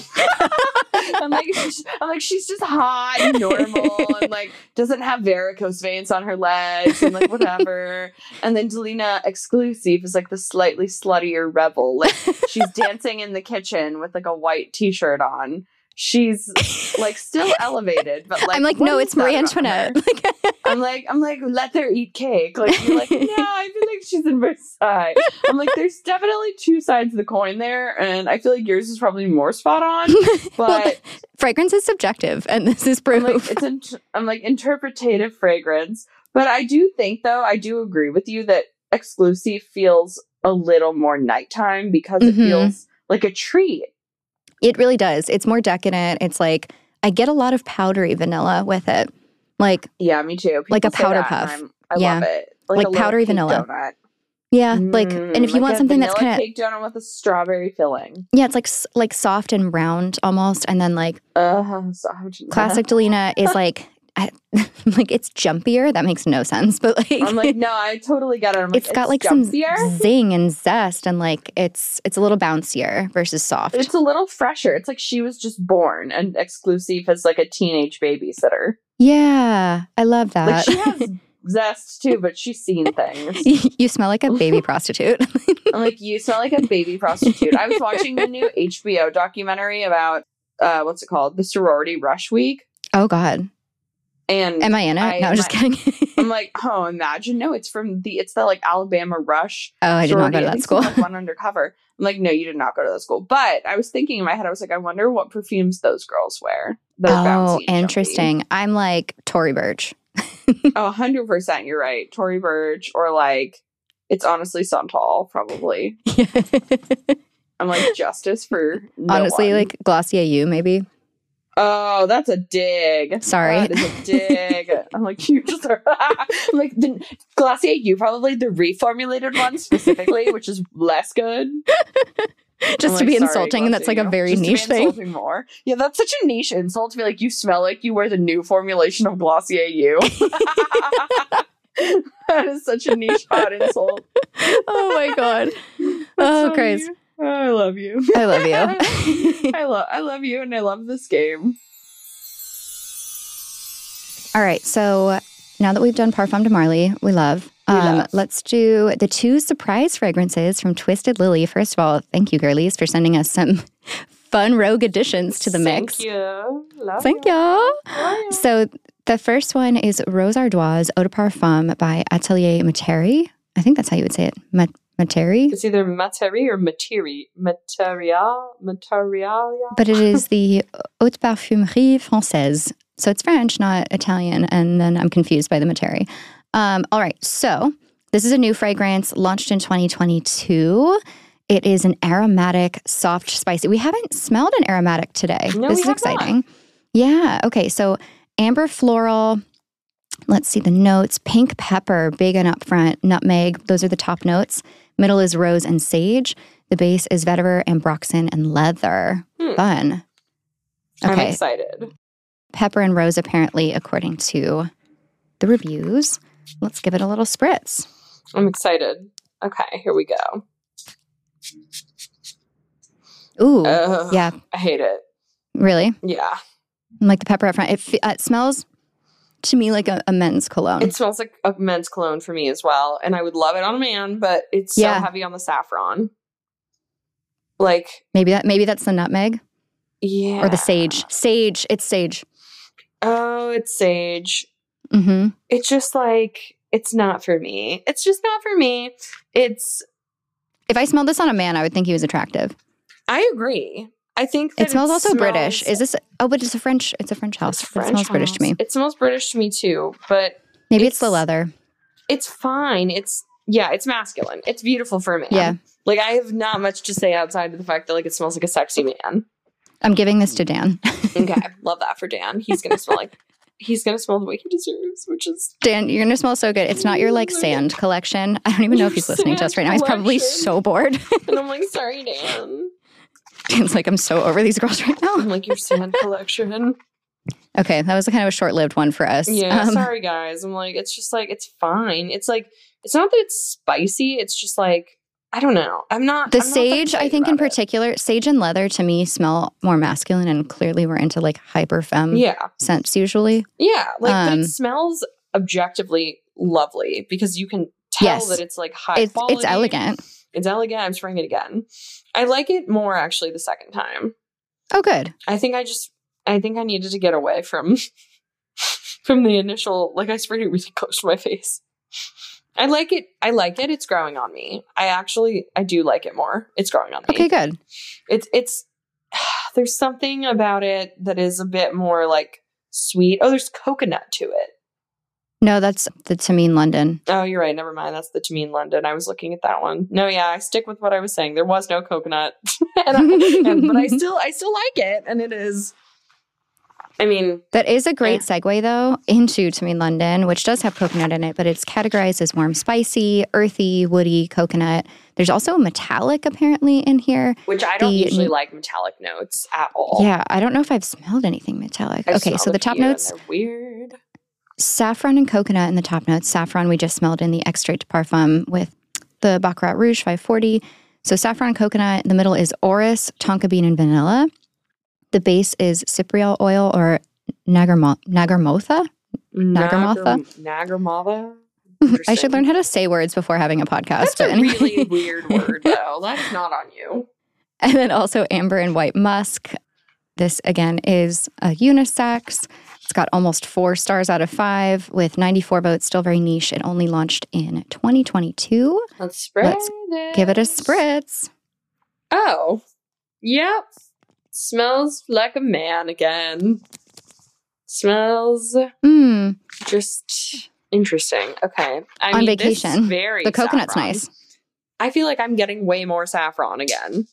S3: I'm like, she's- I'm like, she's just hot and normal and like doesn't have varicose veins on her legs and like whatever. and then Delina exclusive is like the slightly sluttier rebel. Like she's dancing in the kitchen with like a white t-shirt on. She's like still elevated, but like
S1: I'm like,
S3: what
S1: no,
S3: is
S1: it's Marie
S3: that about
S1: Antoinette.
S3: her?
S1: Like,
S3: I'm like, I'm like, let her eat cake. Like you're like, no, I feel like she's in Versailles. I'm like, there's definitely two sides of the coin there, and I feel like yours is probably more spot on. But
S1: well, the- fragrance is subjective, and this is
S3: I'm
S1: proof.
S3: like, it's in- I'm like interpretative fragrance. But I do think, though, I do agree with you that exclusive feels a little more nighttime because
S1: Mhm.
S3: it feels like a treat.
S1: It really does. It's more decadent. It's like I get a lot of powdery vanilla with it. Like,
S3: Yeah, me too.
S1: Like a
S3: say
S1: powder
S3: that,
S1: puff.
S3: and I'm- I
S1: Yeah.
S3: love it.
S1: Like
S3: a little
S1: powdery
S3: cake
S1: vanilla.
S3: donut.
S1: yeah, like, and if you
S3: Mm, like
S1: want
S3: a
S1: something that's
S3: vanilla
S1: kind of
S3: cake donut with a strawberry filling.
S1: yeah, it's like s- like soft and round almost, and then like
S3: Uh, so I'm just-
S1: classic Delina is like, I, like it's jumpier. That makes no sense, but like,
S3: I'm like, no, I totally get it. I'm like,
S1: it's got like some
S3: jumpier.
S1: zing and zest, and like it's it's a little bouncier versus soft.
S3: It's a little fresher. It's like she was just born and exclusive as like a teenage babysitter.
S1: yeah, I love
S3: Like
S1: that.
S3: she has zest too, but she's seen things.
S1: you smell like a baby prostitute.
S3: I'm like, you smell like a baby prostitute. I was watching the new HBO documentary about uh, what's it called, the sorority rush week,
S1: oh God,
S3: and
S1: am I in it?
S3: I-
S1: no, I'm just kidding.
S3: I'm like, oh, imagine. No, it's from the it's the like Alabama rush
S1: oh, I did not go to
S3: sorority. I
S1: that
S3: think someone
S1: school.
S3: went undercover. I'm like, no, you did not go to that school. But I was thinking in my head, I was like, I wonder what perfumes those girls wear. Those
S1: Oh,
S3: bouncy and
S1: interesting. I'm like Tory Burch.
S3: jumpy. Oh, 100%. You're right. Tory Burch or like, it's honestly Santal, probably. I'm like, justice for no
S1: Honestly,
S3: one.
S1: like Glossier you maybe.
S3: Oh, that's a dig.
S1: Sorry.
S3: That is a dig. I'm like, you just are. I'm like, the Glossier, you probably the reformulated one specifically, which is less good.
S1: Just
S3: I'm
S1: to
S3: like,
S1: be
S3: "Sorry,
S1: insulting,
S3: Glossy,
S1: that's like
S3: you
S1: a
S3: know,
S1: very
S3: just to be
S1: niche thing.
S3: insulting More. Yeah, that's such a niche insult to be like, you smell like you wear the new formulation of Glossier U. that is such a niche hot insult.
S1: oh my god.
S3: That's
S1: Oh,
S3: so
S1: Grace.
S3: you. Oh, I love you.
S1: I love you.
S3: I love I love you and I love this game.
S1: All right. So now that we've done Parfum de Marley, we love. Um,
S3: love.
S1: let's do the two surprise fragrances from Twisted Lily. First of all, thank you, girlies, for sending us some fun rogue additions to the mix.
S3: Thank you. Love
S1: Thank
S3: you.
S1: y'all.
S3: Love you.
S1: So the first one is Rose Ardoise Eau de Parfum by Atelier Materi. I think that's how you would say it. Mat- Materi.
S3: It's either materi or materi. Material. Materialia.
S1: But it is the Haute Parfumerie Française. So it's French, not Italian. And then I'm confused by the Materi. Um, all right. So this is a new fragrance launched in 2022. It is an aromatic, soft, spicy. We haven't smelled an aromatic today.
S3: No,
S1: this
S3: we
S1: is
S3: have
S1: exciting. Yeah. Okay. So amber floral. Let's see the notes. Pink pepper, big and upfront. Nutmeg. Those are the top notes. Middle is rose and sage. The base is vetiver, ambroxan, and leather.
S3: Hmm.
S1: Fun.
S3: I'm
S1: Okay.
S3: excited.
S1: Pepper and rose, apparently, according to the reviews. Let's give it a little spritz.
S3: I'm excited. Okay, here we go.
S1: Ooh.
S3: Ugh,
S1: yeah.
S3: I hate it.
S1: Really?
S3: Yeah.
S1: Like the pepper up front. It, fe- uh, it smells to me like a, a men's cologne.
S3: It smells like a men's cologne for me as well. And I would love it on a man, but it's so
S1: Yeah.
S3: heavy on the saffron. Like,
S1: maybe that maybe that's the nutmeg
S3: yeah.
S1: or the sage. Sage. It's sage.
S3: Oh, it's sage.
S1: Mm-hmm.
S3: It's just like, it's not for me. It's just not for me. It's,
S1: If I smelled this on a man, I would think he was attractive.
S3: I agree. I think that
S1: It smells also British.
S3: smells-
S1: Is this? Oh, but it's a French. It's a French house.
S3: it's
S1: but it smells British to
S3: house.
S1: me.
S3: It smells British to me too, but
S1: Maybe it's, the
S3: It's-
S1: leather.
S3: it's fine. It's yeah, it's masculine. It's beautiful for a man.
S1: Yeah.
S3: Like I have not much to say outside of the fact that like it smells like a sexy man.
S1: I'm giving this to Dan.
S3: Okay. Love that for Dan. He's gonna smell like he's gonna smell the way he deserves, which is
S1: Dan, you're gonna smell so good. It's not your like sand collection. I don't even know if he's listening to us right now. He's probably
S3: Collection.
S1: so bored.
S3: and I'm like, sorry, Dan.
S1: Dan's like, I'm so over these girls right
S3: I'm
S1: now.
S3: like your sand collection.
S1: Okay, that was kind of a short-lived one for us.
S3: Yeah,
S1: Um,
S3: sorry guys. I'm like, it's just like it's fine. It's like it's not that it's spicy, it's just like I don't know. I'm not
S1: the
S3: I'm not that
S1: sage, I
S3: excited
S1: think in
S3: about it.
S1: particular, sage and leather to me smell more masculine, and clearly we're into like hyper femme
S3: Yeah.
S1: scents usually.
S3: Yeah, like but
S1: Um,
S3: it smells objectively lovely because you can tell
S1: Yes.
S3: that it's like high
S1: It's
S3: quality.
S1: it's elegant.
S3: It's elegant. I'm spraying it again. I like it more actually the second time.
S1: Oh, good.
S3: I think I just I think I needed to get away from from the initial like I sprayed it really close to my face. I like it. I like it. It's growing on me. I actually I do like it more. It's growing on me.
S1: Okay, good.
S3: It's it's there's something about it that is a bit more like sweet. Oh, there's coconut to it.
S1: No, that's the Tamine London.
S3: Oh, you're right. Never mind. That's the Tameen London. I was looking at that one. No, yeah, I stick with what I was saying. There was no coconut, and I, and- but I still, I still like it, and it is. I mean,
S1: That is a great segue, though, into To Me London, which does have coconut in it, but it's categorized as warm, spicy, earthy, woody, coconut. There's also metallic apparently in here.
S3: which I don't
S1: The-
S3: usually like metallic notes at all.
S1: Yeah, I don't know if I've smelled anything metallic.
S3: I've
S1: okay,
S3: smelled
S1: so
S3: a
S1: the top
S3: few and
S1: notes
S3: they're weird.
S1: saffron and coconut in the top notes. Saffron we just smelled in the extrait de parfum with the Baccarat Rouge 540. So saffron, coconut. In the middle is orris, tonka bean, and vanilla. The base is cypriol oil or nagarmo- nagarmotha. Nagarmatha?
S3: Nagar- Nagarmatha.
S1: I should
S3: Interesting.
S1: learn how to say words before having a podcast.
S3: That's a
S1: anyway.
S3: really weird word, though. That's not on you.
S1: And then also amber and white musk. This again is a unisex. It's got almost four stars out of five with 94 votes, still very niche. It only launched in 2022.
S3: Let's spray.
S1: Let's Give it a
S3: this.
S1: spritz.
S3: Oh, yep. Smells like a man again. Smells
S1: Mm,
S3: just interesting. Okay, I
S1: On
S3: this is
S1: vacation.
S3: very
S1: the coconut's
S3: saffron.
S1: nice.
S3: I feel like I'm getting way more saffron again.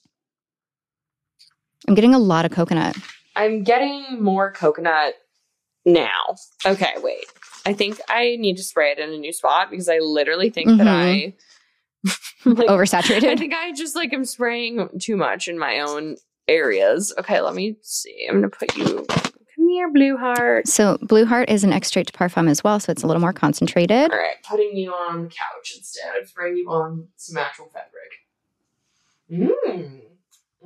S1: I'm getting a lot of coconut.
S3: I'm getting more coconut now. Okay, wait. I think I need to spray it in a new spot because I literally think that I. like,
S1: Oh.
S3: I
S1: Oversaturated.
S3: think I just like am spraying too much in my own areas. Okay, let me see. I'm gonna put you. Come here, blue heart.
S1: So Blue Heart is an extrait de parfum as well, so it's a little more concentrated.
S3: All right, putting you on the couch instead of spraying you on some actual fabric. Mmm.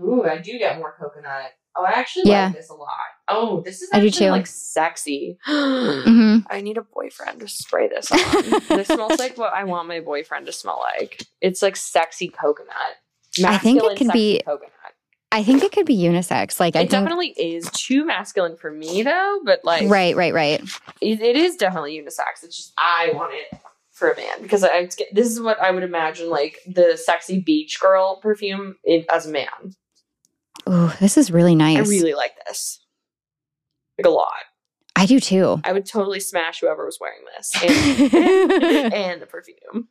S3: Ooh, I do get more coconut. Oh, I actually
S1: Yeah.
S3: like this a lot. Oh, this is
S1: I do
S3: actually,
S1: too.
S3: like sexy.
S1: hmm
S3: I need a boyfriend to spray this on. this smells like what I want my boyfriend to smell like. It's like sexy coconut.
S1: I think it
S3: Masculine,
S1: can
S3: sexy
S1: be-
S3: coconut.
S1: I think it could be unisex. Like I
S3: It
S1: think,
S3: definitely is too masculine for me though, but like
S1: right, right, right.
S3: it, it is definitely unisex. It's just I want it for a man because I, I get- this is what I would imagine like the sexy beach girl perfume in, as a man.
S1: Ooh, this is really nice.
S3: I really like this. Like a lot.
S1: I do too.
S3: I would totally smash whoever was wearing this and, and the perfume.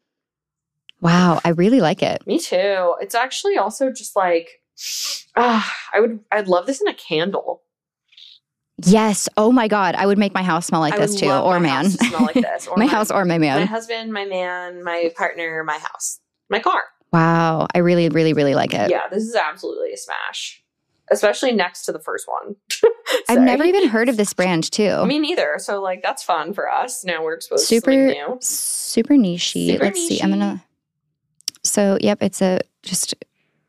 S1: wow, I really like it.
S3: Me too. It's actually also just like ah, I would I'd love this in a candle.
S1: Yes. Oh my god, I would make my house smell like
S3: I
S1: this
S3: would
S1: too,
S3: love
S1: or
S3: my
S1: man,
S3: house to smell like this. Or
S1: my house or my
S3: my
S1: man.
S3: husband, my man, my partner, my house, my car.
S1: Wow, I really, really, really like it.
S3: Yeah, this is absolutely a smash, especially next to the first one.
S1: I've
S3: Sorry.
S1: never even heard of this brand too.
S3: Me neither. So like that's fun for us. Now we're exposed
S1: Super-
S3: to something new.
S1: super niche.
S3: Super
S1: Let's see. I'm
S3: niche-y.
S1: gonna. So yep, it's a just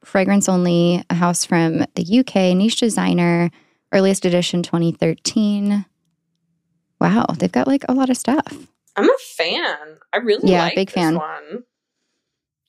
S1: fragrance only a house from the UK niche designer, earliest edition 2013. Wow, they've got like a lot of stuff.
S3: I'm a fan. I really
S1: Yeah,
S3: like
S1: big
S3: this
S1: fan.
S3: one.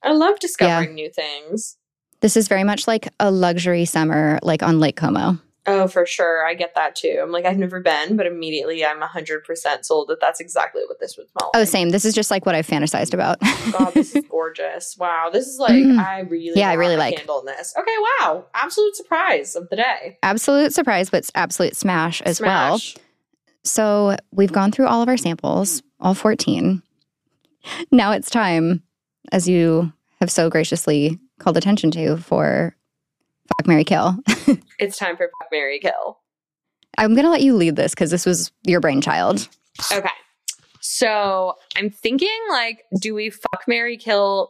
S3: I love discovering new things.
S1: This is very much like a luxury summer, like on Lake Como.
S3: Oh, for sure. I get that too. I'm like, I've never been, but immediately I'm 100% sold that that's exactly what this would smell
S1: Oh,
S3: like.
S1: same. This is just like what I fantasized about.
S3: God, this is gorgeous. Wow. This is like,
S1: Mhm.
S3: I really,
S1: Yeah, I
S3: want
S1: really
S3: a
S1: like.
S3: candle in this. Okay. Wow. Absolute surprise of the day.
S1: absolute surprise, but it's absolute smash as well.
S3: Smash.
S1: So we've gone through all of our samples, all 14. Now it's time, as you have so graciously called attention to, for Fuck Mary Kill.
S3: It's time for Fuck, Mary Kill.
S1: I'm going to let you lead this because this was your brainchild.
S3: Okay. So I'm thinking like, do we fuck Mary kill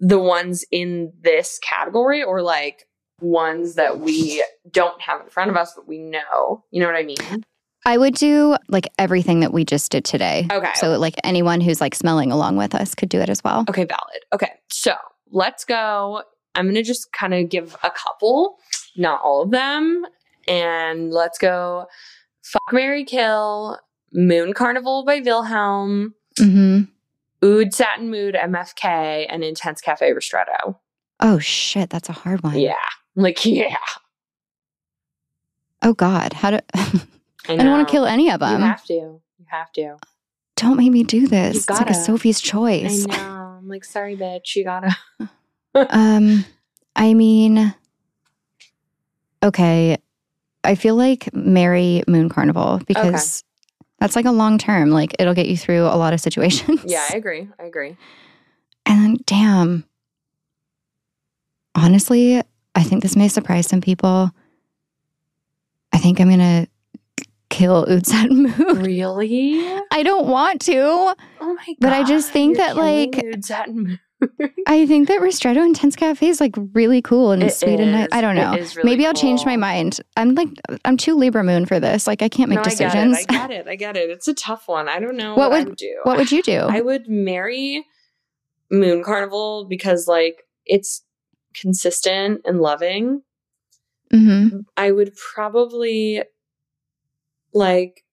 S3: the ones in this category or like ones that we don't have in front of us but we know? You know what I mean?
S1: I would do like everything that we just did today.
S3: Okay.
S1: So, like anyone who's like smelling along with us could do it as well.
S3: Okay, valid. Okay. So let's go. I'm gonna just kind of give a couple, not all of them. And let's go Fuck Mary Kill, Moon Carnival by Wilhelm,
S1: hmm
S3: Oud Satin Mood MFK, and Intense Cafe Ristretto.
S1: Oh, shit. That's a hard one.
S3: Yeah. Like, yeah.
S1: Oh, God. How do I don't want to kill any of
S3: You
S1: them.
S3: have to. You have to.
S1: Don't make me do this. It's like a
S3: gotta.
S1: Sophie's choice.
S3: I know. I'm like, sorry, bitch. You gotta.
S1: Um, I mean, okay, I feel like Mary Moon Carnival because that's like a long term. Like it'll get you through a lot of situations.
S3: Yeah, I agree. I agree.
S1: and damn, honestly, I think this may surprise some people. I think I'm gonna kill Utsat Moon.
S3: Really?
S1: I don't want to.
S3: Oh my god.
S1: But I just think
S3: You're
S1: that,
S3: killing
S1: like,
S3: Oud Satin Mood.
S1: I think that Ristretto Intense Cafe is like really cool and
S3: It
S1: sweet and nice.
S3: is.
S1: I don't
S3: It
S1: know.
S3: is really
S1: Maybe I'll change my
S3: cool.
S1: mind. I'm like I'm too Libra moon for this. Like I can't make
S3: No,
S1: decisions.
S3: I get, it, I get it. I get it. It's a tough one. I don't know
S1: What
S3: what,
S1: would-
S3: I would do.
S1: what oh. would you do?
S3: I would marry Moon Carnival because like it's consistent and loving.
S1: hmm
S3: I would probably like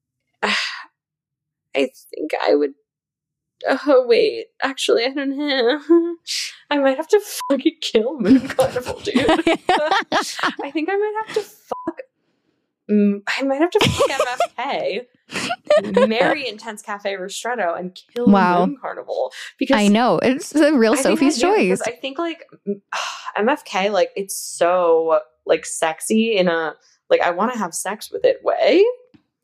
S3: I think I would Oh wait, actually I don't know. I might have to fucking kill Moon Carnival, dude. I think I might have to fuck. mm, I might have to fuck MFK, marry Intense Cafe Ristretto, and kill
S1: Wow.
S3: Moon Carnival because
S1: I know. It's a real
S3: I think I
S1: Sophie's
S3: do,
S1: choice.
S3: because I think like m- MFK, like it's so like sexy in a like I want to have sex with it way,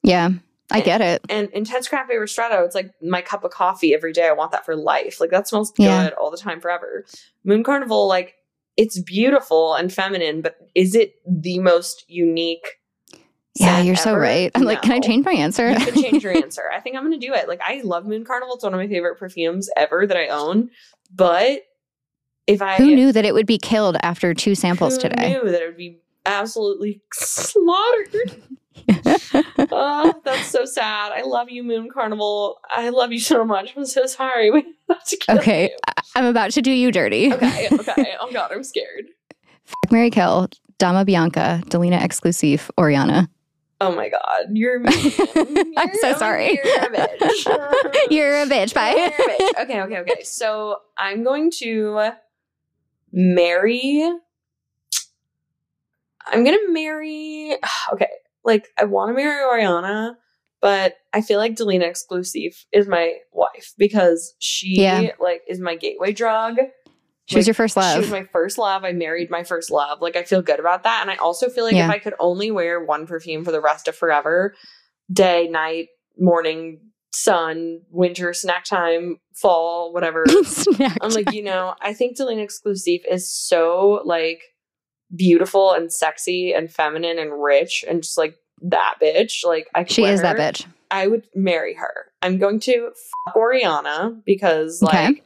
S1: yeah. I get it.
S3: and Intense Cafe Ristretto, it's like my cup of coffee every day. I want that for life. Like that smells
S1: Yeah.
S3: good all the time, forever. Moon Carnival, like it's beautiful and feminine, but is it the most unique?
S1: Yeah,
S3: scent
S1: you're so
S3: ever?
S1: right. I'm like, can I
S3: No.
S1: change my answer?
S3: You could change your answer. I think I'm gonna do it. Like I love Moon Carnival. It's one of my favorite perfumes ever that I own. But if I
S1: Who knew that it would be killed after two samples
S3: who
S1: today?
S3: knew that it would be absolutely slaughtered. oh, that's so sad. I love you, Moon Carnival. I love you so much. I'm so sorry. We have to kill
S1: Okay.
S3: you.
S1: I'm about to do you dirty.
S3: Okay. Okay. Oh God, I'm scared.
S1: Fuck Mary Kill, Dama Bianca, Delina Exclusive, Oriana.
S3: Oh my God, you're mean.
S1: I'm so
S3: You're-
S1: sorry.
S3: You're a bitch.
S1: You're a bitch. Bye.
S3: You're a bitch. Okay, okay, okay. So I'm going to marry. I'm going to marry. Okay, like I want to marry Oriana, but I feel like Delina Exclusive is my wife because she
S1: Yeah.
S3: like is my gateway drug.
S1: She was
S3: Like,
S1: your first
S3: She
S1: love.
S3: was my first love. I married my first love. Like I feel good about that. And I also feel like
S1: Yeah.
S3: if I could only wear one perfume for the rest of forever, day, night, morning, sun, winter, snack time, fall, whatever.
S1: Snack
S3: I'm like, you know, I think Delina Exclusive is so like beautiful and sexy and feminine and rich and just like that bitch. Like I could
S1: She
S3: wear
S1: is that
S3: her.
S1: bitch.
S3: I would marry her. I'm going to fuck Oriana because like
S1: Okay.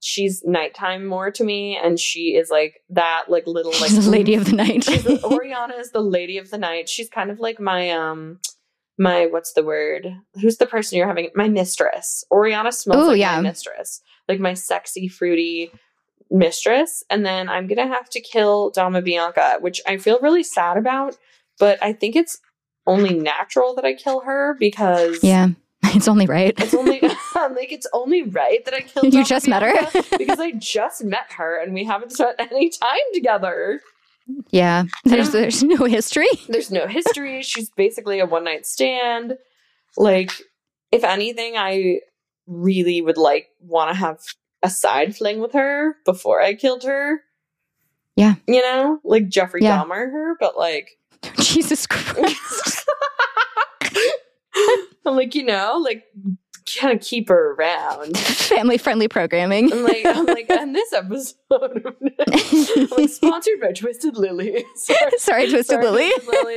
S3: she's nighttime more to me, and she is like that like little like
S1: She's the lady of the night.
S3: She's the- Oriana is the lady of the night. She's kind of like my um my what's the word? Who's the person you're having? My mistress. Oriana smells
S1: Ooh,
S3: like
S1: yeah.
S3: my mistress, like my sexy fruity mistress. And then I'm gonna have to kill Dama Bianca, which I feel really sad about, but I think it's only natural that I kill her because
S1: yeah. It's only right.
S3: it's only like it's only right that I kill.
S1: you
S3: Dama
S1: just met her.
S3: Bianca because I just met her and we haven't spent any time together.
S1: yeah. There's there's no history.
S3: There's no history. She's basically a one night stand. Like, if anything, I really would like want to have a side fling with her before I killed her.
S1: Yeah.
S3: You know, like Jeffrey
S1: Yeah.
S3: Dahmer her, but like,
S1: Jesus Christ.
S3: I'm like, you know, like, kind of keep her around.
S1: Family friendly programming.
S3: I'm like, I'm like, and this episode, of- I'm like, sponsored by Twisted Lily. Sorry.
S1: Sorry, Twisted
S3: Sorry,
S1: Lily.
S3: Twisted Lily.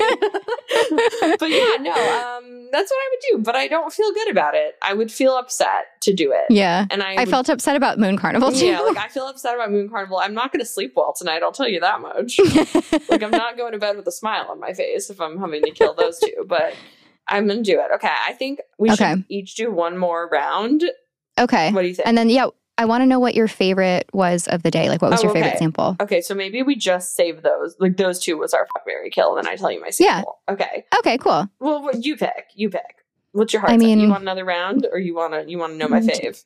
S3: but yeah, no, um, that's what I would do. But I don't feel good about it. I would feel upset to do it.
S1: Yeah.
S3: And I,
S1: I
S3: would-
S1: felt upset about Moon Carnival too.
S3: yeah, like I feel upset about Moon Carnival. I'm not going to sleep well tonight. I'll tell you that much. like I'm not going to bed with a smile on my face if I'm having to kill those two. But I'm going to do it. Okay, I think we
S1: Okay.
S3: should each do one more round.
S1: okay.
S3: What do you think?
S1: And then yeah, I want to know what your favorite was of the day. Like what was
S3: Oh,
S1: your favorite
S3: okay.
S1: sample?
S3: okay, so maybe we just save those. Like those two was our fuck Mary kill, and then I tell you my sequel. Okay.
S1: Okay, cool.
S3: Well, what- you pick. You pick. What's your heart?
S1: I
S3: set?
S1: mean- mm,
S3: you want another round, or you wanna you wanna know my fave?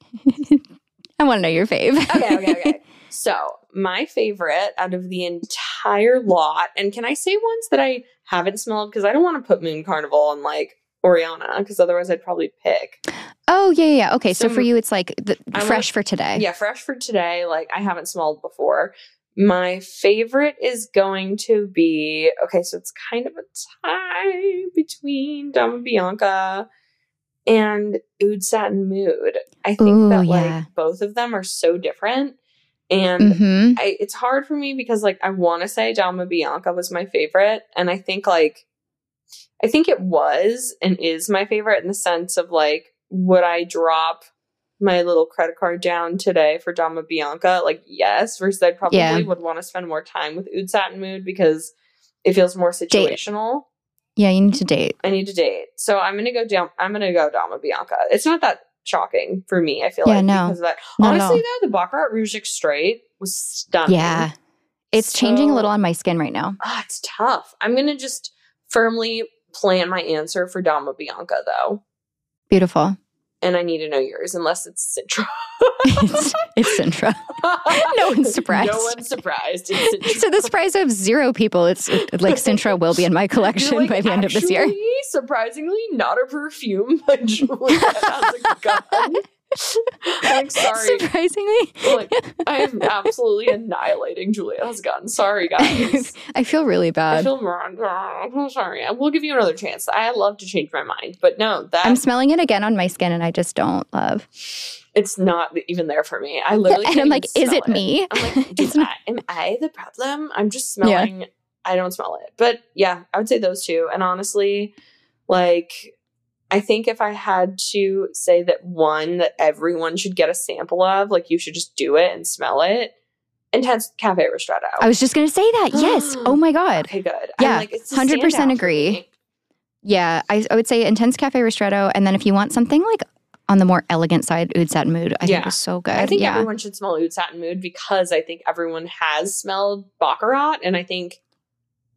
S1: I want to know your fave.
S3: Okay, okay, okay. so my favorite out of the entire lot, and can I say ones that I haven't smelled because I don't want to put Moon Carnival and like Oriana because otherwise I'd probably pick.
S1: oh, yeah, yeah, yeah. Okay, so,
S3: So
S1: for you it's like the,
S3: I want-
S1: fresh for today.
S3: Yeah, fresh for today. Like I haven't smelled before. My favorite is going to be okay. So it's kind of a tie between Dama Bianca and Oud Satin Mood. I think
S1: Ooh,
S3: that like
S1: yeah.
S3: both of them are so different, and
S1: Mhm.
S3: I, it's hard for me because like I want to say Dama Bianca was my favorite, and I think like I think it was and is my favorite in the sense of like would I drop my little credit card down today for Dama Bianca? Like yes, versus I probably
S1: Yeah.
S3: would want to spend more time with Oud Satin Mood because it feels more situational.
S1: Yeah, you need to date.
S3: I need to date, so I'm gonna go down. I'm gonna go Dama Bianca. It's not that shocking for me. I feel
S1: Yeah,
S3: like
S1: no.
S3: because of that.
S1: Not at
S3: Honestly
S1: all.
S3: though, the Baccarat Rouge Straight was stunning.
S1: Yeah. It's changing a
S3: So-
S1: little on my skin right now.
S3: Ah, it's tough. I'm gonna just firmly plant my answer for Dama Bianca though,
S1: Beautiful.
S3: and I need to know yours unless it's Citra.
S1: it's, it's Sintra. No one's surprised.
S3: No one's surprised. It's Citra.
S1: To the surprise of zero people, it's like Sintra will be in my collection
S3: You're like,
S1: by the end of this year.
S3: "Actually, Surprisingly, not a perfume by Julia. I was like, God. I'm sorry.
S1: Surprisingly,
S3: Like, I am absolutely annihilating Julia Husgun. Sorry, guys.
S1: I feel really
S3: I
S1: bad.
S3: feel wrong. I'm sorry. I will give you another chance. I love to change my mind, but no, that
S1: I'm smelling it again on my skin, and I just don't love.
S3: it's not even there for me. I literally
S1: and
S3: can't
S1: I'm
S3: even
S1: like, is
S3: smell
S1: it me?
S3: I'm like, did
S1: It's not-
S3: I- am I the problem? I'm just smelling. I don't smell it, but yeah, I would say those two. And honestly, like, I think if I had to say that one that everyone should get a sample of, like, you should just do it and smell it. Intense Cafe Ristretto.
S1: I was just gonna say that. Yes. Oh my god.
S3: okay, good.
S1: Oh, Yeah,
S3: I'm like, it's a
S1: 100%
S3: standout for
S1: agree.
S3: me.
S1: Yeah, I, I would say intense cafe ristretto, and then if you want something like on the more elegant side, oud satin mood. I think
S3: Yeah.
S1: is so good.
S3: I think
S1: yeah.
S3: everyone should smell Oud Satin Mood because I think everyone has smelled Baccarat, and I think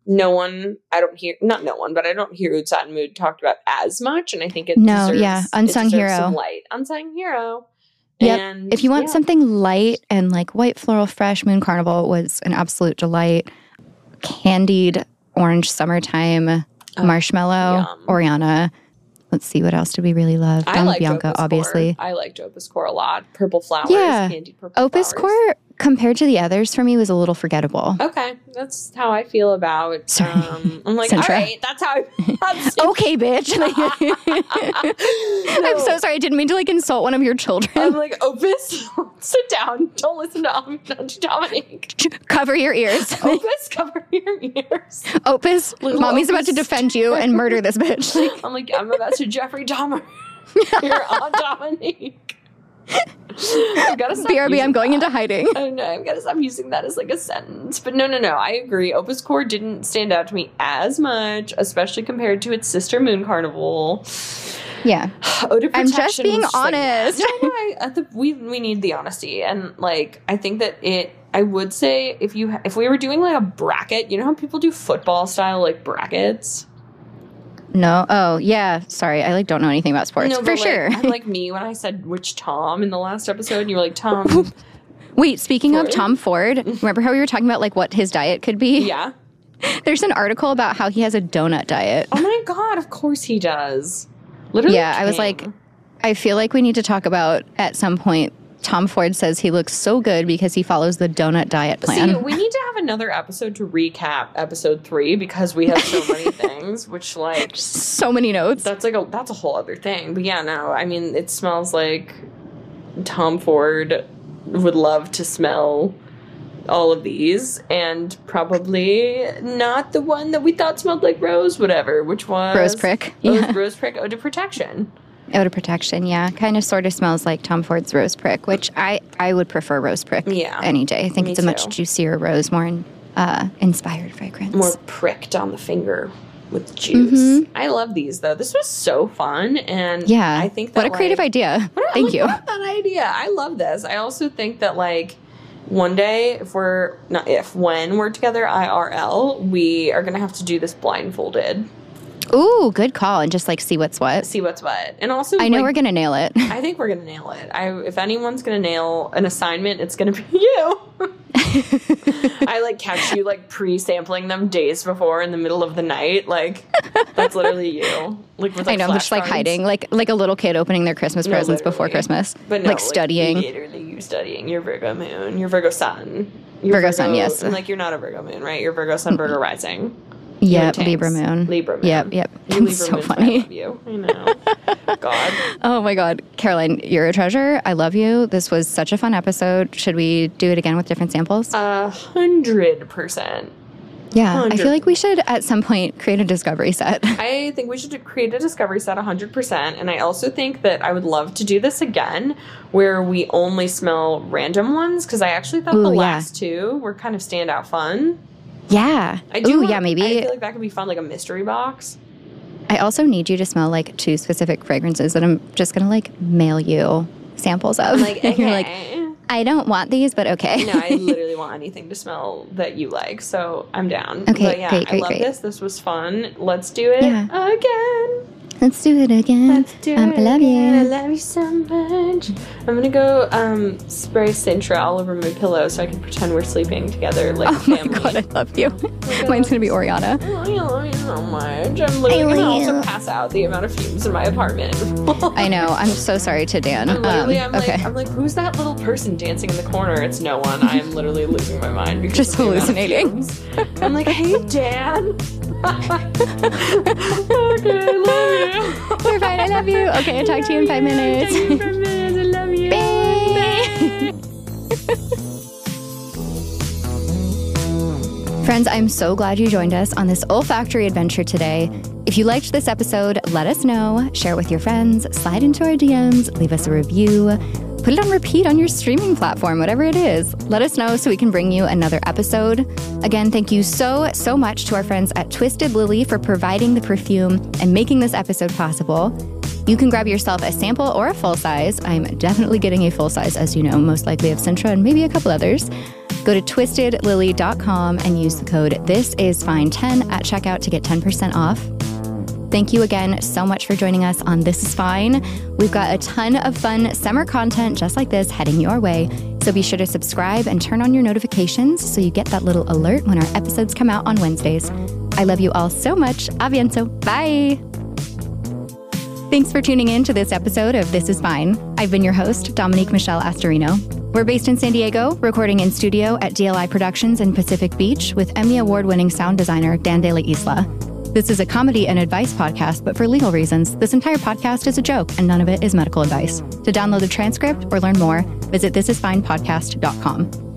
S3: no one, I don't hear, not no one, but I don't hear Utsat and Mood talked about as much. And I think it
S1: No,
S3: deserves,
S1: yeah,
S3: it
S1: unsung
S3: deserves
S1: hero.
S3: some light, unsung hero.
S1: Yep.
S3: And
S1: If you want
S3: yeah.
S1: something light and like white floral fresh, Moon Carnival was an absolute delight. Candied orange summertime,
S3: Oh,
S1: marshmallow,
S3: yum.
S1: Oriana. Let's see what else did we really love.
S3: I
S1: Donna
S3: liked
S1: Bianca,
S3: Opus Core.
S1: obviously.
S3: I liked Opus Core a lot. Purple flowers,
S1: Yeah.
S3: candy purple
S1: Opus
S3: flowers.
S1: Core compared to the others for me was a little forgettable.
S3: Okay, that's how I feel about.
S1: Sorry. Oh,
S3: Um, I'm like,
S1: Sintra.
S3: all right, that's how. I, that's
S1: Okay, bitch. Like- I'm so sorry. I didn't mean to like insult one of your
S3: I'm
S1: children.
S3: like, Opus, sit down. Don't listen to um, to Dominic.
S1: Cover your ears.
S3: Opus, cover your ears.
S1: Opus,
S3: Oh. Little
S1: mommy's about to
S3: Opus.
S1: defend you and murder this bitch. Like,
S3: I'm like, I'm about to Jeffrey Dahmer. Your Aunt Dominique. I've got to stop.
S1: BRB, I'm
S3: using
S1: going
S3: that.
S1: into hiding.
S3: I know. I've got to stop using that as like a sentence. But no, no, no. I agree. Opus Core didn't stand out to me as much, especially compared to its sister Moon Carnival.
S1: Yeah.
S3: Oda
S1: I'm just
S3: Protection
S1: being
S3: was like,
S1: honest.
S3: no, no, I, I think we we need the honesty, and like I think that it. I would say if you if we were doing like a bracket, you know how people do football style like brackets.
S1: No. Oh, yeah. Sorry. I like don't know anything about sports.
S3: No,
S1: For
S3: but, like,
S1: sure.
S3: I'm like me when I said which Tom in the last episode, and you were like Tom.
S1: Wait, speaking of
S3: Ford?
S1: Tom Ford, remember how we were talking about like what his diet could be?
S3: yeah.
S1: There's an article about how he has a donut diet.
S3: Oh my god! Of course he does. Literally.
S1: Yeah, I was like-
S3: king.
S1: I feel like we need to talk about at some point Tom Ford says he looks so good because he follows the donut diet
S3: See,
S1: plan.
S3: we need to have another episode to recap episode three because we have so many things, which like
S1: so many notes.
S3: that's like a that's a whole other thing. But yeah, no, I mean it smells like Tom Ford would love to smell all of these, and probably not the one that we thought smelled like rose, whatever, which was
S1: Rose prick.
S3: Rose,
S1: Yeah.
S3: rose prick ode to protection.
S1: Out of protection, yeah. Kind of sort of smells like Tom Ford's rose prick, which I, I would prefer rose prick
S3: Yeah.
S1: any day. I think
S3: Me
S1: it's a much
S3: too.
S1: juicier rose, more in, uh, inspired fragrance.
S3: more pricked on the finger with juice. I love these though. This was so fun, and
S1: Mm-hmm. yeah.
S3: I think that,
S1: what a creative
S3: like-
S1: idea.
S3: What a-
S1: Thank
S3: like,
S1: you.
S3: What an idea! I love this. I also think that like one day, if we're not if when we're together IRL, we are gonna have to do this blindfolded,
S1: Ooh, good call. And just like see what's what.
S3: see what's what, and also
S1: I know
S3: like,
S1: we're going to nail it.
S3: I think we're gonna nail it. I if anyone's gonna nail an assignment, it's gonna be you. I like catch you like pre-sampling them days before in the middle of the night. Like that's literally you. Like with like,
S1: I know, I'm just like
S3: flashcards.
S1: hiding, like like a little kid opening their Christmas
S3: No,
S1: presents before
S3: literally.
S1: Christmas,
S3: But no,
S1: like studying.
S3: Literally, you studying. You're Virgo Moon. You're Virgo Sun. You're
S1: Virgo Sun, yes.
S3: Like you're not a Virgo Moon, right? You're Virgo Sun, Virgo Rising.
S1: Yep,
S3: Tanks.
S1: Libra moon.
S3: Libra moon.
S1: Yep, yep.
S3: You
S1: That's so
S3: moons, I love
S1: funny.
S3: you. I know. God.
S1: Oh my God, Caroline, you're a treasure. I love you. This was such a fun episode. Should we do it again with different samples?
S3: A hundred percent.
S1: yeah, I
S3: hundred.
S1: feel like we should at some point create a discovery set.
S3: I think we should create a discovery set 100%. And I also think that I would love to do this again where we only smell random ones because I actually thought the
S1: Ooh, yeah.
S3: last two were kind of standout fun.
S1: yeah.
S3: I do.
S1: Ooh,
S3: want-
S1: yeah, maybe.
S3: I
S1: I,
S3: feel like that could be fun, like a mystery box.
S1: also need you to smell like two specific fragrances that I'm just gonna like mail you samples of.
S3: Like,
S1: And you're like,
S3: okay.
S1: I don't want these, but okay.
S3: no, I literally want anything to smell that you like. So I'm down.
S1: Okay,
S3: But yeah,
S1: great,
S3: I
S1: great,
S3: love
S1: great.
S3: this. This was fun. Let's do it
S1: Yeah.
S3: again.
S1: Let's do it again.
S3: Let's do
S1: Um,
S3: it.
S1: I love
S3: again.
S1: you.
S3: I love you so much. I'm gonna go um, spray Sintra all over my pillow so I can pretend we're sleeping together like
S1: Oh my
S3: family.
S1: god, I love you.
S3: Oh
S1: Mine's gonna be Oriana.
S3: I love you so much. I'm
S1: I
S3: literally gonna
S1: love
S3: also
S1: you.
S3: pass out the amount of fumes in my apartment.
S1: I know. I'm so sorry to Dan.
S3: I'm literally,
S1: Um,
S3: I'm
S1: okay.
S3: like, I'm like, who's that little person dancing in the corner? It's no one. I'm literally losing my mind because
S1: Just
S3: of the amount of
S1: hallucinating.
S3: fumes. I'm like, hey, Dan. okay, I love you.
S1: You're fine. I love you. Okay, I'll talk to you in five minutes.
S3: Talk to you in five minutes. I love you.
S1: Bye. Friends, I'm so glad you joined us on this olfactory adventure today. If you liked this episode, let us know, share with your friends, slide into our DMs, leave us a review, put it on repeat on your streaming platform, whatever it is. Let us know so we can bring you another episode. Again, thank you so, so much to our friends at Twisted Lily for providing the perfume and making this episode possible. You can grab yourself a sample or a full size. I'm definitely getting a full size, as you know, most likely of Sintra and maybe a couple others. Go Go to twistedlily.com and use the code This Is Fine 10 at checkout to get 10% off. Thank you again so much for joining us on This Is Fine. We've got a ton of fun summer content just like this heading your way. So be sure to subscribe and turn on your notifications so you get that little alert when our episodes come out on Wednesdays. I love you all so much. Avienzo. Bye. Thanks for tuning in to this episode of This Is Fine. I've been your host, Dominique Michelle Astorino. We're based in San Diego, recording in studio at DLI Productions in Pacific Beach with Emmy Award winning sound designer Dan De La Isla. This is a comedy and advice podcast, but for legal reasons, this entire podcast is a joke and none of it is medical advice. To download the transcript or learn more, visit thisisfinepodcast.com.